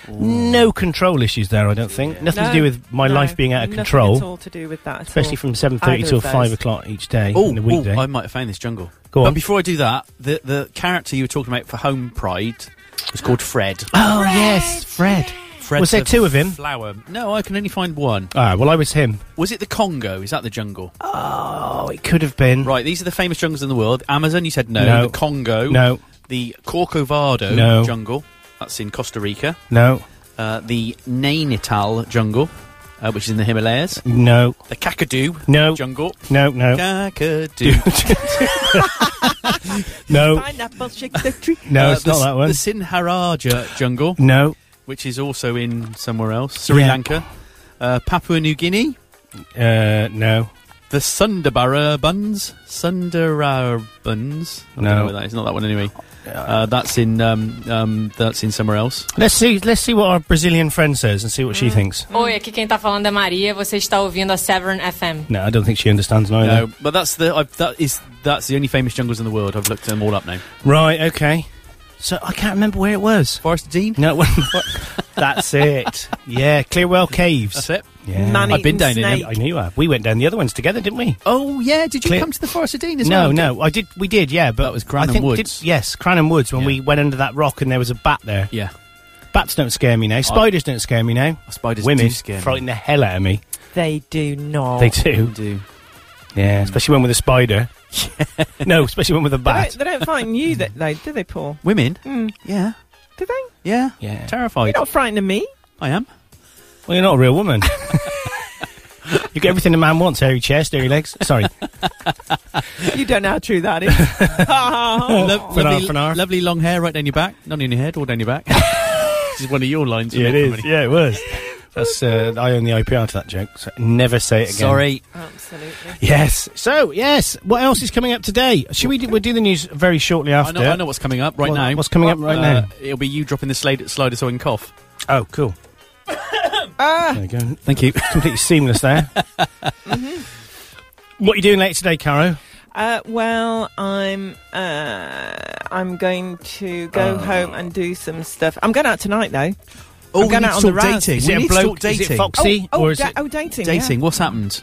[SPEAKER 2] No control issues there, I don't think. Nothing
[SPEAKER 4] No,
[SPEAKER 2] to do with my
[SPEAKER 4] no,
[SPEAKER 2] life being out of
[SPEAKER 4] nothing
[SPEAKER 2] control.
[SPEAKER 4] at all to do with that at
[SPEAKER 2] Especially
[SPEAKER 4] all.
[SPEAKER 2] from 7.30
[SPEAKER 4] Either
[SPEAKER 2] till
[SPEAKER 4] of those.
[SPEAKER 2] 5 o'clock each day
[SPEAKER 3] Oh,
[SPEAKER 2] in the weekday.
[SPEAKER 3] I might have found this jungle.
[SPEAKER 2] Go
[SPEAKER 3] But
[SPEAKER 2] on.
[SPEAKER 3] before I do that, the, the character you were talking about for Home Pride was called Fred.
[SPEAKER 2] Oh, yes, Fred.
[SPEAKER 3] Fred
[SPEAKER 2] was there
[SPEAKER 3] the
[SPEAKER 2] two of him?
[SPEAKER 3] Flower. No, I can only find one.
[SPEAKER 2] Ah, well, I was him.
[SPEAKER 3] Was it the Congo? Is that the jungle? Oh,
[SPEAKER 2] it could have been.
[SPEAKER 3] Right, these are the famous jungles in the world. Amazon, you said no.
[SPEAKER 2] No.
[SPEAKER 3] The Congo.
[SPEAKER 2] No.
[SPEAKER 3] The Corcovado
[SPEAKER 2] No.
[SPEAKER 3] jungle. That's in Costa Rica.
[SPEAKER 2] No.
[SPEAKER 3] Uh, the Nainital jungle, uh, which is in the Himalayas.
[SPEAKER 2] No.
[SPEAKER 3] The Kakadu
[SPEAKER 2] No.
[SPEAKER 3] jungle.
[SPEAKER 2] No, no.
[SPEAKER 3] Kakadu.
[SPEAKER 2] No.
[SPEAKER 4] Pineapple shake the tree.
[SPEAKER 2] No,
[SPEAKER 3] Uh,
[SPEAKER 2] it's
[SPEAKER 3] the
[SPEAKER 2] not
[SPEAKER 3] S-
[SPEAKER 2] that one.
[SPEAKER 3] The Sinharaja jungle.
[SPEAKER 2] No.
[SPEAKER 3] Which is also in somewhere else. Sri
[SPEAKER 2] Yeah.
[SPEAKER 3] Lanka. Uh, Papua New Guinea.
[SPEAKER 2] Uh, no.
[SPEAKER 3] The Sundarabans. Sundarabans. I don't
[SPEAKER 2] No.
[SPEAKER 3] know what that is. Not that one anyway. Uh, that's in um, um, that's in somewhere else.
[SPEAKER 2] Let's see. Let's see what our Brazilian friend says and see what
[SPEAKER 4] Mm.
[SPEAKER 2] she thinks.
[SPEAKER 20] Oi, aqui quem tá falando é Maria, você está ouvindo a Severn FM.
[SPEAKER 2] No, I don't think she understands neither.
[SPEAKER 3] No, but that's the i that is that's the only famous jungles in the world. I've looked them all up now.
[SPEAKER 2] Right. Okay. So I can't remember where it was.
[SPEAKER 3] Forest Dean.
[SPEAKER 2] No. it wasn't Fo- That's it. Yeah. Clearwell Caves.
[SPEAKER 3] That's it.
[SPEAKER 2] Yeah.
[SPEAKER 3] Man-eating I've been down in them. snake.
[SPEAKER 2] I knew. I. We went down the other ones together, didn't we?
[SPEAKER 3] Oh yeah, did you
[SPEAKER 2] Clear-
[SPEAKER 3] come to the Forest of Dean as
[SPEAKER 2] no,
[SPEAKER 3] well?
[SPEAKER 2] no, I did. We did, yeah. But that was
[SPEAKER 3] Cranham Woods.
[SPEAKER 2] yes, Cranham Woods. When we went under that rock and there was a bat there.
[SPEAKER 3] Yeah. Oh,
[SPEAKER 2] Bats don't scare me now. Spiders don't scare me now.
[SPEAKER 3] Spiders
[SPEAKER 2] Women
[SPEAKER 3] do scare me. Oh,
[SPEAKER 2] frighten the hell out of me.
[SPEAKER 4] They do not.
[SPEAKER 2] They do. Yeah, especially one with a spider. no, especially one with a
[SPEAKER 4] They don't,
[SPEAKER 2] bat.
[SPEAKER 4] they don't find you that they do they, Paul?
[SPEAKER 3] Women?
[SPEAKER 4] Mm.
[SPEAKER 3] Yeah.
[SPEAKER 4] Do they?
[SPEAKER 3] Yeah.
[SPEAKER 2] Yeah.
[SPEAKER 3] Terrified.
[SPEAKER 4] You're not frightened of me.
[SPEAKER 3] I am.
[SPEAKER 2] Well, you're not a real woman. you get everything a man wants: hairy chest, hairy legs. Sorry.
[SPEAKER 4] You don't know how true that is. Oh.
[SPEAKER 3] Lo-
[SPEAKER 2] uh,
[SPEAKER 3] lovely, lovely long hair right down your back, not on your head or down your back. this is one of your lines.
[SPEAKER 2] yeah, it
[SPEAKER 3] wasn't
[SPEAKER 2] is.
[SPEAKER 3] Comedy.
[SPEAKER 2] Yeah, it was. That's. Uh, I own the IPR to that joke. So never say it again.
[SPEAKER 3] Sorry.
[SPEAKER 4] Absolutely.
[SPEAKER 2] Yes. So yes, what else is coming up today? Should we do, we'll do the news very shortly
[SPEAKER 3] I
[SPEAKER 2] after?
[SPEAKER 3] know, I know what's coming up right
[SPEAKER 2] What-
[SPEAKER 3] now.
[SPEAKER 2] What's coming up right
[SPEAKER 3] Uh,
[SPEAKER 2] now?
[SPEAKER 3] It'll be you dropping the slide, slider so I can cough.
[SPEAKER 2] Oh, cool.
[SPEAKER 4] Ah,
[SPEAKER 2] There you go.
[SPEAKER 3] Uh, Thank you.
[SPEAKER 2] Completely seamless there. What are you doing later today, Caro?
[SPEAKER 4] Uh, well, I'm uh, I'm going to go home and do some stuff. I'm going out tonight though.
[SPEAKER 3] Oh,
[SPEAKER 4] I'm
[SPEAKER 3] we
[SPEAKER 4] going
[SPEAKER 3] need
[SPEAKER 4] out
[SPEAKER 3] to
[SPEAKER 4] on the
[SPEAKER 3] sort
[SPEAKER 4] rounds.
[SPEAKER 3] dating. Is We it a need to bloke- sort is it dating. Foxy,
[SPEAKER 4] Oh, oh,
[SPEAKER 3] or is
[SPEAKER 4] da-
[SPEAKER 3] it-
[SPEAKER 4] oh, dating. yeah.
[SPEAKER 3] Dating. What's happened?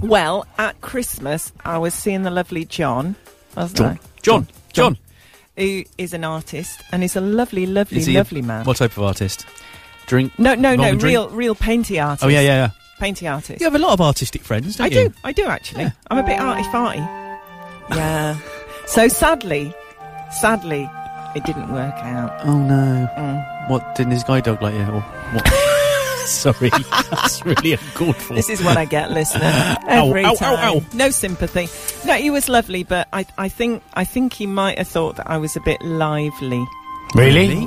[SPEAKER 4] Well, at Christmas, I was seeing the lovely John, wasn't
[SPEAKER 3] John.
[SPEAKER 4] I?
[SPEAKER 3] John. John.
[SPEAKER 4] Who is an artist and is a lovely, lovely,
[SPEAKER 3] Is he a-
[SPEAKER 4] lovely man.
[SPEAKER 3] What type of artist? Drink.
[SPEAKER 4] No, no,
[SPEAKER 3] long
[SPEAKER 4] no,
[SPEAKER 3] and drink?
[SPEAKER 4] real, real painty artist.
[SPEAKER 3] Oh yeah, yeah, yeah.
[SPEAKER 4] Painty artist.
[SPEAKER 3] You have a lot of artistic friends, don't
[SPEAKER 4] I
[SPEAKER 3] you?
[SPEAKER 4] do, I do actually. I'm a bit arty farty. Yeah. so sadly, sadly, it didn't work out.
[SPEAKER 3] Oh no.
[SPEAKER 4] Mm.
[SPEAKER 3] What didn't his guide dog like you? Or what? Sorry, that's really uncalled for.
[SPEAKER 4] This is what I get, listener.
[SPEAKER 3] Ow,
[SPEAKER 4] Every
[SPEAKER 3] ow, ow,
[SPEAKER 4] time.
[SPEAKER 3] ow.
[SPEAKER 4] No sympathy. No, he was lovely, but I, I think, I think he might have thought that I was a bit lively. Mm.
[SPEAKER 2] Really?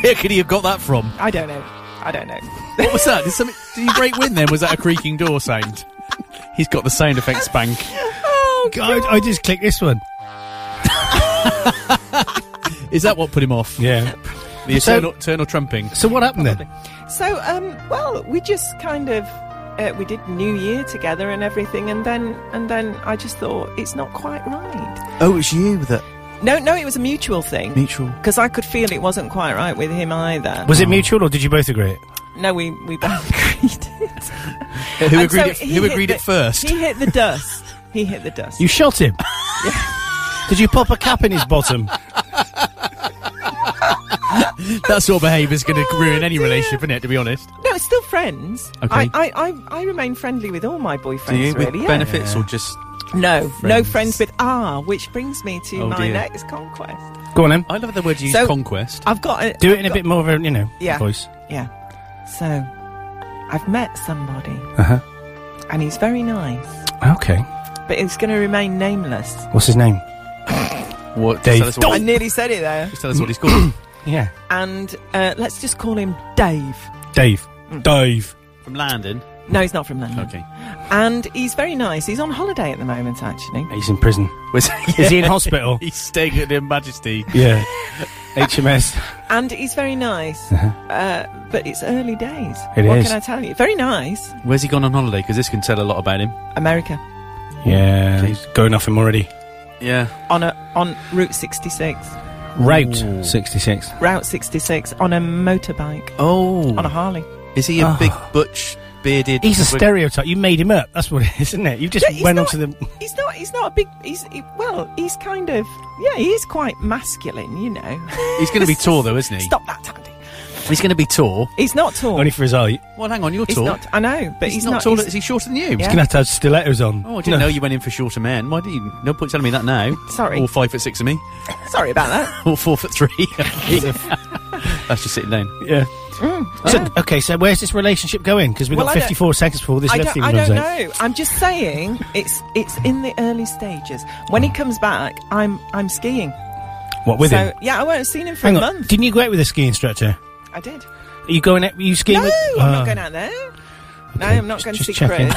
[SPEAKER 3] Where could he have got that from?
[SPEAKER 4] I don't know. I don't know.
[SPEAKER 3] What was that? Did, something, did you break wind then? Was that a creaking door sound? He's got the sound effects bank.
[SPEAKER 4] Oh
[SPEAKER 2] God, I just clicked this one.
[SPEAKER 3] Is that what put him off?
[SPEAKER 2] Yeah.
[SPEAKER 3] The
[SPEAKER 2] So-
[SPEAKER 3] eternal, eternal trumping.
[SPEAKER 2] So what happened then?
[SPEAKER 4] So, um, well, we just kind of uh, we did New Year together and everything, and then and then I just thought it's not quite right.
[SPEAKER 3] Oh, it's you that
[SPEAKER 4] No, no, it was a mutual thing
[SPEAKER 3] mutual.
[SPEAKER 4] because I could feel it wasn't quite right with him either.
[SPEAKER 2] Was it mutual or did you both agree? it?
[SPEAKER 4] No, we we both agreed.
[SPEAKER 3] Who
[SPEAKER 4] And
[SPEAKER 3] agreed?
[SPEAKER 4] so
[SPEAKER 3] it,
[SPEAKER 4] he
[SPEAKER 3] who
[SPEAKER 4] hit
[SPEAKER 3] agreed
[SPEAKER 4] the-
[SPEAKER 3] it first?
[SPEAKER 4] He hit the dust. He hit the dust.
[SPEAKER 2] You shot him. Did you pop a cap in his bottom?
[SPEAKER 3] that sort of behaviour is going to ruin any relationship, isn't it? To be honest.
[SPEAKER 4] No, it's still friends.
[SPEAKER 3] Okay.
[SPEAKER 4] I, I, I, I remain friendly with all my boyfriends. really,
[SPEAKER 3] with
[SPEAKER 4] yeah.
[SPEAKER 3] benefits or just?
[SPEAKER 4] No, no
[SPEAKER 3] friends?
[SPEAKER 4] friends with R, which brings me to
[SPEAKER 3] Oh,
[SPEAKER 4] my
[SPEAKER 3] dear.
[SPEAKER 4] next conquest.
[SPEAKER 2] Go on then.
[SPEAKER 3] I love the word you use,
[SPEAKER 4] So-
[SPEAKER 3] conquest.
[SPEAKER 4] I've got a,
[SPEAKER 2] Do
[SPEAKER 4] I've
[SPEAKER 2] it in a
[SPEAKER 4] got-
[SPEAKER 2] bit more of a you know
[SPEAKER 4] Yeah.
[SPEAKER 2] voice.
[SPEAKER 4] Yeah. So, I've met somebody,
[SPEAKER 2] Uh
[SPEAKER 3] Uh-huh.
[SPEAKER 4] and he's very nice,
[SPEAKER 2] huh. Okay.
[SPEAKER 4] but he's going to remain nameless.
[SPEAKER 2] What's his name?
[SPEAKER 3] What?
[SPEAKER 2] Dave.
[SPEAKER 3] Just tell,
[SPEAKER 4] I
[SPEAKER 3] us what,
[SPEAKER 4] nearly said it there.
[SPEAKER 3] just tell us what he's called.
[SPEAKER 2] Yeah.
[SPEAKER 4] And uh, let's just call him Dave. Mm.
[SPEAKER 2] Dave.
[SPEAKER 4] Hmm.
[SPEAKER 2] Dave.
[SPEAKER 3] From Landon.
[SPEAKER 4] No, he's not from London.
[SPEAKER 3] Okay.
[SPEAKER 4] And he's very nice. He's on holiday at the moment, actually.
[SPEAKER 2] He's in prison.
[SPEAKER 3] Was,
[SPEAKER 2] Is he in hospital?
[SPEAKER 3] He's staying at Her Majesty.
[SPEAKER 2] Yeah. HMS.
[SPEAKER 4] And he's very nice, uh, but it's early days.
[SPEAKER 2] Uh-huh. It
[SPEAKER 4] what
[SPEAKER 2] is.
[SPEAKER 4] can I tell you? Very nice.
[SPEAKER 3] Where's he gone on holiday? Because this can tell a lot about him.
[SPEAKER 4] America
[SPEAKER 2] Yeah. He's going off him already.
[SPEAKER 3] Yeah.
[SPEAKER 4] on a on Route 66.
[SPEAKER 2] Route 66.
[SPEAKER 4] Route 66 on a motorbike.
[SPEAKER 3] Oh.
[SPEAKER 4] On a Harley.
[SPEAKER 3] Is he a
[SPEAKER 4] Ah.
[SPEAKER 3] big butch bearded?
[SPEAKER 2] He's a
[SPEAKER 3] wig-
[SPEAKER 2] stereotype. You made him up. That's what it is, isn't it? You just
[SPEAKER 4] Yeah, he's
[SPEAKER 2] went
[SPEAKER 4] not-
[SPEAKER 2] onto the.
[SPEAKER 4] He's not. He's not a big. He's he, well. He's kind of. Yeah. He is quite masculine. You know.
[SPEAKER 3] He's going to be tall though, isn't he?
[SPEAKER 4] Stop that, Tandy.
[SPEAKER 3] He's going to be tall.
[SPEAKER 4] He's not tall.
[SPEAKER 2] Only for his height.
[SPEAKER 3] Well, hang on, you're
[SPEAKER 4] He's
[SPEAKER 3] tall.
[SPEAKER 4] not- I know, but he's
[SPEAKER 3] not,
[SPEAKER 4] not-
[SPEAKER 3] tall.
[SPEAKER 4] he's-
[SPEAKER 3] is he shorter than you?
[SPEAKER 2] He's going to have to have stilettos on.
[SPEAKER 3] Oh, I didn't know you went in for shorter men. Why did you? No point telling me that now.
[SPEAKER 4] Sorry.
[SPEAKER 3] All five foot six of me.
[SPEAKER 4] Sorry about that.
[SPEAKER 3] All four foot three. That's just sitting down.
[SPEAKER 2] Yeah. Mm. So, okay, so where's this relationship going? Because we've
[SPEAKER 4] Mm. Oh. Well, I
[SPEAKER 2] got
[SPEAKER 4] don't-
[SPEAKER 2] 54 seconds before this
[SPEAKER 4] I
[SPEAKER 2] left
[SPEAKER 4] don't,
[SPEAKER 2] thing
[SPEAKER 4] I
[SPEAKER 2] runs
[SPEAKER 4] don't
[SPEAKER 2] out.
[SPEAKER 4] know. I'm just saying it's it's in the early stages. When he comes back, I'm I'm skiing.
[SPEAKER 2] What, with
[SPEAKER 4] so,
[SPEAKER 2] him?
[SPEAKER 4] Yeah, I won't have seen him for
[SPEAKER 2] Hang
[SPEAKER 4] a
[SPEAKER 2] on.
[SPEAKER 4] month.
[SPEAKER 2] Didn't you go out with a ski instructor?
[SPEAKER 4] I did.
[SPEAKER 2] Are you going out? Are you skiing
[SPEAKER 4] no,
[SPEAKER 2] with.
[SPEAKER 4] I'm
[SPEAKER 2] Oh.
[SPEAKER 4] not going out there. no, I'm not going to see Chris.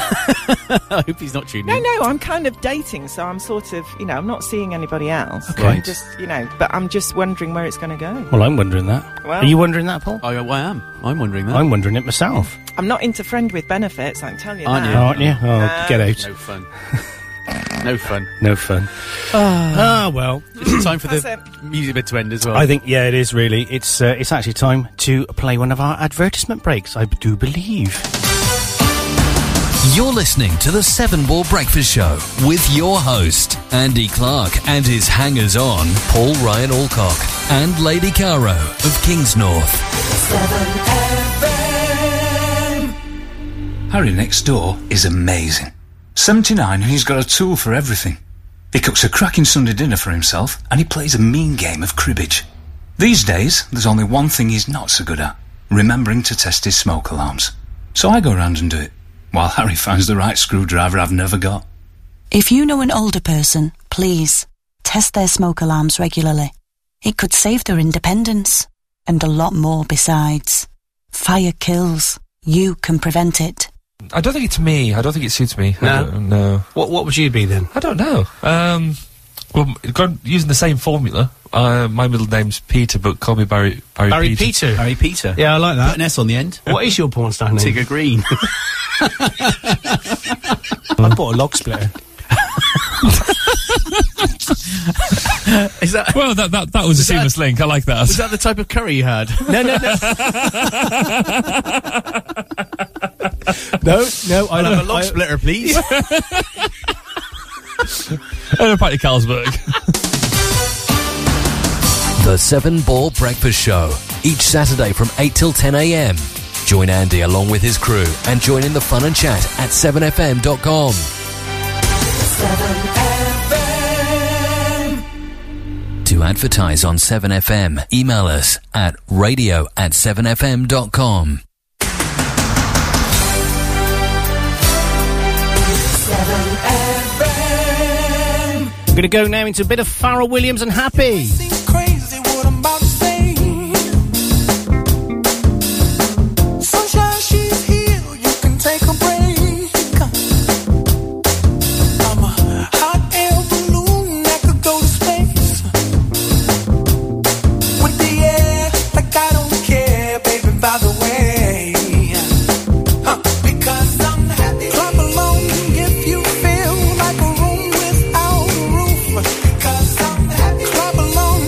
[SPEAKER 3] I hope he's not tuning.
[SPEAKER 4] No,
[SPEAKER 3] in.
[SPEAKER 4] no, I'm kind of dating, so I'm sort of, you know, I'm not seeing anybody else.
[SPEAKER 2] Okay.
[SPEAKER 4] I'm just, you know, but I'm just wondering where it's going to go.
[SPEAKER 2] Well, I'm wondering that.
[SPEAKER 4] Well-
[SPEAKER 2] Are you wondering that, Paul?
[SPEAKER 3] I, I am. I'm wondering that.
[SPEAKER 2] I'm wondering it myself.
[SPEAKER 4] I'm not into friend with benefits, I can tell you
[SPEAKER 3] Aren't
[SPEAKER 4] that.
[SPEAKER 3] you?
[SPEAKER 2] Aren't you? Oh,
[SPEAKER 4] No.
[SPEAKER 2] get out.
[SPEAKER 3] No fun. no fun.
[SPEAKER 2] No fun.
[SPEAKER 4] Uh,
[SPEAKER 2] Ah, well.
[SPEAKER 3] It's time for the
[SPEAKER 4] That's
[SPEAKER 3] music bit to end as well.
[SPEAKER 2] I think, yeah, it is really. It's uh, it's actually time to play one of our advertisement breaks, I do believe.
[SPEAKER 1] You're listening to the Seven Ball Breakfast Show with your host, Andy Clark, and his hangers on, Paul Ryan Alcock and Lady Caro of Kingsnorth.
[SPEAKER 21] Harry next door is amazing. 79 and he's got a tool for everything. He cooks a cracking Sunday dinner for himself and he plays a mean game of cribbage. These days, there's only one thing he's not so good at remembering to test his smoke alarms. So I go round and do it, while Harry finds the right screwdriver I've never got.
[SPEAKER 8] If you know an older person, please test their smoke alarms regularly. It could save their independence and a lot more besides. Fire kills. You can prevent it.
[SPEAKER 22] I don't think it's me. I don't think it suits me. I
[SPEAKER 23] No?
[SPEAKER 22] don't- no.
[SPEAKER 23] What What would you be then?
[SPEAKER 22] I don't know. Um, well, m- go- using the same formula. Uh, my middle name's Peter, but call me Barry. Barry,
[SPEAKER 23] Barry
[SPEAKER 22] Peter.
[SPEAKER 23] Peter.
[SPEAKER 22] Barry Peter.
[SPEAKER 23] Yeah, I like that.
[SPEAKER 22] Put an S on the end.
[SPEAKER 23] What is your porn star name?
[SPEAKER 22] Tigger
[SPEAKER 2] Green. I bought a log splitter.
[SPEAKER 22] Is that well? That that, that was, a seamless link. I like that.
[SPEAKER 3] Was that the type of curry you had?
[SPEAKER 2] no, no, no. no, no. I
[SPEAKER 22] I'll have
[SPEAKER 2] love
[SPEAKER 22] a log splitter, please. And a pint of Carlsberg.
[SPEAKER 1] The Seven Ball Breakfast Show, each Saturday from 8 till 10 a.m. Join Andy along with his crew and join in the fun and chat at 7fm.com. To advertise on 7FM, email us at radio at 7fm.com.
[SPEAKER 2] I'm going to go now into a bit of Pharrell Williams and Happy.
[SPEAKER 16] crazy what I'm about to say. Sunshine, she's here. You can take a break. I'm a hot air balloon that could go to space. With the air, like I don't care, baby, by the way. Huh. Because I'm happy. Clap along if you feel like a room without a roof. Because I'm happy. Clap along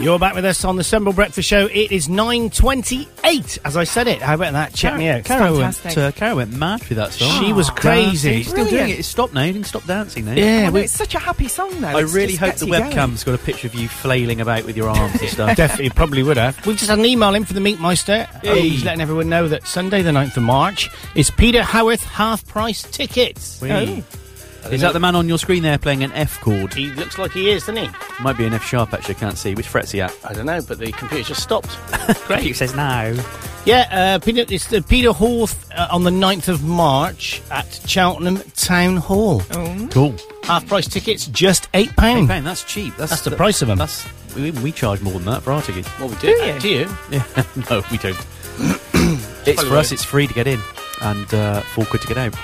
[SPEAKER 2] You're back with us on the Sunbull Breakfast Show. It is 9.28, as I said it. How about that? Check me out.
[SPEAKER 3] Cara went, uh, Cara went mad with that song.
[SPEAKER 2] She was crazy.
[SPEAKER 3] Dancing. Still doing
[SPEAKER 2] Brilliant.
[SPEAKER 3] it. It's stopped now. You can stop dancing now.
[SPEAKER 4] Yeah, oh, no, it's such a happy song though.
[SPEAKER 3] I
[SPEAKER 4] It's
[SPEAKER 3] really
[SPEAKER 4] just
[SPEAKER 3] hope
[SPEAKER 4] gets
[SPEAKER 3] the
[SPEAKER 4] you going.
[SPEAKER 3] webcam's got a picture of you flailing about with your arms and stuff.
[SPEAKER 2] Definitely, probably would have. We've just had an email in for the Meat Meister. Oh, he's letting everyone know that Sunday, the 9th of March, is Peter Howarth half price tickets. Oh.
[SPEAKER 3] Whee. Is that the man on your screen there playing an F chord?
[SPEAKER 2] He looks like he is, doesn't he?
[SPEAKER 3] Might be an F sharp actually. Can't see which fret's he at.
[SPEAKER 2] I don't know, but the computer's just stopped.
[SPEAKER 3] Great. He says no.
[SPEAKER 2] Yeah, uh, Peter, it's the Peter Horth uh, on the 9th of March at Cheltenham Town Hall.
[SPEAKER 3] Cool.
[SPEAKER 2] Half price tickets, just £8. £8
[SPEAKER 3] that's cheap. That's,
[SPEAKER 2] That's the price of 'em.
[SPEAKER 3] That's we, we charge more than that for our tickets.
[SPEAKER 2] Well, we
[SPEAKER 3] do.
[SPEAKER 2] Do you?
[SPEAKER 3] Yeah. no, we don't. it's for us.
[SPEAKER 2] won't.
[SPEAKER 3] It's free to get in and uh, four quid to get out.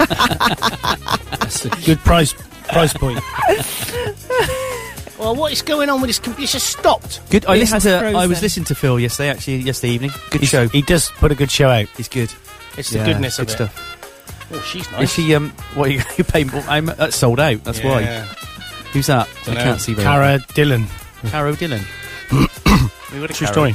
[SPEAKER 2] That's a good price price point. well, what is going on with this computer? It's just stopped.
[SPEAKER 3] Good. I
[SPEAKER 2] It
[SPEAKER 3] listened
[SPEAKER 2] has
[SPEAKER 3] to. I was
[SPEAKER 2] frozen.
[SPEAKER 3] listening to Phil yesterday. Actually, yesterday evening. Good
[SPEAKER 2] He's-
[SPEAKER 3] show.
[SPEAKER 2] He does put a good show out.
[SPEAKER 3] He's good.
[SPEAKER 2] It's the
[SPEAKER 3] Yeah,
[SPEAKER 2] goodness of
[SPEAKER 3] good
[SPEAKER 2] it.
[SPEAKER 3] stuff.
[SPEAKER 2] Oh, she's
[SPEAKER 3] Is
[SPEAKER 2] nice.
[SPEAKER 3] she? Um. What you, you pay more? I'm, that's sold out. That's
[SPEAKER 2] Yeah.
[SPEAKER 3] why. Who's that? I
[SPEAKER 2] Dunno.
[SPEAKER 3] can't see. very
[SPEAKER 2] Cara Dillon.
[SPEAKER 3] well. Cara Dillon. we would
[SPEAKER 2] True story.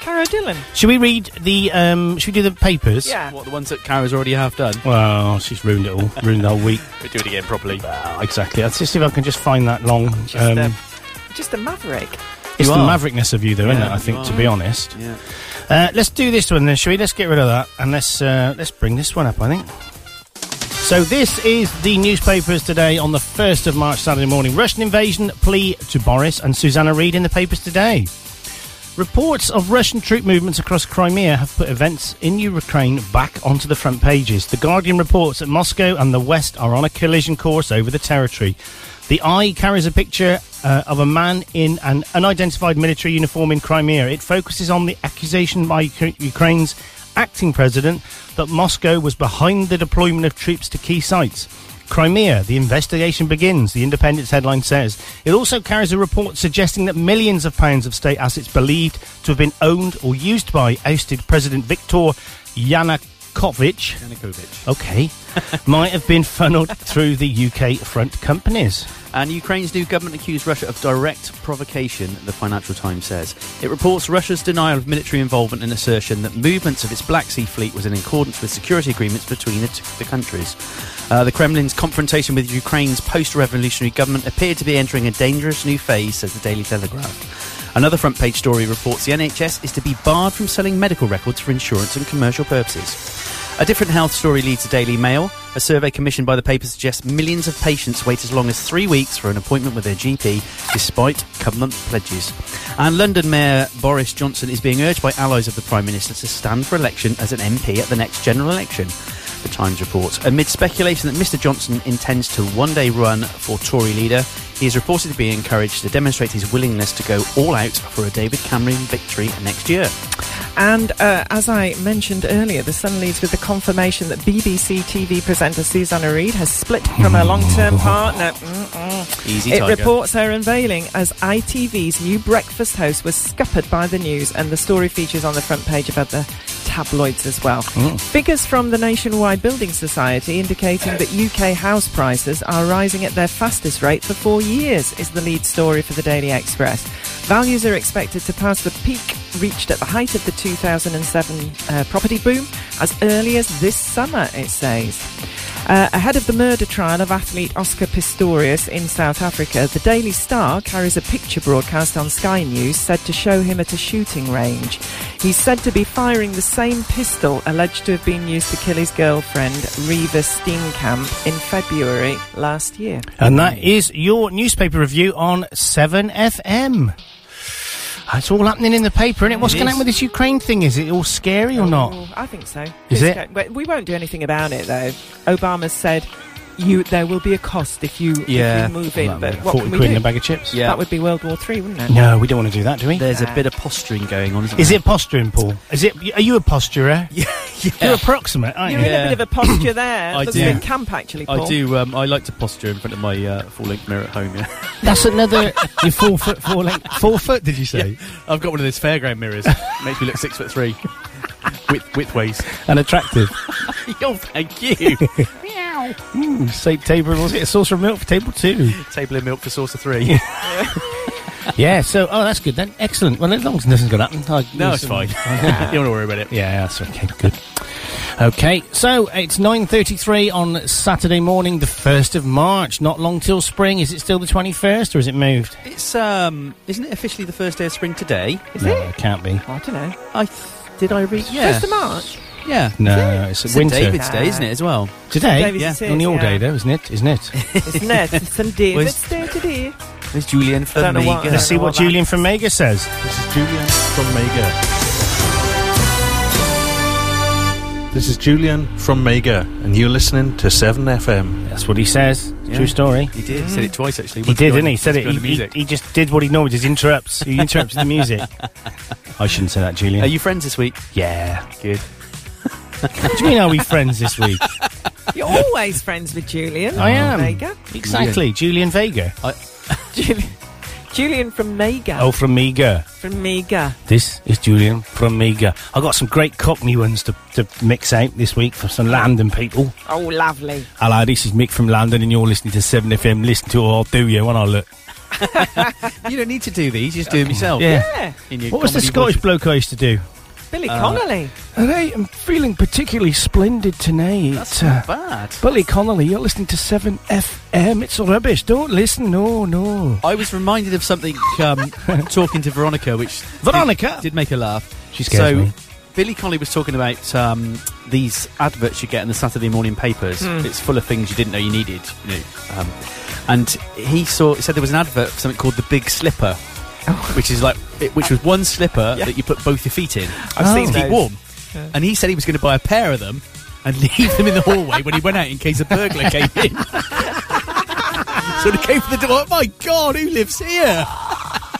[SPEAKER 4] Cara Dillon.
[SPEAKER 2] Should we read the? um Should we do the papers?
[SPEAKER 4] Yeah.
[SPEAKER 3] What the ones that Cara's already half done?
[SPEAKER 2] Well, she's ruined it all. ruined the whole week.
[SPEAKER 3] We do it again properly.
[SPEAKER 2] Exactly. Let's just see if I can just find that long. um,
[SPEAKER 4] Just a maverick.
[SPEAKER 2] it's
[SPEAKER 4] You
[SPEAKER 2] the
[SPEAKER 4] are.
[SPEAKER 2] maverickness of you, though, isn't
[SPEAKER 4] Yeah,
[SPEAKER 2] it? I
[SPEAKER 4] you
[SPEAKER 2] think, to
[SPEAKER 4] are.
[SPEAKER 2] be honest.
[SPEAKER 3] Yeah.
[SPEAKER 2] Uh, let's do this one then, shall we? Let's get rid of that and let's uh, let's bring this one up. I think. So this is the newspapers today on the first of March, Saturday morning. Russian invasion plea to Boris and Susanna Reid in the papers today. Reports of Russian troop movements across Crimea have put events in Ukraine back onto the front pages. The Guardian reports that Moscow and the West are on a collision course over the territory. The Eye carries a picture uh, of a man in an unidentified military uniform in Crimea. It focuses on the accusation by Uk- Ukraine's acting president that Moscow was behind the deployment of troops to key sites. Crimea, the investigation begins, the Independence headline says. It also carries a report suggesting that millions of pounds of state assets believed to have been owned or used by ousted President Viktor Yanukovych.
[SPEAKER 3] Yanukovych.
[SPEAKER 2] Okay. might have been funneled through the UK front companies.
[SPEAKER 3] And Ukraine's new government accused Russia of direct provocation, the Financial Times says. It reports Russia's denial of military involvement and assertion that movements of its Black Sea fleet was in accordance with security agreements between the, t- the countries. Uh, the Kremlin's confrontation with Ukraine's post revolutionary government appeared to be entering a dangerous new phase, says the Daily Telegraph. Another front page story reports the NHS is to be barred from selling medical records for insurance and commercial purposes. A different health story leads to Daily Mail. A survey commissioned by the paper suggests millions of patients wait as long as three weeks for an appointment with their GP despite government pledges. And London Mayor Boris Johnson is being urged by allies of the Prime Minister to stand for election as an MP at the next general election. The Times reports. Amid speculation that Mr Johnson intends to one day run for Tory leader, he is reported to be encouraged to demonstrate his willingness to go all out for a David Cameron victory next year.
[SPEAKER 4] And uh, as I mentioned earlier, the Sun leads with the confirmation that BBC TV presenter Susanna Reid has split from her long-term partner. Mm-mm.
[SPEAKER 3] Easy
[SPEAKER 4] It
[SPEAKER 3] tiger.
[SPEAKER 4] reports her unveiling as ITV's new breakfast host was scuppered by the news, and the story features on the front page of other tabloids as well.
[SPEAKER 3] Hmm.
[SPEAKER 4] Figures from the Nationwide Building Society indicating that UK house prices are rising at their fastest rate for four years is the lead story for the Daily Express. Values are expected to pass the peak reached at the height of the 2007 uh, property boom as early as this summer, it says. Uh, ahead of the murder trial of athlete Oscar Pistorius in South Africa, the Daily Star carries a picture broadcast on Sky News said to show him at a shooting range. He's said to be firing the same pistol alleged to have been used to kill his girlfriend, Reva Steenkamp, in February last year.
[SPEAKER 2] And that is your newspaper review on 7FM. It's all happening in the paper, isn't it? What's
[SPEAKER 4] It
[SPEAKER 2] going
[SPEAKER 4] is.
[SPEAKER 2] on with this Ukraine thing? Is it all scary or
[SPEAKER 4] Oh,
[SPEAKER 2] not?
[SPEAKER 4] I think so. It's
[SPEAKER 2] Is it?
[SPEAKER 4] go- but We won't do anything about it, though. Obama said. You, there will be a cost if you,
[SPEAKER 2] Yeah.
[SPEAKER 4] if you move in,
[SPEAKER 2] Well,
[SPEAKER 4] but
[SPEAKER 2] yeah,
[SPEAKER 4] what
[SPEAKER 2] 40
[SPEAKER 4] can we
[SPEAKER 2] quid
[SPEAKER 4] do?
[SPEAKER 2] and a bag of chips. Yeah.
[SPEAKER 4] That would be World War Three, wouldn't it?
[SPEAKER 2] No, we don't want to do that, do we?
[SPEAKER 3] There's
[SPEAKER 4] Nah.
[SPEAKER 3] a bit of posturing going on, isn't
[SPEAKER 2] Is
[SPEAKER 3] there?
[SPEAKER 2] it posturing, Paul? Is it? Are you a posturer? Yeah, You're approximate, aren't
[SPEAKER 4] You're
[SPEAKER 2] you?
[SPEAKER 4] in a bit of a posture there.
[SPEAKER 3] I
[SPEAKER 4] Looks
[SPEAKER 3] do.
[SPEAKER 4] a bit camp, actually, Paul.
[SPEAKER 3] I do. Um, I like to posture in front of my uh, four-link mirror at home. Yeah,
[SPEAKER 2] That's another. you're four foot four length. Four foot? Did you say?
[SPEAKER 3] I've got one of those fairground mirrors. Makes me look six foot three, width widthways.
[SPEAKER 2] And attractive.
[SPEAKER 3] oh, thank you.
[SPEAKER 2] Ooh, safe table. Was it a saucer of milk for table two?
[SPEAKER 3] Table of milk for saucer three.
[SPEAKER 2] yeah, so, oh, that's good then. Excellent. Well, as long as nothing's going to happen. I-
[SPEAKER 3] No, it's
[SPEAKER 2] listen-
[SPEAKER 3] fine. You don't worry about it.
[SPEAKER 2] Yeah, that's okay. Good. Okay, so it's 9.33 on Saturday morning, the 1st of March. Not long till spring. Is it still the 21st or is it moved?
[SPEAKER 3] It's um, isn't it officially the first day of spring today? Is
[SPEAKER 2] no,
[SPEAKER 3] it?
[SPEAKER 2] can't be.
[SPEAKER 4] I don't know.
[SPEAKER 3] I th- did I read? Yeah,
[SPEAKER 4] First of March.
[SPEAKER 3] Yeah.
[SPEAKER 2] No, it's,
[SPEAKER 3] It's St.
[SPEAKER 2] winter.
[SPEAKER 3] David's Day, isn't it, as well?
[SPEAKER 2] Today?
[SPEAKER 3] David's is it,
[SPEAKER 2] Only all day,
[SPEAKER 3] yeah.
[SPEAKER 2] though, isn't it? Isn't it?
[SPEAKER 4] Isn't it? It's Some David's Day today.
[SPEAKER 3] There's Julian
[SPEAKER 4] I don't know why- I don't
[SPEAKER 2] Let's see
[SPEAKER 4] know
[SPEAKER 2] what
[SPEAKER 4] why that-
[SPEAKER 2] Julian from Mega says. This is Julian from Mega.
[SPEAKER 24] This is Julian from Mega, and you're listening to 7FM.
[SPEAKER 2] That's what he says.
[SPEAKER 24] Yeah.
[SPEAKER 2] True story.
[SPEAKER 24] He did. He said it twice, actually.
[SPEAKER 2] He
[SPEAKER 24] What's
[SPEAKER 2] did,
[SPEAKER 24] going-
[SPEAKER 2] didn't he? He said
[SPEAKER 24] what's
[SPEAKER 2] it.
[SPEAKER 24] going
[SPEAKER 2] He,
[SPEAKER 24] to music?
[SPEAKER 2] he- he just did what he normally does. Interrupts. He interrupts the music. I shouldn't say that, Julian.
[SPEAKER 3] Are you friends this week?
[SPEAKER 2] Yeah.
[SPEAKER 3] Good.
[SPEAKER 2] what do you mean? Are we friends this week?
[SPEAKER 4] You're always friends with Julian.
[SPEAKER 3] Uh-huh.
[SPEAKER 2] I am.
[SPEAKER 4] Vega.
[SPEAKER 2] Exactly, Julian Vega.
[SPEAKER 4] Julian, Julian from Mega.
[SPEAKER 2] Oh, from Mega.
[SPEAKER 4] From Mega.
[SPEAKER 2] This is Julian from Mega. I got some great Cockney ones to, to mix out this week for some London people.
[SPEAKER 4] Oh, lovely.
[SPEAKER 2] Hello, this is Mick from London, and you're listening to 7FM. Listen to I'll Do You When I Look.
[SPEAKER 3] You don't need to do these. You just do them yourself.
[SPEAKER 2] Yeah.
[SPEAKER 3] In your
[SPEAKER 2] What was the
[SPEAKER 3] comedy
[SPEAKER 2] Scottish
[SPEAKER 3] voices.
[SPEAKER 2] bloke I used to do?
[SPEAKER 4] Billy
[SPEAKER 3] Uh,
[SPEAKER 4] Connolly.
[SPEAKER 2] Hey, I'm feeling particularly splendid tonight. That's
[SPEAKER 3] not bad.
[SPEAKER 2] Billy Connolly, you're listening to 7FM. It's rubbish. Don't listen. No, no.
[SPEAKER 3] I was reminded of something um, talking to Veronica, which
[SPEAKER 2] Veronica
[SPEAKER 3] did, did make her laugh. She
[SPEAKER 2] scares
[SPEAKER 3] so,
[SPEAKER 2] me.
[SPEAKER 3] Billy Connolly was talking about um, these adverts you get in the Saturday morning papers.
[SPEAKER 2] Mm.
[SPEAKER 3] It's full of things you didn't know you needed. You know, um, and he saw said there was an advert for something called the Big Slipper,
[SPEAKER 2] Oh.
[SPEAKER 3] which is like it, which was one slipper that you put both your feet in.
[SPEAKER 2] Oh.
[SPEAKER 4] I've seen
[SPEAKER 3] to keep
[SPEAKER 4] those.
[SPEAKER 3] warm.
[SPEAKER 4] Yeah.
[SPEAKER 3] And he said he was going to buy a pair of them and leave them in the hallway when he went out in case a burglar came in. so they came from the door. Oh my God, who lives here?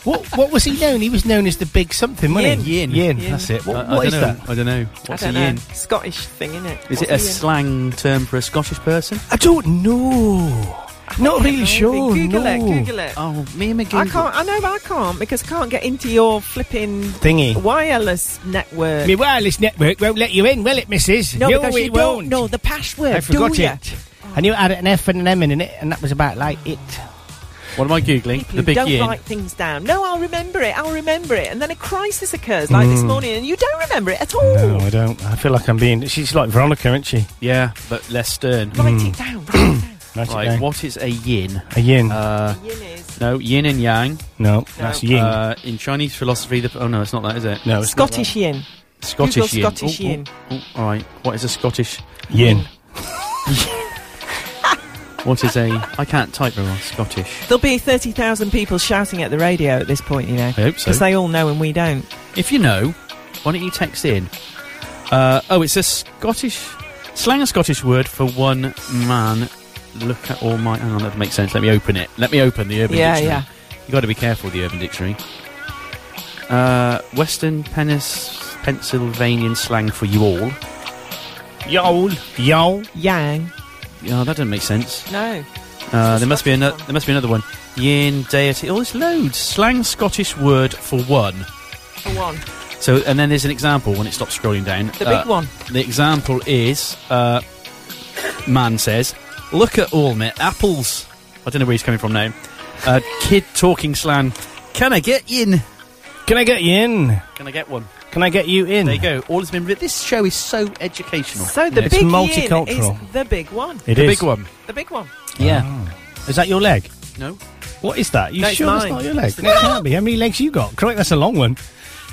[SPEAKER 2] What What was he known? He was known as the big something, wasn't he?
[SPEAKER 3] Yin.
[SPEAKER 2] Yin.
[SPEAKER 3] Yin.
[SPEAKER 2] That's it. What,
[SPEAKER 3] I- I
[SPEAKER 2] what is
[SPEAKER 3] don't know.
[SPEAKER 2] that?
[SPEAKER 3] I don't know. What's
[SPEAKER 4] I
[SPEAKER 3] a
[SPEAKER 4] don't know.
[SPEAKER 3] yin?
[SPEAKER 4] Scottish thing, isn't it?
[SPEAKER 3] Is it a slang term for a Scottish person?
[SPEAKER 2] I don't know. Not really sure.
[SPEAKER 4] Google
[SPEAKER 2] no.
[SPEAKER 4] it. Google it.
[SPEAKER 3] Oh, me and
[SPEAKER 4] I can't. I know, but I can't because I can't get into your flipping
[SPEAKER 2] Thingy.
[SPEAKER 4] wireless network.
[SPEAKER 2] My wireless network won't let you in, will it, missus?
[SPEAKER 4] no,
[SPEAKER 2] no,
[SPEAKER 4] because
[SPEAKER 2] it
[SPEAKER 4] you don't
[SPEAKER 2] won't.
[SPEAKER 4] know the password.
[SPEAKER 2] I forgot
[SPEAKER 4] do ya?
[SPEAKER 2] it. I knew it had an F and an M in it, and that was about like it.
[SPEAKER 3] What am I googling?
[SPEAKER 4] You don't write things down. No, I'll remember it. I'll remember it. And then a crisis occurs, like this
[SPEAKER 2] Mm.
[SPEAKER 4] morning, and you don't remember it at all.
[SPEAKER 2] No, I don't. I feel like I'm being. She's like Veronica, isn't she?
[SPEAKER 3] Yeah, but less stern.
[SPEAKER 4] Write it down. Write it down.
[SPEAKER 2] Hmm. Write it
[SPEAKER 3] Right,
[SPEAKER 2] down.
[SPEAKER 3] what is a yin?
[SPEAKER 2] A yin.
[SPEAKER 3] Uh, no, yin and yang.
[SPEAKER 2] No, that's yin.
[SPEAKER 3] Uh, in Chinese philosophy, the, oh no, it's not that, is it?
[SPEAKER 2] No,
[SPEAKER 4] it's not Scottish that. yin.
[SPEAKER 3] Scottish
[SPEAKER 4] Google
[SPEAKER 3] yin.
[SPEAKER 4] Scottish yin.
[SPEAKER 3] oh, all right, what is a Scottish
[SPEAKER 2] yin?
[SPEAKER 3] what is a? I can't type very well. Scottish.
[SPEAKER 4] There'll be 30,000 people shouting at the radio at this point, you know. I
[SPEAKER 3] hope so.
[SPEAKER 4] Because they all know and we don't.
[SPEAKER 3] If you know, why don't you text in? Uh, oh, it's a Scottish slang, a Scottish word for one man. Look at all my. Hang on, that makes sense. Let me open it. Let me open the Urban
[SPEAKER 4] Yeah,
[SPEAKER 3] Dictionary.
[SPEAKER 4] yeah.
[SPEAKER 3] You got to be careful with the Urban Dictionary. Uh, Western Pennis, Pennsylvanian slang for you all.
[SPEAKER 2] Y'all. Y'all.
[SPEAKER 4] Yang.
[SPEAKER 3] Yeah, that doesn't make sense.
[SPEAKER 4] No.
[SPEAKER 3] Uh, there must be another. There must be another one. Yin deity. Oh, there's loads. Slang Scottish word for one.
[SPEAKER 4] For one.
[SPEAKER 3] So, and then there's an example when it stops scrolling down. Uh,
[SPEAKER 4] The big one.
[SPEAKER 3] The example is uh, man says, "Look at all my apples." I don't know where he's coming from now. Uh, kid talking slang. Can I get in?
[SPEAKER 2] Can I get you in?
[SPEAKER 3] Can I get one?
[SPEAKER 2] Can I get you in?
[SPEAKER 3] There you go. All has been. writ- This show is so educational.
[SPEAKER 4] So the
[SPEAKER 2] It's
[SPEAKER 4] big
[SPEAKER 2] multicultural.
[SPEAKER 4] yin is the big one.
[SPEAKER 2] It
[SPEAKER 3] the
[SPEAKER 2] is.
[SPEAKER 3] big one.
[SPEAKER 4] The big one.
[SPEAKER 3] Yeah.
[SPEAKER 2] Is that your leg?
[SPEAKER 3] No.
[SPEAKER 2] What is that? You
[SPEAKER 4] That's
[SPEAKER 2] sure that's
[SPEAKER 4] mine.
[SPEAKER 2] not your leg?
[SPEAKER 4] That's the
[SPEAKER 2] No, it
[SPEAKER 4] leg.
[SPEAKER 2] can't be. How many legs you got? Correct, that's a long one.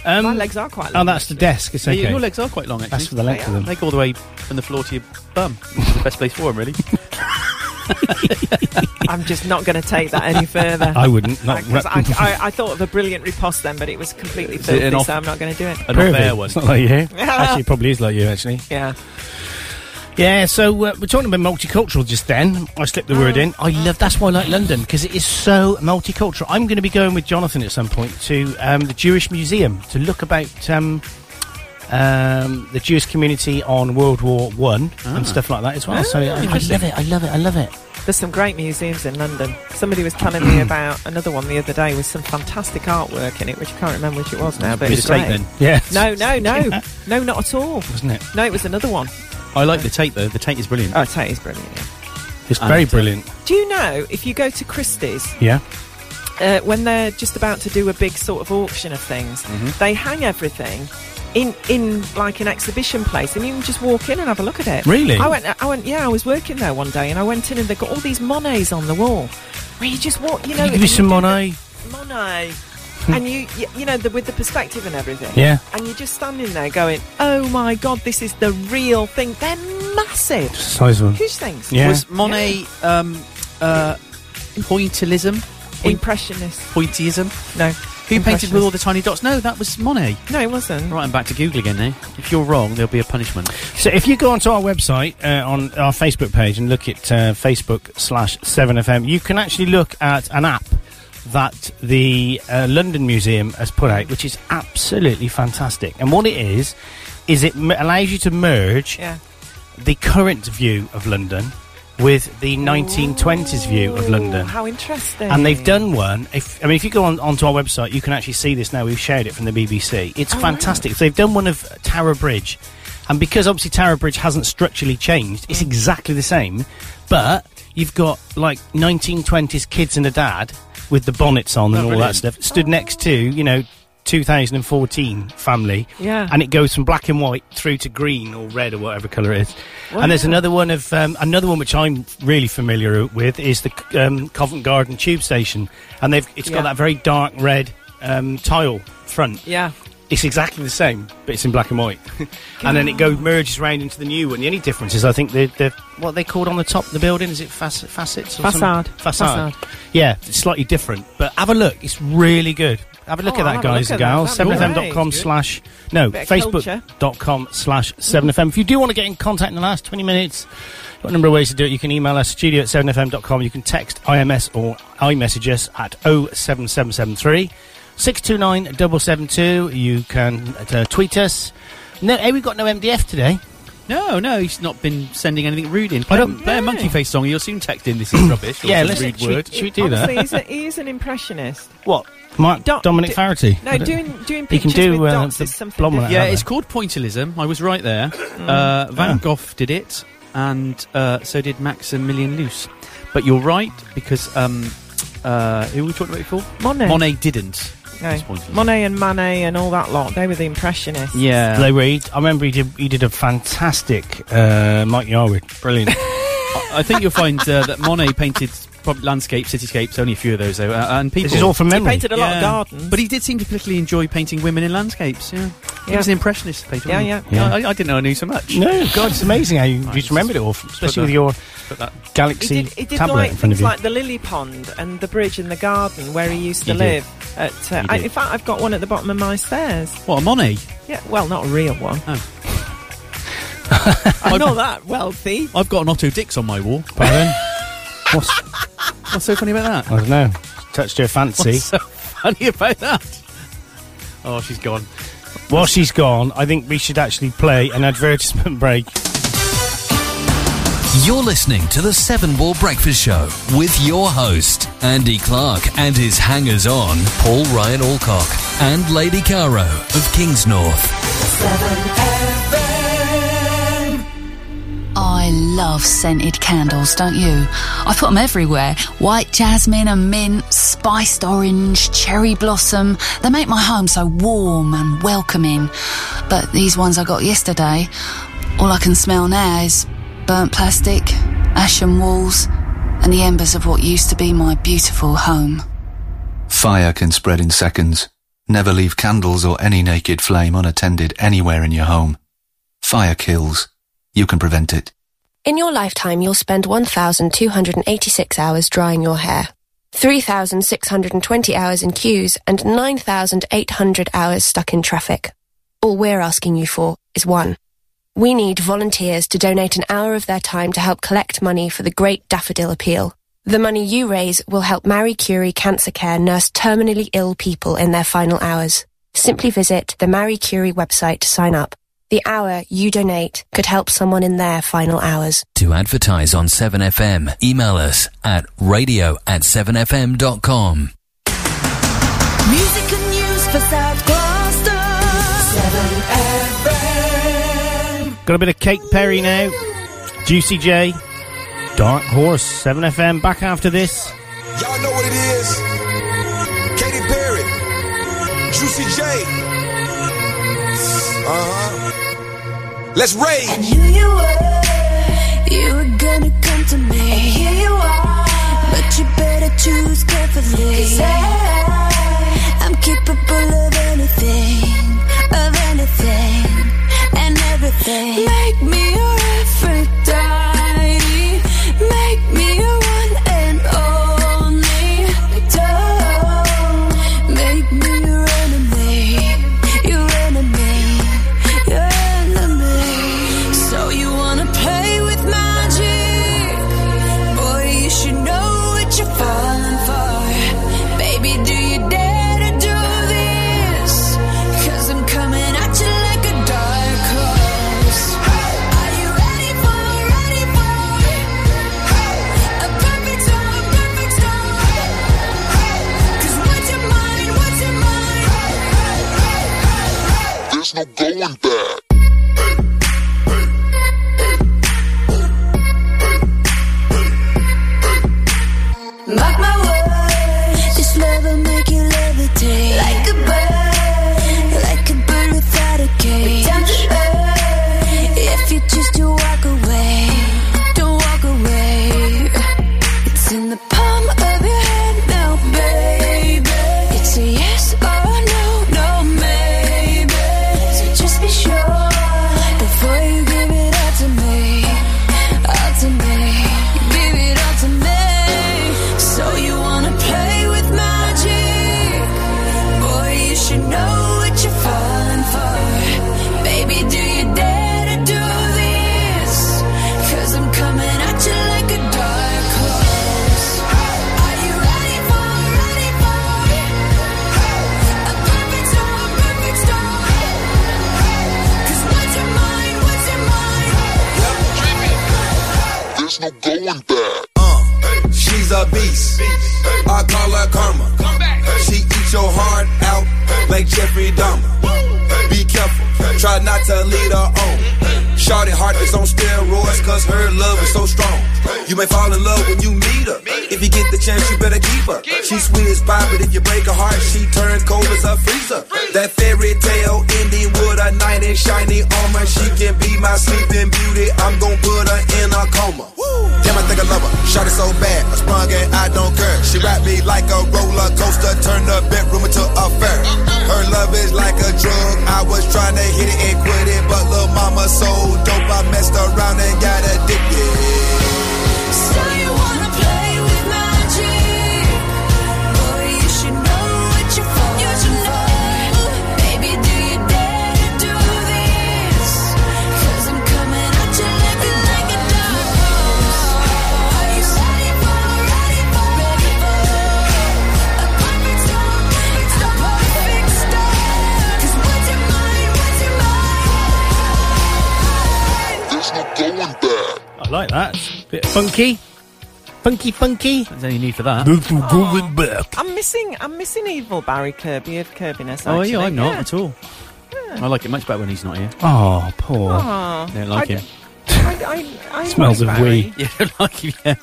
[SPEAKER 2] Um,
[SPEAKER 4] My legs are quite
[SPEAKER 2] Oh,
[SPEAKER 4] long,
[SPEAKER 2] that's the desk. It's
[SPEAKER 3] Yeah,
[SPEAKER 2] okay.
[SPEAKER 3] your legs are quite long, actually.
[SPEAKER 2] That's for the length of them.
[SPEAKER 3] They go all the way from the floor to your bum. Which is the best place for them, really.
[SPEAKER 4] I'm just not going to take that any further. Uh,
[SPEAKER 2] I wouldn't, not-
[SPEAKER 4] 'Cause I, I, I thought of a brilliant riposte then, but it was completely
[SPEAKER 2] Is it
[SPEAKER 4] filthy,
[SPEAKER 2] an off-
[SPEAKER 4] so I'm not going to do it.
[SPEAKER 2] Pervy. It's not like you. actually, it probably is like you, actually.
[SPEAKER 4] Yeah.
[SPEAKER 2] Yeah, so uh, we're talking about multicultural just then. I slipped the word in. I love that's why I like London because it is so multicultural. I'm going to be going with Jonathan at some point to um, the Jewish Museum to look about um, um, the Jewish community on World War One
[SPEAKER 4] Ah.
[SPEAKER 2] and stuff like that as well. so I, I love it. I love it. I love it.
[SPEAKER 4] There's some great museums in London. Somebody was telling me about another one the other day with some fantastic artwork in it, which I can't remember which it was now, but it was
[SPEAKER 3] It's Tate
[SPEAKER 4] great.
[SPEAKER 3] then.
[SPEAKER 2] Yeah.
[SPEAKER 4] No, no, no, no, not at all.
[SPEAKER 2] Wasn't it?
[SPEAKER 4] No, it was another one.
[SPEAKER 3] I like the Tate though. The Tate is brilliant.
[SPEAKER 4] Oh, Tate is brilliant.
[SPEAKER 2] It's
[SPEAKER 3] And,
[SPEAKER 2] very
[SPEAKER 3] uh,
[SPEAKER 2] brilliant.
[SPEAKER 4] Do you know if you go to Christie's
[SPEAKER 2] Yeah.
[SPEAKER 4] uh, when they're just about to do a big sort of auction of things,
[SPEAKER 2] Mm-hmm.
[SPEAKER 7] Mhm.
[SPEAKER 4] they hang everything in in like an exhibition place, and you can just walk in and have a look at it.
[SPEAKER 7] Really?
[SPEAKER 4] I went. I went. Yeah, I was working there one day, and I went in, and they got all these Monets on the wall. Where you just walk, you know,
[SPEAKER 2] Can you give me
[SPEAKER 4] and
[SPEAKER 2] some
[SPEAKER 4] do the-
[SPEAKER 2] Monet? Hmm.
[SPEAKER 4] Monet. and you, you, you know, the, with the perspective and everything.
[SPEAKER 2] Yeah.
[SPEAKER 4] And you're just standing there going, "Oh my god, this is the real thing." They're massive.
[SPEAKER 2] size of 'em.
[SPEAKER 4] Huge things.
[SPEAKER 3] Was Monet um, uh, pointillism?
[SPEAKER 4] Impressionist.
[SPEAKER 3] Pointyism?
[SPEAKER 4] No.
[SPEAKER 3] Who painted with all the tiny dots? No, that was Monet.
[SPEAKER 4] No, it wasn't.
[SPEAKER 3] Right, I'm back to Google again now. If you're wrong, there'll be a punishment.
[SPEAKER 2] So if you go onto our website uh, on our Facebook page and look at uh, Facebook slash Seven FM, you can actually look at an app that the uh, London Museum has put out, which is absolutely fantastic. And what it is is it m- allows you to merge
[SPEAKER 4] Yeah.
[SPEAKER 2] the current view of London with the 1920s view of London.
[SPEAKER 4] How interesting.
[SPEAKER 2] And they've done one. If I mean, if you go on onto our website, you can actually see this now. We've shared it from the BBC. It's
[SPEAKER 4] Oh,
[SPEAKER 2] fantastic. So they've done one of Tower Bridge, and because obviously Tower Bridge hasn't structurally changed, it's exactly the same. But you've got like 1920s kids and a dad with the bonnets on
[SPEAKER 4] Oh,
[SPEAKER 2] and all that
[SPEAKER 4] brilliant.
[SPEAKER 2] stuff, stood next to you know 2014 family.
[SPEAKER 4] Yeah.
[SPEAKER 2] and it goes from black and white through to green or red or whatever colour it is.
[SPEAKER 4] Wow.
[SPEAKER 2] And there's another one of um, another one which I'm really familiar with is the um, Covent Garden tube station, and they've it's
[SPEAKER 4] Yeah.
[SPEAKER 2] got that very dark red um, tile front.
[SPEAKER 4] Yeah.
[SPEAKER 2] It's exactly the same, but it's in black and white. and then it goes merges round into the new one. The only difference is I think the the what are they called on the top of the building is it fac- facets or
[SPEAKER 4] Facade.
[SPEAKER 2] something? facade
[SPEAKER 4] Facade.
[SPEAKER 2] yeah it's slightly different but have a look it's really good have a look
[SPEAKER 4] Oh, I'll
[SPEAKER 2] at that
[SPEAKER 4] have a
[SPEAKER 2] guys
[SPEAKER 4] look
[SPEAKER 2] and
[SPEAKER 4] at
[SPEAKER 2] gals
[SPEAKER 4] that. That'd be
[SPEAKER 2] 7fm.com
[SPEAKER 4] great.
[SPEAKER 2] slash no
[SPEAKER 4] Bit of culture.
[SPEAKER 2] facebook.com slash 7fm if you do want to get in contact in the last 20 minutes you've got a number of ways to do it you can email us studio at 7fm.com you can text ims or imessage us at 07773 629 772 you can uh, tweet us no hey we've got no mdf today
[SPEAKER 3] No, no, he's not been sending anything rude in. Play, play a monkey face song. You'll soon text in. This is rubbish. or
[SPEAKER 2] Yeah,
[SPEAKER 3] some
[SPEAKER 2] let's-
[SPEAKER 3] rude
[SPEAKER 2] should we-
[SPEAKER 3] word.
[SPEAKER 2] should we do that?
[SPEAKER 4] Honestly, he's, a, he's an impressionist.
[SPEAKER 2] What? Mark
[SPEAKER 4] Do-
[SPEAKER 2] Dominic
[SPEAKER 4] do-
[SPEAKER 2] Farity.
[SPEAKER 4] no,
[SPEAKER 2] I don't-
[SPEAKER 4] doing- doing
[SPEAKER 2] He can
[SPEAKER 4] pictures
[SPEAKER 2] do
[SPEAKER 4] with
[SPEAKER 2] uh,
[SPEAKER 4] dots
[SPEAKER 2] the
[SPEAKER 4] is something
[SPEAKER 2] blonde one.
[SPEAKER 3] yeah,
[SPEAKER 2] out
[SPEAKER 3] it's
[SPEAKER 2] there.
[SPEAKER 3] called pointillism. I was right there.
[SPEAKER 2] Mm.
[SPEAKER 3] uh, Van Gogh did it, and uh, so did Maximilian Luce. But you're right because um, uh, who were we talking about before?
[SPEAKER 4] Monet.
[SPEAKER 3] Monet didn't.
[SPEAKER 4] No.
[SPEAKER 3] It's pointillism.
[SPEAKER 4] Monet and Manet and all that lot, they were the impressionists.
[SPEAKER 3] Yeah.
[SPEAKER 2] they were. I remember he did. He did a fantastic uh, Mike Yarwood. Brilliant.
[SPEAKER 3] I- I think you'll find uh, that Monet painted probably landscapes, cityscapes, only a few of those though, uh, and people.
[SPEAKER 2] is all from He memory. painted a lot of
[SPEAKER 3] Yeah.
[SPEAKER 2] gardens.
[SPEAKER 3] but he did seem to particularly enjoy painting women in landscapes. Yeah, he
[SPEAKER 2] Yeah.
[SPEAKER 3] was an impressionist painter.
[SPEAKER 2] Yeah,
[SPEAKER 3] wasn't he?
[SPEAKER 2] yeah.
[SPEAKER 3] I, I didn't know I knew so much.
[SPEAKER 2] no, God, it's amazing how you just remembered it all, from,
[SPEAKER 3] put
[SPEAKER 2] especially with
[SPEAKER 3] that-
[SPEAKER 2] your
[SPEAKER 3] put that-
[SPEAKER 2] Galaxy
[SPEAKER 4] He did, he did
[SPEAKER 2] tablet
[SPEAKER 4] like
[SPEAKER 2] in front of
[SPEAKER 4] things
[SPEAKER 2] you.
[SPEAKER 4] like the lily pond and the bridge and the garden where he used to
[SPEAKER 2] He did.
[SPEAKER 4] live. At, uh,
[SPEAKER 3] He
[SPEAKER 4] I,
[SPEAKER 3] did.
[SPEAKER 4] in fact, I've got one at the bottom of my stairs.
[SPEAKER 3] What a Monet! Oh.
[SPEAKER 4] Yeah, well, not a real one. I'm not that wealthy.
[SPEAKER 3] I've got an Otto Dix on my wall.
[SPEAKER 2] Pardon? What's,
[SPEAKER 3] what's so funny about
[SPEAKER 2] I
[SPEAKER 3] that?
[SPEAKER 2] don't know. Touched your fancy.
[SPEAKER 3] What's so funny about that? Oh, she's gone.
[SPEAKER 2] While she's gone, I think we should actually play an advertisement break.
[SPEAKER 1] You're listening to the Seven Ball Breakfast Show with your host, Andy Clark, and his hangers on, Paul Ryan Alcock and Lady Caro of Kingsnorth.
[SPEAKER 14] I love scented candles, don't you? I put them everywhere white jasmine and mint, spiced orange, cherry blossom. They make my home so warm and welcoming. But these ones I got yesterday, all I can smell now is burnt plastic, ashen walls, and the embers of what used to be my beautiful home.
[SPEAKER 9] Fire can spread in seconds. Never leave candles or any naked flame unattended anywhere in your home. Fire kills. You can prevent it.
[SPEAKER 25] In your lifetime, you'll spend 1,286 hours drying your hair, 3,620 hours in queues, and 9,800 hours stuck in traffic. All we're asking you for is one. We need volunteers to donate an hour of their time to help collect money for the Great Daffodil Appeal. The money you raise will help Marie Curie Cancer Care nurse terminally ill people in their final hours. Simply visit the Marie Curie website to sign up. The hour you donate could help someone in their final hours.
[SPEAKER 1] To advertise on 7FM, email us at radio at 7fm.com.
[SPEAKER 12] Music and news for South Gloucester. 7 FM.
[SPEAKER 2] Got a bit of Kate Perry now. Juicy J. Dark Horse. 7FM. Back after this.
[SPEAKER 26] Y'all know what it is. Juicy J. Uh-huh. Let's rave.
[SPEAKER 12] I knew you were, you were gonna come to me. And here you are, but you better choose carefully. Cause I, I'm capable of anything, of anything, and everything. Make me your Aphrodite, make me your one and only. Don't make me your enemy, your enemy. Your enemy. So you wanna play with magic? Boy, you should know what you're falling for. Baby, do you dare to do this? Cause I'm coming at you like a dark horse. Are you ready for, ready for? A perfect storm, perfect storm. Cause what's your mind, what's your mind?
[SPEAKER 26] There's no going back.
[SPEAKER 12] Mark my words, this love will make you levitate like a bird, like a bird without a cage. Down to earth, if you choose to walk away, don't walk away. It's in the palm of your hand now, baby. It's a yes or a no, no maybe. So just be sure before you give it all to me, all to me. Give it all to me. So you wanna play with magic? Boy, you should know what you're falling for. Baby, do you dare to do this? Cause I'm coming at you like a dark horse. Are you ready for, ready for? A perfect storm, perfect storm. Cause what's your mind, what's your mind?
[SPEAKER 26] There's no going back. Uh, she's a beast. I call her karma. She eats your heart out like Jeffrey Dahmer. Be careful, try not to lead her on. Shorty heart is on steroids, cause her love is so strong. You may fall in love when you meet her. If you get the chance, you better keep her. She's sweet as pie, but if you break her heart, she turns cold as a freezer. That fairy tale ending with a knight in shiny armor. She can be my sleeping beauty. I'm gonna put her in a coma. Damn, I think I love her. Shot it so bad, I sprung and I don't care. She wrapped me like a roller coaster, turned the bedroom into a fair. Her love is like a drug. I was trying to hit it and quit it, but little mama so dope, I messed around and got addicted.
[SPEAKER 12] So you wanna play with magic? Boy, you should know what you're falling for. Baby, do you dare to do this? 'Cause I'm coming at you like a like a dark horse. Are you ready for, ready for, ready for a perfect storm, perfect storm, perfect storm? 'Cause what's your mind, what's your mind?
[SPEAKER 26] There's no going back.
[SPEAKER 2] I like that. Bit funky. Funky, funky.
[SPEAKER 3] There's any need for that.
[SPEAKER 2] going back.
[SPEAKER 4] I'm missing. I'm missing evil Barry Kirby of Kirbiness.
[SPEAKER 3] Oh, yeah,
[SPEAKER 4] actually.
[SPEAKER 3] I'm not
[SPEAKER 4] Yeah.
[SPEAKER 3] at all. I like it much better when he's not here.
[SPEAKER 2] Oh, poor.
[SPEAKER 4] Aw.
[SPEAKER 3] Don't like
[SPEAKER 4] I-
[SPEAKER 3] him.
[SPEAKER 4] I, I, I like Barry.
[SPEAKER 3] Yeah, I don't like him. Yeah,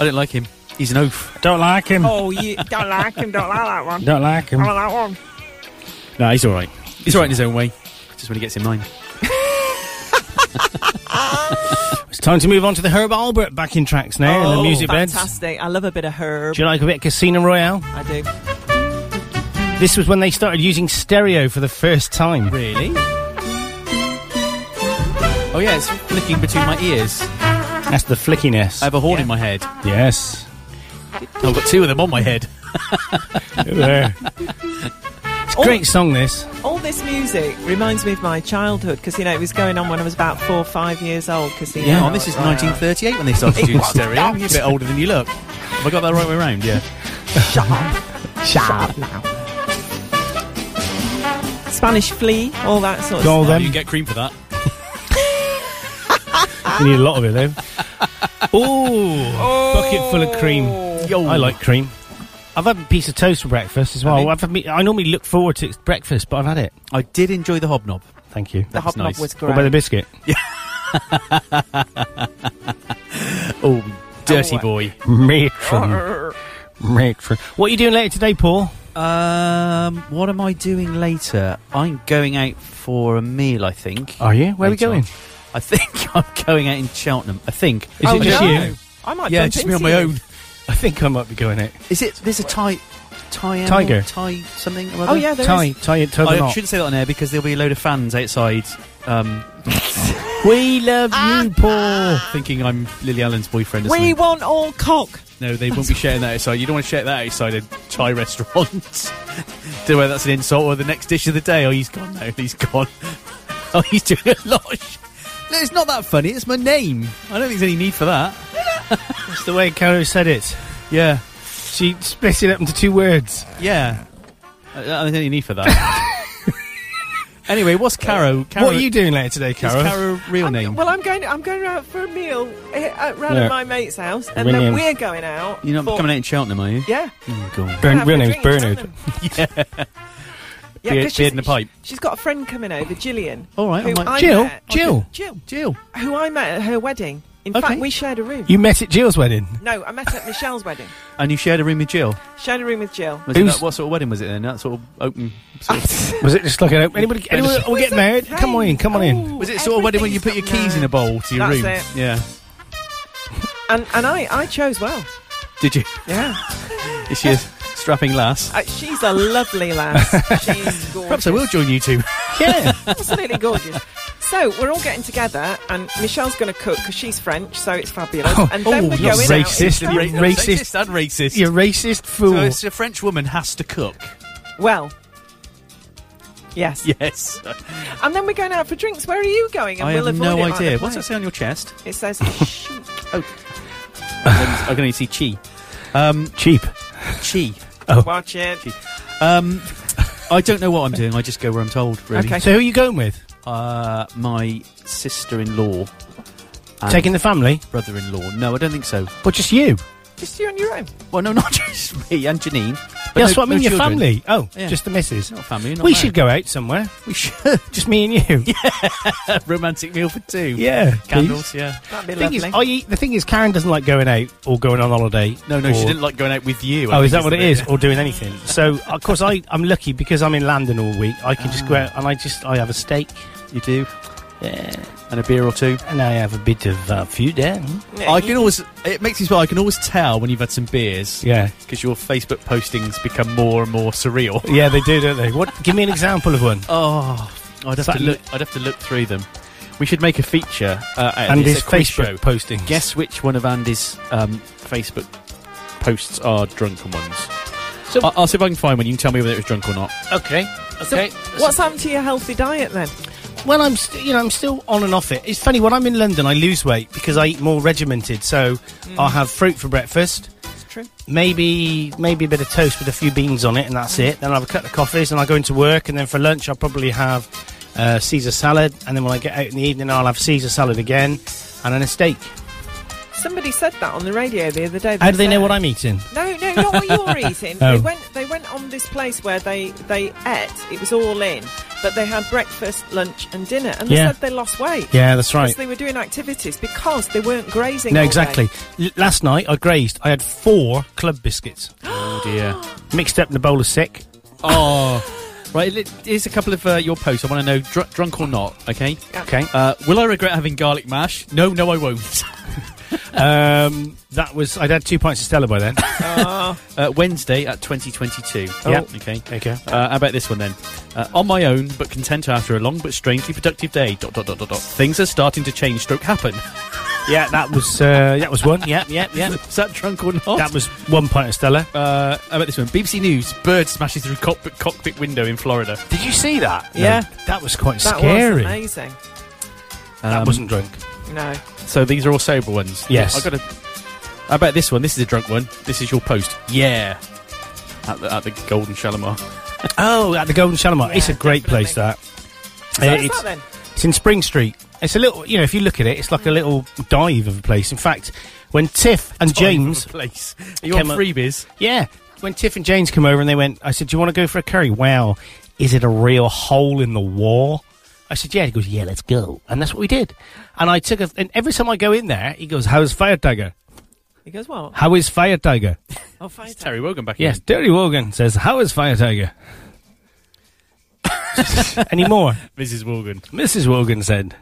[SPEAKER 3] I don't like him. He's an oaf.
[SPEAKER 2] Don't like him.
[SPEAKER 4] Oh, you don't like him. Don't like that one.
[SPEAKER 2] Don't like him.
[SPEAKER 4] I like that one.
[SPEAKER 3] No, he's all right. He's all right in his own way. Just when he gets in mine.
[SPEAKER 2] It's time to move on to the Herb Albert backing tracks now
[SPEAKER 3] Oh,
[SPEAKER 2] and the music beds.
[SPEAKER 4] Oh, fantastic! I love a bit of herb.
[SPEAKER 2] Do you like a bit of Casino Royale?
[SPEAKER 4] I do.
[SPEAKER 2] This was when they started using stereo for the first time. Really?
[SPEAKER 3] Oh yeah, it's flicking between my ears.
[SPEAKER 2] That's the flickiness.
[SPEAKER 3] I have a horn in my head.
[SPEAKER 2] Yes.
[SPEAKER 3] I've got two of them on my head.
[SPEAKER 2] there. It's a great song, this.
[SPEAKER 4] All this music reminds me of my childhood because you know it was going on when I was about four, five years old. Because
[SPEAKER 3] Yeah, oh, this is 1938 when they started doing stereo. You're a bit older than you look. Have I got that right way around? Yeah.
[SPEAKER 4] Shut up! Shut up now. Spanish flea, all that sort of
[SPEAKER 2] Go on
[SPEAKER 4] stuff.
[SPEAKER 2] then.
[SPEAKER 3] You get cream for that.
[SPEAKER 2] You need a lot of it, though. Ooh, bucket full of cream. I like cream. I've had a piece of toast for breakfast as well.
[SPEAKER 3] Oh. Have you?
[SPEAKER 2] I've had me- I normally look forward to breakfast, but I've had it.
[SPEAKER 3] I did enjoy the hobnob.
[SPEAKER 2] Thank you.
[SPEAKER 3] The hobnob was
[SPEAKER 2] What about
[SPEAKER 3] great.
[SPEAKER 2] the biscuit?
[SPEAKER 3] Oh, dirty boy.
[SPEAKER 2] Matron. Matron. What are you doing later today, Paul?
[SPEAKER 3] Um, what am I doing later? I'm going out for a meal. I think.
[SPEAKER 2] Are you? Where are we
[SPEAKER 3] Later on.
[SPEAKER 2] going?
[SPEAKER 3] I think I'm going out in Cheltenham. I think. Is
[SPEAKER 2] it Oh, just no. you?
[SPEAKER 4] I might
[SPEAKER 3] Yeah,
[SPEAKER 4] bump
[SPEAKER 3] just me on
[SPEAKER 4] into
[SPEAKER 3] my
[SPEAKER 4] you.
[SPEAKER 3] own.
[SPEAKER 2] I think I might be going it.
[SPEAKER 3] Is it? There's a tie, tie animal,
[SPEAKER 2] Tiger.
[SPEAKER 3] tie something. Or
[SPEAKER 4] Oh,
[SPEAKER 3] other?
[SPEAKER 4] yeah, there
[SPEAKER 2] Tie- is. tie it to the
[SPEAKER 3] I
[SPEAKER 2] knot.
[SPEAKER 3] shouldn't say that on air because there'll be a load of fans outside. Um,
[SPEAKER 2] we love you, Paul.
[SPEAKER 3] Thinking I'm Lily Allen's boyfriend. Or
[SPEAKER 4] Ah, We
[SPEAKER 3] something.
[SPEAKER 4] want all cock.
[SPEAKER 3] No, they won't be shouting that outside. You don't want to shout that outside a Thai restaurant. don't know whether that's an insult or the next dish of the day. Oh, he's gone now. He's gone. Oh, he's doing a losh. No, it's not that funny. It's my name. I don't think there's any need for that.
[SPEAKER 2] That's the way Caro said it.
[SPEAKER 3] Yeah.
[SPEAKER 2] She split it up into two words.
[SPEAKER 3] Yeah. I, I don't think there's any need for that. anyway, what's Caro? Caro
[SPEAKER 2] What are you doing later today, Caro?
[SPEAKER 3] Is Caro real name?
[SPEAKER 4] Well, I'm going. I'm going out for a meal eh, at round
[SPEAKER 3] Yeah.
[SPEAKER 4] at my mate's house, and
[SPEAKER 3] Ring
[SPEAKER 4] then
[SPEAKER 3] him.
[SPEAKER 4] we're going out.
[SPEAKER 3] You're not
[SPEAKER 4] for-
[SPEAKER 3] coming out in Cheltenham, are you?
[SPEAKER 4] Yeah.
[SPEAKER 3] Oh, God.
[SPEAKER 2] Bern- real name's
[SPEAKER 4] Drink in
[SPEAKER 2] Bernard.
[SPEAKER 3] yeah.
[SPEAKER 4] Yeah,
[SPEAKER 3] Beard-
[SPEAKER 4] 'cause
[SPEAKER 3] beard and a pipe.
[SPEAKER 4] She's got a friend coming over, Gillian.
[SPEAKER 3] All right, I
[SPEAKER 4] who
[SPEAKER 3] might-
[SPEAKER 4] I
[SPEAKER 2] Jill?
[SPEAKER 4] met-
[SPEAKER 2] Jill?
[SPEAKER 4] Jill,
[SPEAKER 3] Jill,
[SPEAKER 4] who I met at her wedding. In
[SPEAKER 2] Okay.
[SPEAKER 4] fact, we shared a room.
[SPEAKER 2] You met at Jill's wedding.
[SPEAKER 4] No, I met at Michelle's wedding.
[SPEAKER 3] And you shared a room with Jill.
[SPEAKER 4] Shared a room with Jill.
[SPEAKER 3] Was it that, what sort of wedding was it then? That sort of open. Sort of
[SPEAKER 2] Was it just like an anybody?
[SPEAKER 3] Bernard.
[SPEAKER 2] anyone we get married? Come on in, come on in.
[SPEAKER 3] was it sort of wedding when you put your keys in a bowl to your
[SPEAKER 4] Oh, That's
[SPEAKER 3] room?
[SPEAKER 4] it.
[SPEAKER 3] Yeah.
[SPEAKER 4] And and I I chose well.
[SPEAKER 3] Did you?
[SPEAKER 4] Yeah,
[SPEAKER 3] Is she a strapping lass?
[SPEAKER 4] Uh, she's a lovely lass. She's gorgeous.
[SPEAKER 3] Perhaps I will join you two.
[SPEAKER 2] Yeah,
[SPEAKER 4] absolutely gorgeous. So we're all getting together, and Michelle's going to cook because she's French, so it's fabulous. and then we're
[SPEAKER 2] Oh, you're
[SPEAKER 4] going
[SPEAKER 2] racist,
[SPEAKER 4] out.
[SPEAKER 2] you
[SPEAKER 4] in-
[SPEAKER 2] racist.
[SPEAKER 3] and racist.
[SPEAKER 2] You racist fool.
[SPEAKER 3] So it's a French woman has to cook.
[SPEAKER 4] Well, yes,
[SPEAKER 3] Yes.
[SPEAKER 4] and then we're going out for drinks. Where are you going? And
[SPEAKER 3] I
[SPEAKER 4] we'll
[SPEAKER 3] have
[SPEAKER 4] avoid
[SPEAKER 3] no
[SPEAKER 4] it like
[SPEAKER 3] idea.
[SPEAKER 4] the
[SPEAKER 3] What's that
[SPEAKER 4] plague.
[SPEAKER 3] say on your chest?
[SPEAKER 4] It says Oh, chic.
[SPEAKER 3] I can only see chi. Um,
[SPEAKER 2] Cheap. Oh.
[SPEAKER 3] Chi.
[SPEAKER 4] Watch it.
[SPEAKER 3] Um, I don't know what I'm doing. I just go where I'm told. Really.
[SPEAKER 2] Okay. So who are you going with?
[SPEAKER 3] Uh, my sister-in-law. and
[SPEAKER 2] Taking the family?
[SPEAKER 3] Brother-in-law. No, I don't think so.
[SPEAKER 2] But just you.
[SPEAKER 4] Just you on your own.
[SPEAKER 3] Well, no, not just me and Janine. but
[SPEAKER 2] That's
[SPEAKER 3] no-
[SPEAKER 2] what I mean.
[SPEAKER 3] no
[SPEAKER 2] your
[SPEAKER 3] children.
[SPEAKER 2] family. Oh,
[SPEAKER 3] Yeah.
[SPEAKER 2] just the missus.
[SPEAKER 3] Not family. Not
[SPEAKER 2] we
[SPEAKER 3] married.
[SPEAKER 2] should go out somewhere.
[SPEAKER 3] We should.
[SPEAKER 2] Just me and you.
[SPEAKER 3] Romantic meal for two.
[SPEAKER 2] Yeah,
[SPEAKER 3] Candles.
[SPEAKER 2] please.
[SPEAKER 3] Yeah.
[SPEAKER 4] That'd be
[SPEAKER 2] Thing is, I
[SPEAKER 4] lovely.
[SPEAKER 2] eat, the thing is, Karen doesn't like going out or going on holiday.
[SPEAKER 3] No, no, she
[SPEAKER 2] or-
[SPEAKER 3] didn't like going out with you. I
[SPEAKER 2] Oh, is
[SPEAKER 3] think
[SPEAKER 2] that what
[SPEAKER 3] the
[SPEAKER 2] it is?
[SPEAKER 3] bit.
[SPEAKER 2] Or doing anything? So, of course, I, I'm lucky because I'm in London all week. I can just go out and I just I have a steak
[SPEAKER 3] Ah. You do. And a beer or two.
[SPEAKER 2] and I have a bit of uh, food there.
[SPEAKER 4] Yeah,
[SPEAKER 3] I
[SPEAKER 4] you-
[SPEAKER 3] can always. It makes me smile. I can always tell when you've had some beers.
[SPEAKER 2] Yeah.
[SPEAKER 3] Because your Facebook postings become more and more surreal.
[SPEAKER 2] Yeah, they do, don't they? What? Give me an example of one.
[SPEAKER 3] Oh, I'd
[SPEAKER 2] It's
[SPEAKER 3] have to
[SPEAKER 2] like-
[SPEAKER 3] look. I'd have to look through them. We should make a feature uh, out of
[SPEAKER 2] and
[SPEAKER 3] this,
[SPEAKER 2] his
[SPEAKER 3] a quiz show.
[SPEAKER 2] Facebook posting.
[SPEAKER 3] Guess which one of Andy's um, Facebook posts are drunken ones.
[SPEAKER 2] So-
[SPEAKER 3] I- I'll see if I can find one. You can tell me whether it was drunk or not.
[SPEAKER 2] Okay.
[SPEAKER 4] So what's happened to your healthy diet then?
[SPEAKER 2] Well, I'm st- you know I'm still on and off it. It's funny when I'm in London, I lose weight because I eat more regimented. So I'll have fruit for breakfast,
[SPEAKER 4] It's Hmm. true.
[SPEAKER 2] maybe maybe a bit of toast with a few beans on it, and that's it. Then I'll have a couple of coffees, and I go into work, and then for lunch I'll probably have uh, Caesar salad, and then when I get out in the evening, I'll have Caesar salad again, and then a steak.
[SPEAKER 4] Somebody said that on the radio the other day.
[SPEAKER 2] How do they know
[SPEAKER 4] said-
[SPEAKER 2] what I'm eating?
[SPEAKER 4] No, no, not what you're eating.
[SPEAKER 2] Oh.
[SPEAKER 4] They went. They went on this place where they they ate. It was all in, but they had breakfast, lunch, and dinner, and they
[SPEAKER 2] Yeah.
[SPEAKER 4] said they lost weight.
[SPEAKER 2] Yeah, that's right.
[SPEAKER 4] Because they were doing activities because they weren't grazing.
[SPEAKER 2] No,
[SPEAKER 4] all day.
[SPEAKER 2] exactly. L- last night I grazed. I had four club biscuits
[SPEAKER 3] Oh dear.
[SPEAKER 2] mixed up in a bowl of sick.
[SPEAKER 3] oh. Right, li- here's a couple of uh, your posts. I want to know dr- drunk or not. Okay.
[SPEAKER 2] Okay.
[SPEAKER 3] Uh, will I regret having garlic mash? No, no, I won't.
[SPEAKER 2] Um, that was I'd had two pints of Stella by then.
[SPEAKER 3] uh, Wednesday at 2022.
[SPEAKER 2] Yeah.
[SPEAKER 3] Okay.
[SPEAKER 2] Oh. okay.
[SPEAKER 3] Uh, how about this one then? Uh, on my own, but content after a long but strangely productive day. Dot dot dot dot dot. Things are starting to change. Stroke happen.
[SPEAKER 2] Yeah, that was uh, that was one. Yeah, yeah, yeah.
[SPEAKER 3] Is that drunk or not?
[SPEAKER 2] That was one pint of Stella.
[SPEAKER 3] Uh, how about this one? BBC News: Bird smashes through cockpit, cockpit window in Florida.
[SPEAKER 2] Did you see that?
[SPEAKER 4] Yeah.
[SPEAKER 2] that was quite
[SPEAKER 4] That
[SPEAKER 2] scary.
[SPEAKER 4] was amazing.
[SPEAKER 2] that
[SPEAKER 3] Um,
[SPEAKER 2] wasn't drunk.
[SPEAKER 4] No.
[SPEAKER 3] So these are all sober ones.
[SPEAKER 2] Yes.
[SPEAKER 3] I got to. How about this one? This is a drunk one. This is your post. Yeah. At the, at the Golden Shalimar.
[SPEAKER 2] Oh, at the Golden Shalimar. it's a great place. That. Uh,
[SPEAKER 4] What's
[SPEAKER 2] it's,
[SPEAKER 4] that then?
[SPEAKER 2] it's in Spring Street. It's a little, you know, if you look at it, it's like a little dive of a place. In fact, when Tiff and James,
[SPEAKER 3] place. Are you on
[SPEAKER 2] Came up-
[SPEAKER 3] freebies?
[SPEAKER 2] yeah, when Tiff and James come over and they went, I said, "Do you want to go for a curry?" Well, is it a real hole in the wall? I said, "Yeah." He goes, "Yeah, let's go," and that's what we did. And I took a, and every time I go in there, he goes, "How's Fire Tiger?"
[SPEAKER 4] He goes, well,
[SPEAKER 2] How is Fire Tiger?
[SPEAKER 4] Oh, fine.
[SPEAKER 3] Terry Wogan back
[SPEAKER 2] Yes, Terry Wogan says, How is Fire Tiger? Any more?
[SPEAKER 3] Mrs. Wogan.
[SPEAKER 2] Mrs. Wogan said,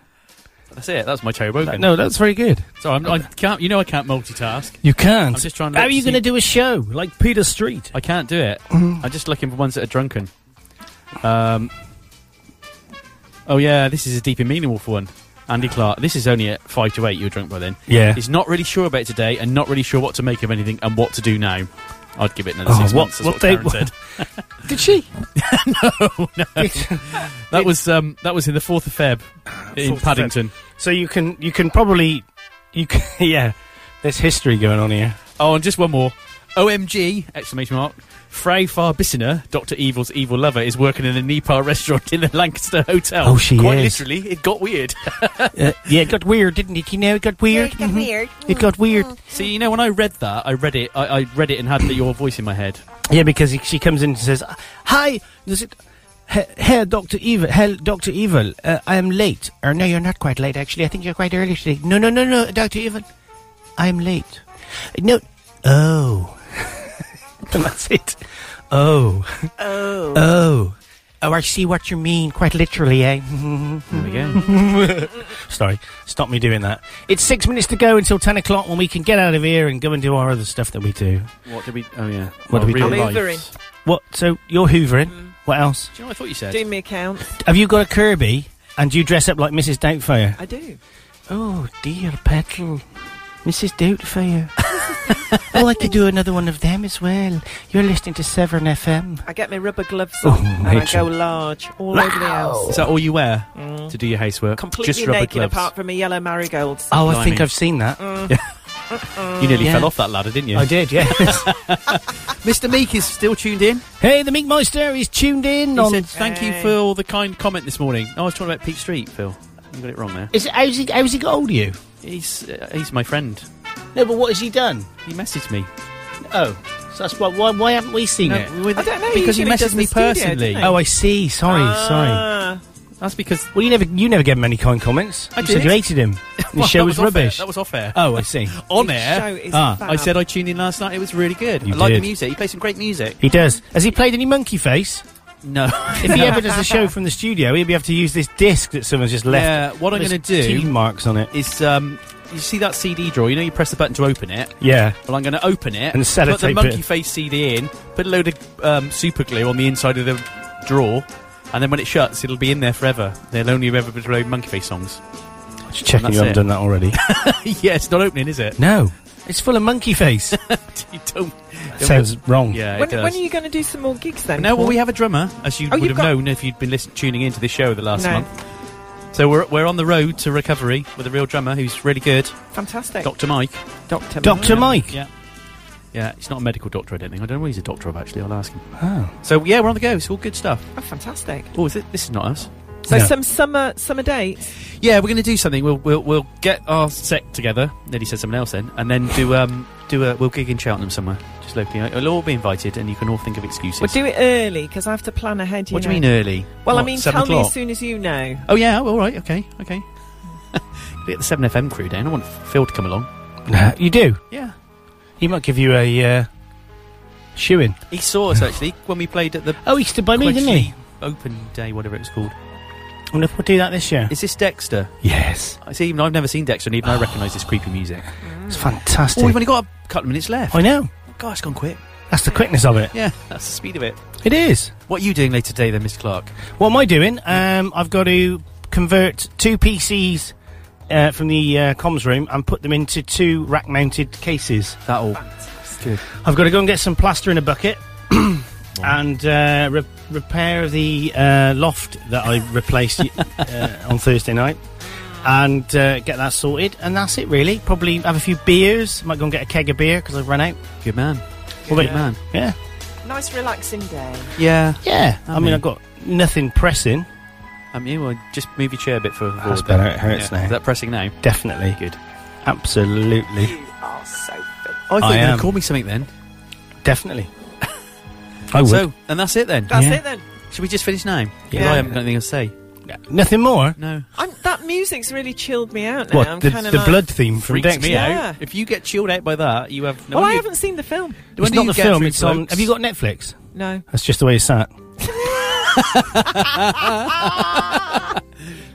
[SPEAKER 3] That's it. That's my Terry Wogan.
[SPEAKER 2] No, that's very good.
[SPEAKER 3] So I'm, I can't. You know, I can't multitask.
[SPEAKER 2] You can't.
[SPEAKER 3] I'm just trying. To
[SPEAKER 2] How are you going to do a show like Peter Street? Mm.
[SPEAKER 3] I can't do it. I'm just looking for ones that are drunken. Um. Oh yeah, this is a deep and meaningful one. Andy Clark. This is only at five to eight. You're drunk by then.
[SPEAKER 2] Yeah.
[SPEAKER 3] He's not really sure about today, and not really sure what to make of anything, and what to do now. I'd give it another
[SPEAKER 2] Oh,
[SPEAKER 3] six
[SPEAKER 2] what-
[SPEAKER 3] months. That's
[SPEAKER 2] what Oh.
[SPEAKER 3] what,
[SPEAKER 2] they-
[SPEAKER 3] Karen said.
[SPEAKER 2] Did she?
[SPEAKER 3] That was um, that was in the fourth of Feb in
[SPEAKER 2] Fourth of Feb.
[SPEAKER 3] Paddington.
[SPEAKER 2] So you can you can probably you can, yeah. There's history going on here.
[SPEAKER 3] Oh, and just one more. OMG! Exclamation mark. Frey Farbissina, Doctor Evil's evil lover, is working in a Nepal restaurant in the Lancaster Hotel.
[SPEAKER 2] Oh, she
[SPEAKER 3] Quite
[SPEAKER 2] is.
[SPEAKER 3] literally, it got weird.
[SPEAKER 2] Uh, yeah, it got weird, didn't it? You know, it got weird.
[SPEAKER 3] it got
[SPEAKER 2] Mhm.
[SPEAKER 3] weird.
[SPEAKER 2] It
[SPEAKER 4] Mm.
[SPEAKER 2] got weird.
[SPEAKER 3] See, you know, when I read that, I read it. I, I read it and had your voice in my head.
[SPEAKER 2] Yeah, because he, she comes in and says, "Hi, does it?" He- Herr Doctor Evil, Herr Doctor Evil, uh, I am late. Or no, you're not quite late. Actually, I think you're quite early today. No, no, no, no, Doctor Evil, I am late. No, oh, and that's it. Oh,
[SPEAKER 4] Oh.
[SPEAKER 2] oh, oh. I see what you mean. Quite literally, eh? there
[SPEAKER 3] we
[SPEAKER 2] go. Sorry, stop me doing that. It's six minutes to go until ten o'clock when we can get out of here and go and do our other stuff that we do.
[SPEAKER 3] What did we? Oh yeah.
[SPEAKER 2] What do we
[SPEAKER 3] real
[SPEAKER 2] do?
[SPEAKER 3] life.
[SPEAKER 4] Hoovering.
[SPEAKER 2] What? So you're hoovering. What else?
[SPEAKER 3] Mm. You know what I thought you said?
[SPEAKER 4] Do me account.
[SPEAKER 2] Have you got a Kirby? And do you dress up like Mrs. Doubtfire?
[SPEAKER 4] I do.
[SPEAKER 2] Oh dear, petal, Mrs. Doubtfire. I'd like to do another one of them as well. You're listening to Severn FM.
[SPEAKER 4] I get my rubber gloves
[SPEAKER 2] Oh,
[SPEAKER 4] on and I
[SPEAKER 2] matey.
[SPEAKER 4] go large all over the house.
[SPEAKER 3] Is that all you wear
[SPEAKER 4] Mm.
[SPEAKER 3] to do your housework?
[SPEAKER 4] Completely naked apart from a yellow Mm. marigold.
[SPEAKER 2] Oh, I think I've seen that.
[SPEAKER 4] Uh-uh.
[SPEAKER 3] You nearly
[SPEAKER 2] Yeah.
[SPEAKER 3] fell off that ladder, didn't you?
[SPEAKER 2] I did, yeah.
[SPEAKER 3] Mr. Meek is still tuned in.
[SPEAKER 2] Hey, the Meek Meister is tuned in.
[SPEAKER 3] He
[SPEAKER 2] on-
[SPEAKER 3] said, "Thank you for all the kind comment this morning." Oh, I was talking about Peach Street, Phil. You got it wrong there.
[SPEAKER 2] Is it, how's, he, how's he got hold of you?
[SPEAKER 3] He's uh, he's my friend.
[SPEAKER 2] No, but what has he done?
[SPEAKER 3] He messaged me.
[SPEAKER 2] Oh, so that's why. Why, why haven't we seen
[SPEAKER 3] No,
[SPEAKER 2] it?
[SPEAKER 3] with- I don't know, because he usually messaged does the me studio, personally. doesn't he? Ah.
[SPEAKER 2] oh, I see. Sorry, sorry.
[SPEAKER 3] That's because
[SPEAKER 2] well, you never you never gave him any kind comments.
[SPEAKER 3] I
[SPEAKER 2] you said
[SPEAKER 3] did.
[SPEAKER 2] you hated him. The
[SPEAKER 3] Well,
[SPEAKER 2] show
[SPEAKER 3] that
[SPEAKER 2] was,
[SPEAKER 3] off air.
[SPEAKER 2] rubbish.
[SPEAKER 3] That was off air.
[SPEAKER 2] Oh, I see.
[SPEAKER 3] On
[SPEAKER 2] His
[SPEAKER 3] air,
[SPEAKER 2] show is
[SPEAKER 3] ah,
[SPEAKER 2] fab.
[SPEAKER 3] I said I tuned in last night. It was really good.
[SPEAKER 2] You
[SPEAKER 3] I like
[SPEAKER 2] did.
[SPEAKER 3] the music. He plays some great music.
[SPEAKER 2] He does. Has he played any monkey face?
[SPEAKER 3] No.
[SPEAKER 2] if he ever does a show from the studio, he'll be able to use this disc that someone's just left.
[SPEAKER 3] Yeah, what I'm
[SPEAKER 2] There's
[SPEAKER 3] going to do
[SPEAKER 2] T marks on it.
[SPEAKER 3] is um, you see that CD drawer? You know, you press the button to open it.
[SPEAKER 2] Yeah.
[SPEAKER 3] Well, I'm going to open it
[SPEAKER 2] And
[SPEAKER 3] put the
[SPEAKER 2] sellotape
[SPEAKER 3] monkey
[SPEAKER 2] it.
[SPEAKER 3] face CD in, put a load of um, super glue on the inside of the drawer, and then when it shuts, it'll be in there forever. They'll only ever be playing monkey face songs.
[SPEAKER 2] Just checking
[SPEAKER 3] That's
[SPEAKER 2] you haven't
[SPEAKER 3] it.
[SPEAKER 2] done that already. Oh.
[SPEAKER 3] yeah, it's not opening, is it?
[SPEAKER 2] no, it's full of monkey face.
[SPEAKER 3] you don't.
[SPEAKER 2] Sounds wrong.
[SPEAKER 3] Yeah,
[SPEAKER 4] When,
[SPEAKER 3] it does.
[SPEAKER 4] when are you going to do some more gigs then?
[SPEAKER 3] No, well,
[SPEAKER 4] Paul?
[SPEAKER 3] we have a drummer, as you
[SPEAKER 4] Oh,
[SPEAKER 3] would
[SPEAKER 4] you've
[SPEAKER 3] have
[SPEAKER 4] got-
[SPEAKER 3] known if you'd been listen- tuning into this show the last
[SPEAKER 4] No.
[SPEAKER 3] month. So we're we're on the road to recovery with a real drummer who's really good,
[SPEAKER 4] Fantastic.
[SPEAKER 3] Doctor Mike.
[SPEAKER 4] Doctor.
[SPEAKER 2] Doctor
[SPEAKER 3] Yeah.
[SPEAKER 2] Mike.
[SPEAKER 3] Yeah. Yeah, he's not a medical doctor, I don't think. I don't know what he's a doctor of, actually. I'll ask him.
[SPEAKER 2] Oh.
[SPEAKER 3] So, yeah, we're on the go. It's all good stuff.
[SPEAKER 4] Oh, fantastic.
[SPEAKER 3] Oh, is it? This is not us.
[SPEAKER 4] So
[SPEAKER 3] No.
[SPEAKER 4] some summer summer dates.
[SPEAKER 3] Yeah, we're going to do something. We'll, we'll we'll get our set together. Nearly said something else then, and then do um do a we'll gig in Cheltenham somewhere, just locally. We'll all be invited, and you can all think of excuses.
[SPEAKER 4] We'll do it early because I have to plan ahead. You
[SPEAKER 3] what do you
[SPEAKER 4] know.
[SPEAKER 3] mean early?
[SPEAKER 4] Well, I
[SPEAKER 3] What,
[SPEAKER 4] mean,
[SPEAKER 3] seven
[SPEAKER 4] tell me
[SPEAKER 3] o'clock?
[SPEAKER 4] as soon as you know.
[SPEAKER 3] Oh yeah, all right, okay, okay. Get the Seven FM crew down. I want Phil to come along.
[SPEAKER 2] Nah, Uh, you do.
[SPEAKER 3] Yeah.
[SPEAKER 2] He might give you a uh, shoe in.
[SPEAKER 3] He saw us actually when we played at the
[SPEAKER 2] Oh, he stood by me, didn't he?
[SPEAKER 3] Open Day, whatever it's called.
[SPEAKER 2] I wonder if we'll do that this year.
[SPEAKER 3] Is this Dexter?
[SPEAKER 2] Uh, Yes. Mm.
[SPEAKER 3] I see. Even I've never seen Dexter, and even I recognise this creepy music.
[SPEAKER 2] It's
[SPEAKER 3] Oh, we've
[SPEAKER 2] fantastic.
[SPEAKER 3] only got a couple of minutes left. Oh,
[SPEAKER 2] I know.
[SPEAKER 3] God, it's gone quick.
[SPEAKER 2] That's the quickness of it.
[SPEAKER 3] Yeah, that's the speed of it.
[SPEAKER 2] It is.
[SPEAKER 3] What are you doing later today, then, Miss Clark?
[SPEAKER 2] What am I doing? Um, I've got to convert two PCs uh, from the uh, comms room and put them into two rack mounted cases.
[SPEAKER 3] That'll. Good.
[SPEAKER 2] I've got to go and get some plaster in a bucket and uh, re- repair the uh, loft that I replaced uh, on Thursday night and uh, get that sorted. And that's it, really. Probably have a few beers. Might go and get a keg of beer because I've run out.
[SPEAKER 3] Good man.
[SPEAKER 2] What about
[SPEAKER 3] Good man.
[SPEAKER 2] you? Yeah.
[SPEAKER 4] Nice relaxing day.
[SPEAKER 3] Yeah.
[SPEAKER 2] Yeah. I, mean, I've got nothing pressing.
[SPEAKER 3] Um, you well, just move your chair a bit for.
[SPEAKER 2] Oh, That's better, it hurts now.
[SPEAKER 3] Is that pressing now?
[SPEAKER 2] Definitely.
[SPEAKER 3] Good.
[SPEAKER 2] Absolutely.
[SPEAKER 4] You are so fit.
[SPEAKER 3] I thought
[SPEAKER 2] I
[SPEAKER 3] you were going
[SPEAKER 2] am.
[SPEAKER 3] to call me something then.
[SPEAKER 2] Definitely. I would.
[SPEAKER 3] So, and that's it then.
[SPEAKER 4] That's
[SPEAKER 2] Yeah.
[SPEAKER 4] it then.
[SPEAKER 3] Should we just finish now?
[SPEAKER 2] Yeah.
[SPEAKER 3] I haven't got anything to say.
[SPEAKER 2] Nothing more.
[SPEAKER 3] No.
[SPEAKER 4] I'm, that music's really chilled me out now.
[SPEAKER 2] What,
[SPEAKER 4] I'm
[SPEAKER 2] the-
[SPEAKER 4] kind of
[SPEAKER 2] the
[SPEAKER 4] like,
[SPEAKER 2] blood theme from
[SPEAKER 3] Freaks
[SPEAKER 2] Dexter?
[SPEAKER 3] me
[SPEAKER 4] Yeah.
[SPEAKER 3] out. If you get chilled out by that, you have no
[SPEAKER 4] well, I
[SPEAKER 3] wonder-
[SPEAKER 4] haven't seen the film.
[SPEAKER 2] It's
[SPEAKER 3] wonder
[SPEAKER 2] not
[SPEAKER 3] you
[SPEAKER 2] the
[SPEAKER 3] get
[SPEAKER 2] film.
[SPEAKER 3] through
[SPEAKER 2] It's on.
[SPEAKER 3] blokes.
[SPEAKER 2] Have you got Netflix?
[SPEAKER 4] No.
[SPEAKER 2] That's just the way it's sat.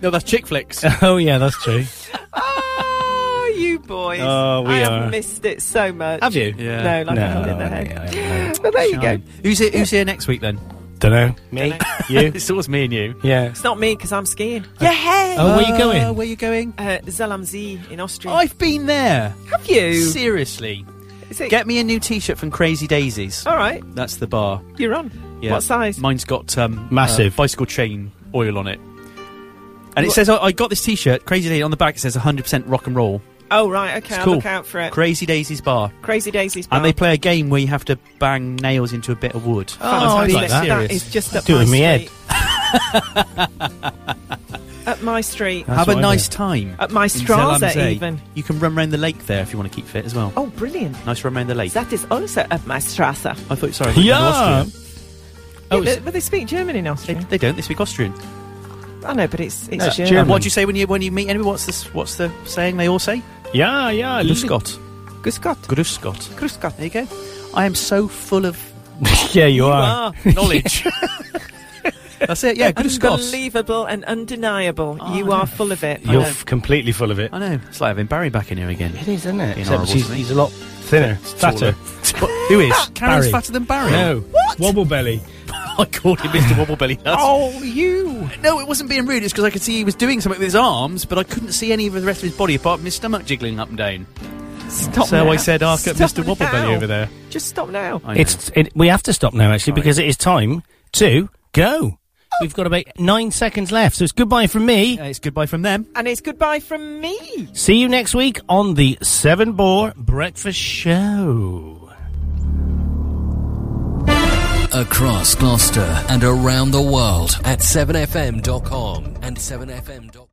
[SPEAKER 3] No, that's chick flicks.
[SPEAKER 2] oh yeah, that's true.
[SPEAKER 4] Oh, you boys.
[SPEAKER 2] Oh, we
[SPEAKER 4] I
[SPEAKER 2] are.
[SPEAKER 4] have missed it so much.
[SPEAKER 2] Have you?
[SPEAKER 4] No, like a hand in the head. but there you go.
[SPEAKER 3] Who's here, who's here next week then?
[SPEAKER 2] Don't know. Me, you.
[SPEAKER 3] it's always me and you.
[SPEAKER 2] Yeah.
[SPEAKER 4] It's not me because I'm skiing. Yeah, hey.
[SPEAKER 3] Oh, where you going? Uh,
[SPEAKER 4] where
[SPEAKER 3] you going?
[SPEAKER 4] Uh, Zellamzee in Austria.
[SPEAKER 3] I've been there.
[SPEAKER 4] Have you?
[SPEAKER 3] Seriously.
[SPEAKER 4] Is it-
[SPEAKER 3] Get me a new T-shirt from Crazy Daisies.
[SPEAKER 4] All right,
[SPEAKER 3] That's the bar.
[SPEAKER 4] you're on. What size?
[SPEAKER 3] Mine's got um,
[SPEAKER 2] Massive.
[SPEAKER 3] uh, bicycle chain oil on it. And it says, I, I got this T-shirt, Crazy Daisy, on the back it says 100% rock and roll.
[SPEAKER 4] Oh, right. Okay,
[SPEAKER 3] It's
[SPEAKER 4] I'll
[SPEAKER 3] cool.
[SPEAKER 4] look out for it.
[SPEAKER 3] Crazy Daisy's bar.
[SPEAKER 4] Crazy Daisy's
[SPEAKER 3] And they play a game where you have to bang nails into a bit of wood.
[SPEAKER 4] Fantastic.
[SPEAKER 3] Being serious.
[SPEAKER 4] Oh, That is just up
[SPEAKER 3] Doing
[SPEAKER 4] my
[SPEAKER 3] me head.
[SPEAKER 4] street. up my street.
[SPEAKER 3] Have a nice time.
[SPEAKER 4] At my
[SPEAKER 3] in
[SPEAKER 4] Strasse
[SPEAKER 3] Zellamzee.
[SPEAKER 4] even.
[SPEAKER 3] You can run round the lake there if you want to keep fit as well.
[SPEAKER 4] Oh, brilliant.
[SPEAKER 3] Nice run round the lake.
[SPEAKER 4] That is also at my Strasse.
[SPEAKER 3] I thought, sorry. I thought you
[SPEAKER 4] Yeah.
[SPEAKER 3] were Austrian.
[SPEAKER 4] Oh,
[SPEAKER 3] Oh, it's-
[SPEAKER 4] but, but they speak German in Austria.
[SPEAKER 3] They don't. They speak Austrian.
[SPEAKER 4] I know, but it's, it's
[SPEAKER 3] No,
[SPEAKER 4] German.
[SPEAKER 3] And What do you say when you when you meet anybody? What's this? What's the saying they all say?
[SPEAKER 2] Yeah, yeah.
[SPEAKER 3] Grüß Gott.
[SPEAKER 4] Grüß Gott.
[SPEAKER 3] Grüß Gott.
[SPEAKER 4] Grüß Gott.
[SPEAKER 3] There you go. I am so full of
[SPEAKER 2] yeah, you,
[SPEAKER 4] Ah,
[SPEAKER 3] are. knowledge. That's it. Yeah, Grüß Gott.
[SPEAKER 4] Unbelievable and undeniable. you are full of it.
[SPEAKER 2] You're f- completely full of it.
[SPEAKER 3] I know. It's like having Barry back in here again.
[SPEAKER 2] It is, isn't it?
[SPEAKER 3] Being
[SPEAKER 2] Except
[SPEAKER 3] horrible,
[SPEAKER 2] she's-
[SPEAKER 3] isn't he?
[SPEAKER 2] he's a lot thinner, fatter.
[SPEAKER 3] But who is? Ah, Karen's
[SPEAKER 2] Barry.
[SPEAKER 3] fatter than Barry.
[SPEAKER 2] No. What? Wobble belly.
[SPEAKER 3] I called him Mr. Wobblebelly.
[SPEAKER 2] Oh, you!
[SPEAKER 3] No, it wasn't being rude. It's because I could see he was doing something with his arms, but I couldn't see any of the rest of his body apart from his stomach jiggling up and down.
[SPEAKER 4] Stop
[SPEAKER 3] so
[SPEAKER 4] now.
[SPEAKER 3] I said, "Ask at
[SPEAKER 4] Stop
[SPEAKER 3] Mr. Wobblebelly
[SPEAKER 4] now.
[SPEAKER 3] over there."
[SPEAKER 4] Just stop now.
[SPEAKER 2] It's it, we have to stop now actually because it is time to go. We've got about nine seconds left, so it's goodbye from me.
[SPEAKER 3] it's goodbye from them.
[SPEAKER 4] and it's goodbye from me.
[SPEAKER 2] See you next week on the Seven Boar Breakfast Show.
[SPEAKER 1] Across Gloucester and around the world at 7fm.com and 7fm.com.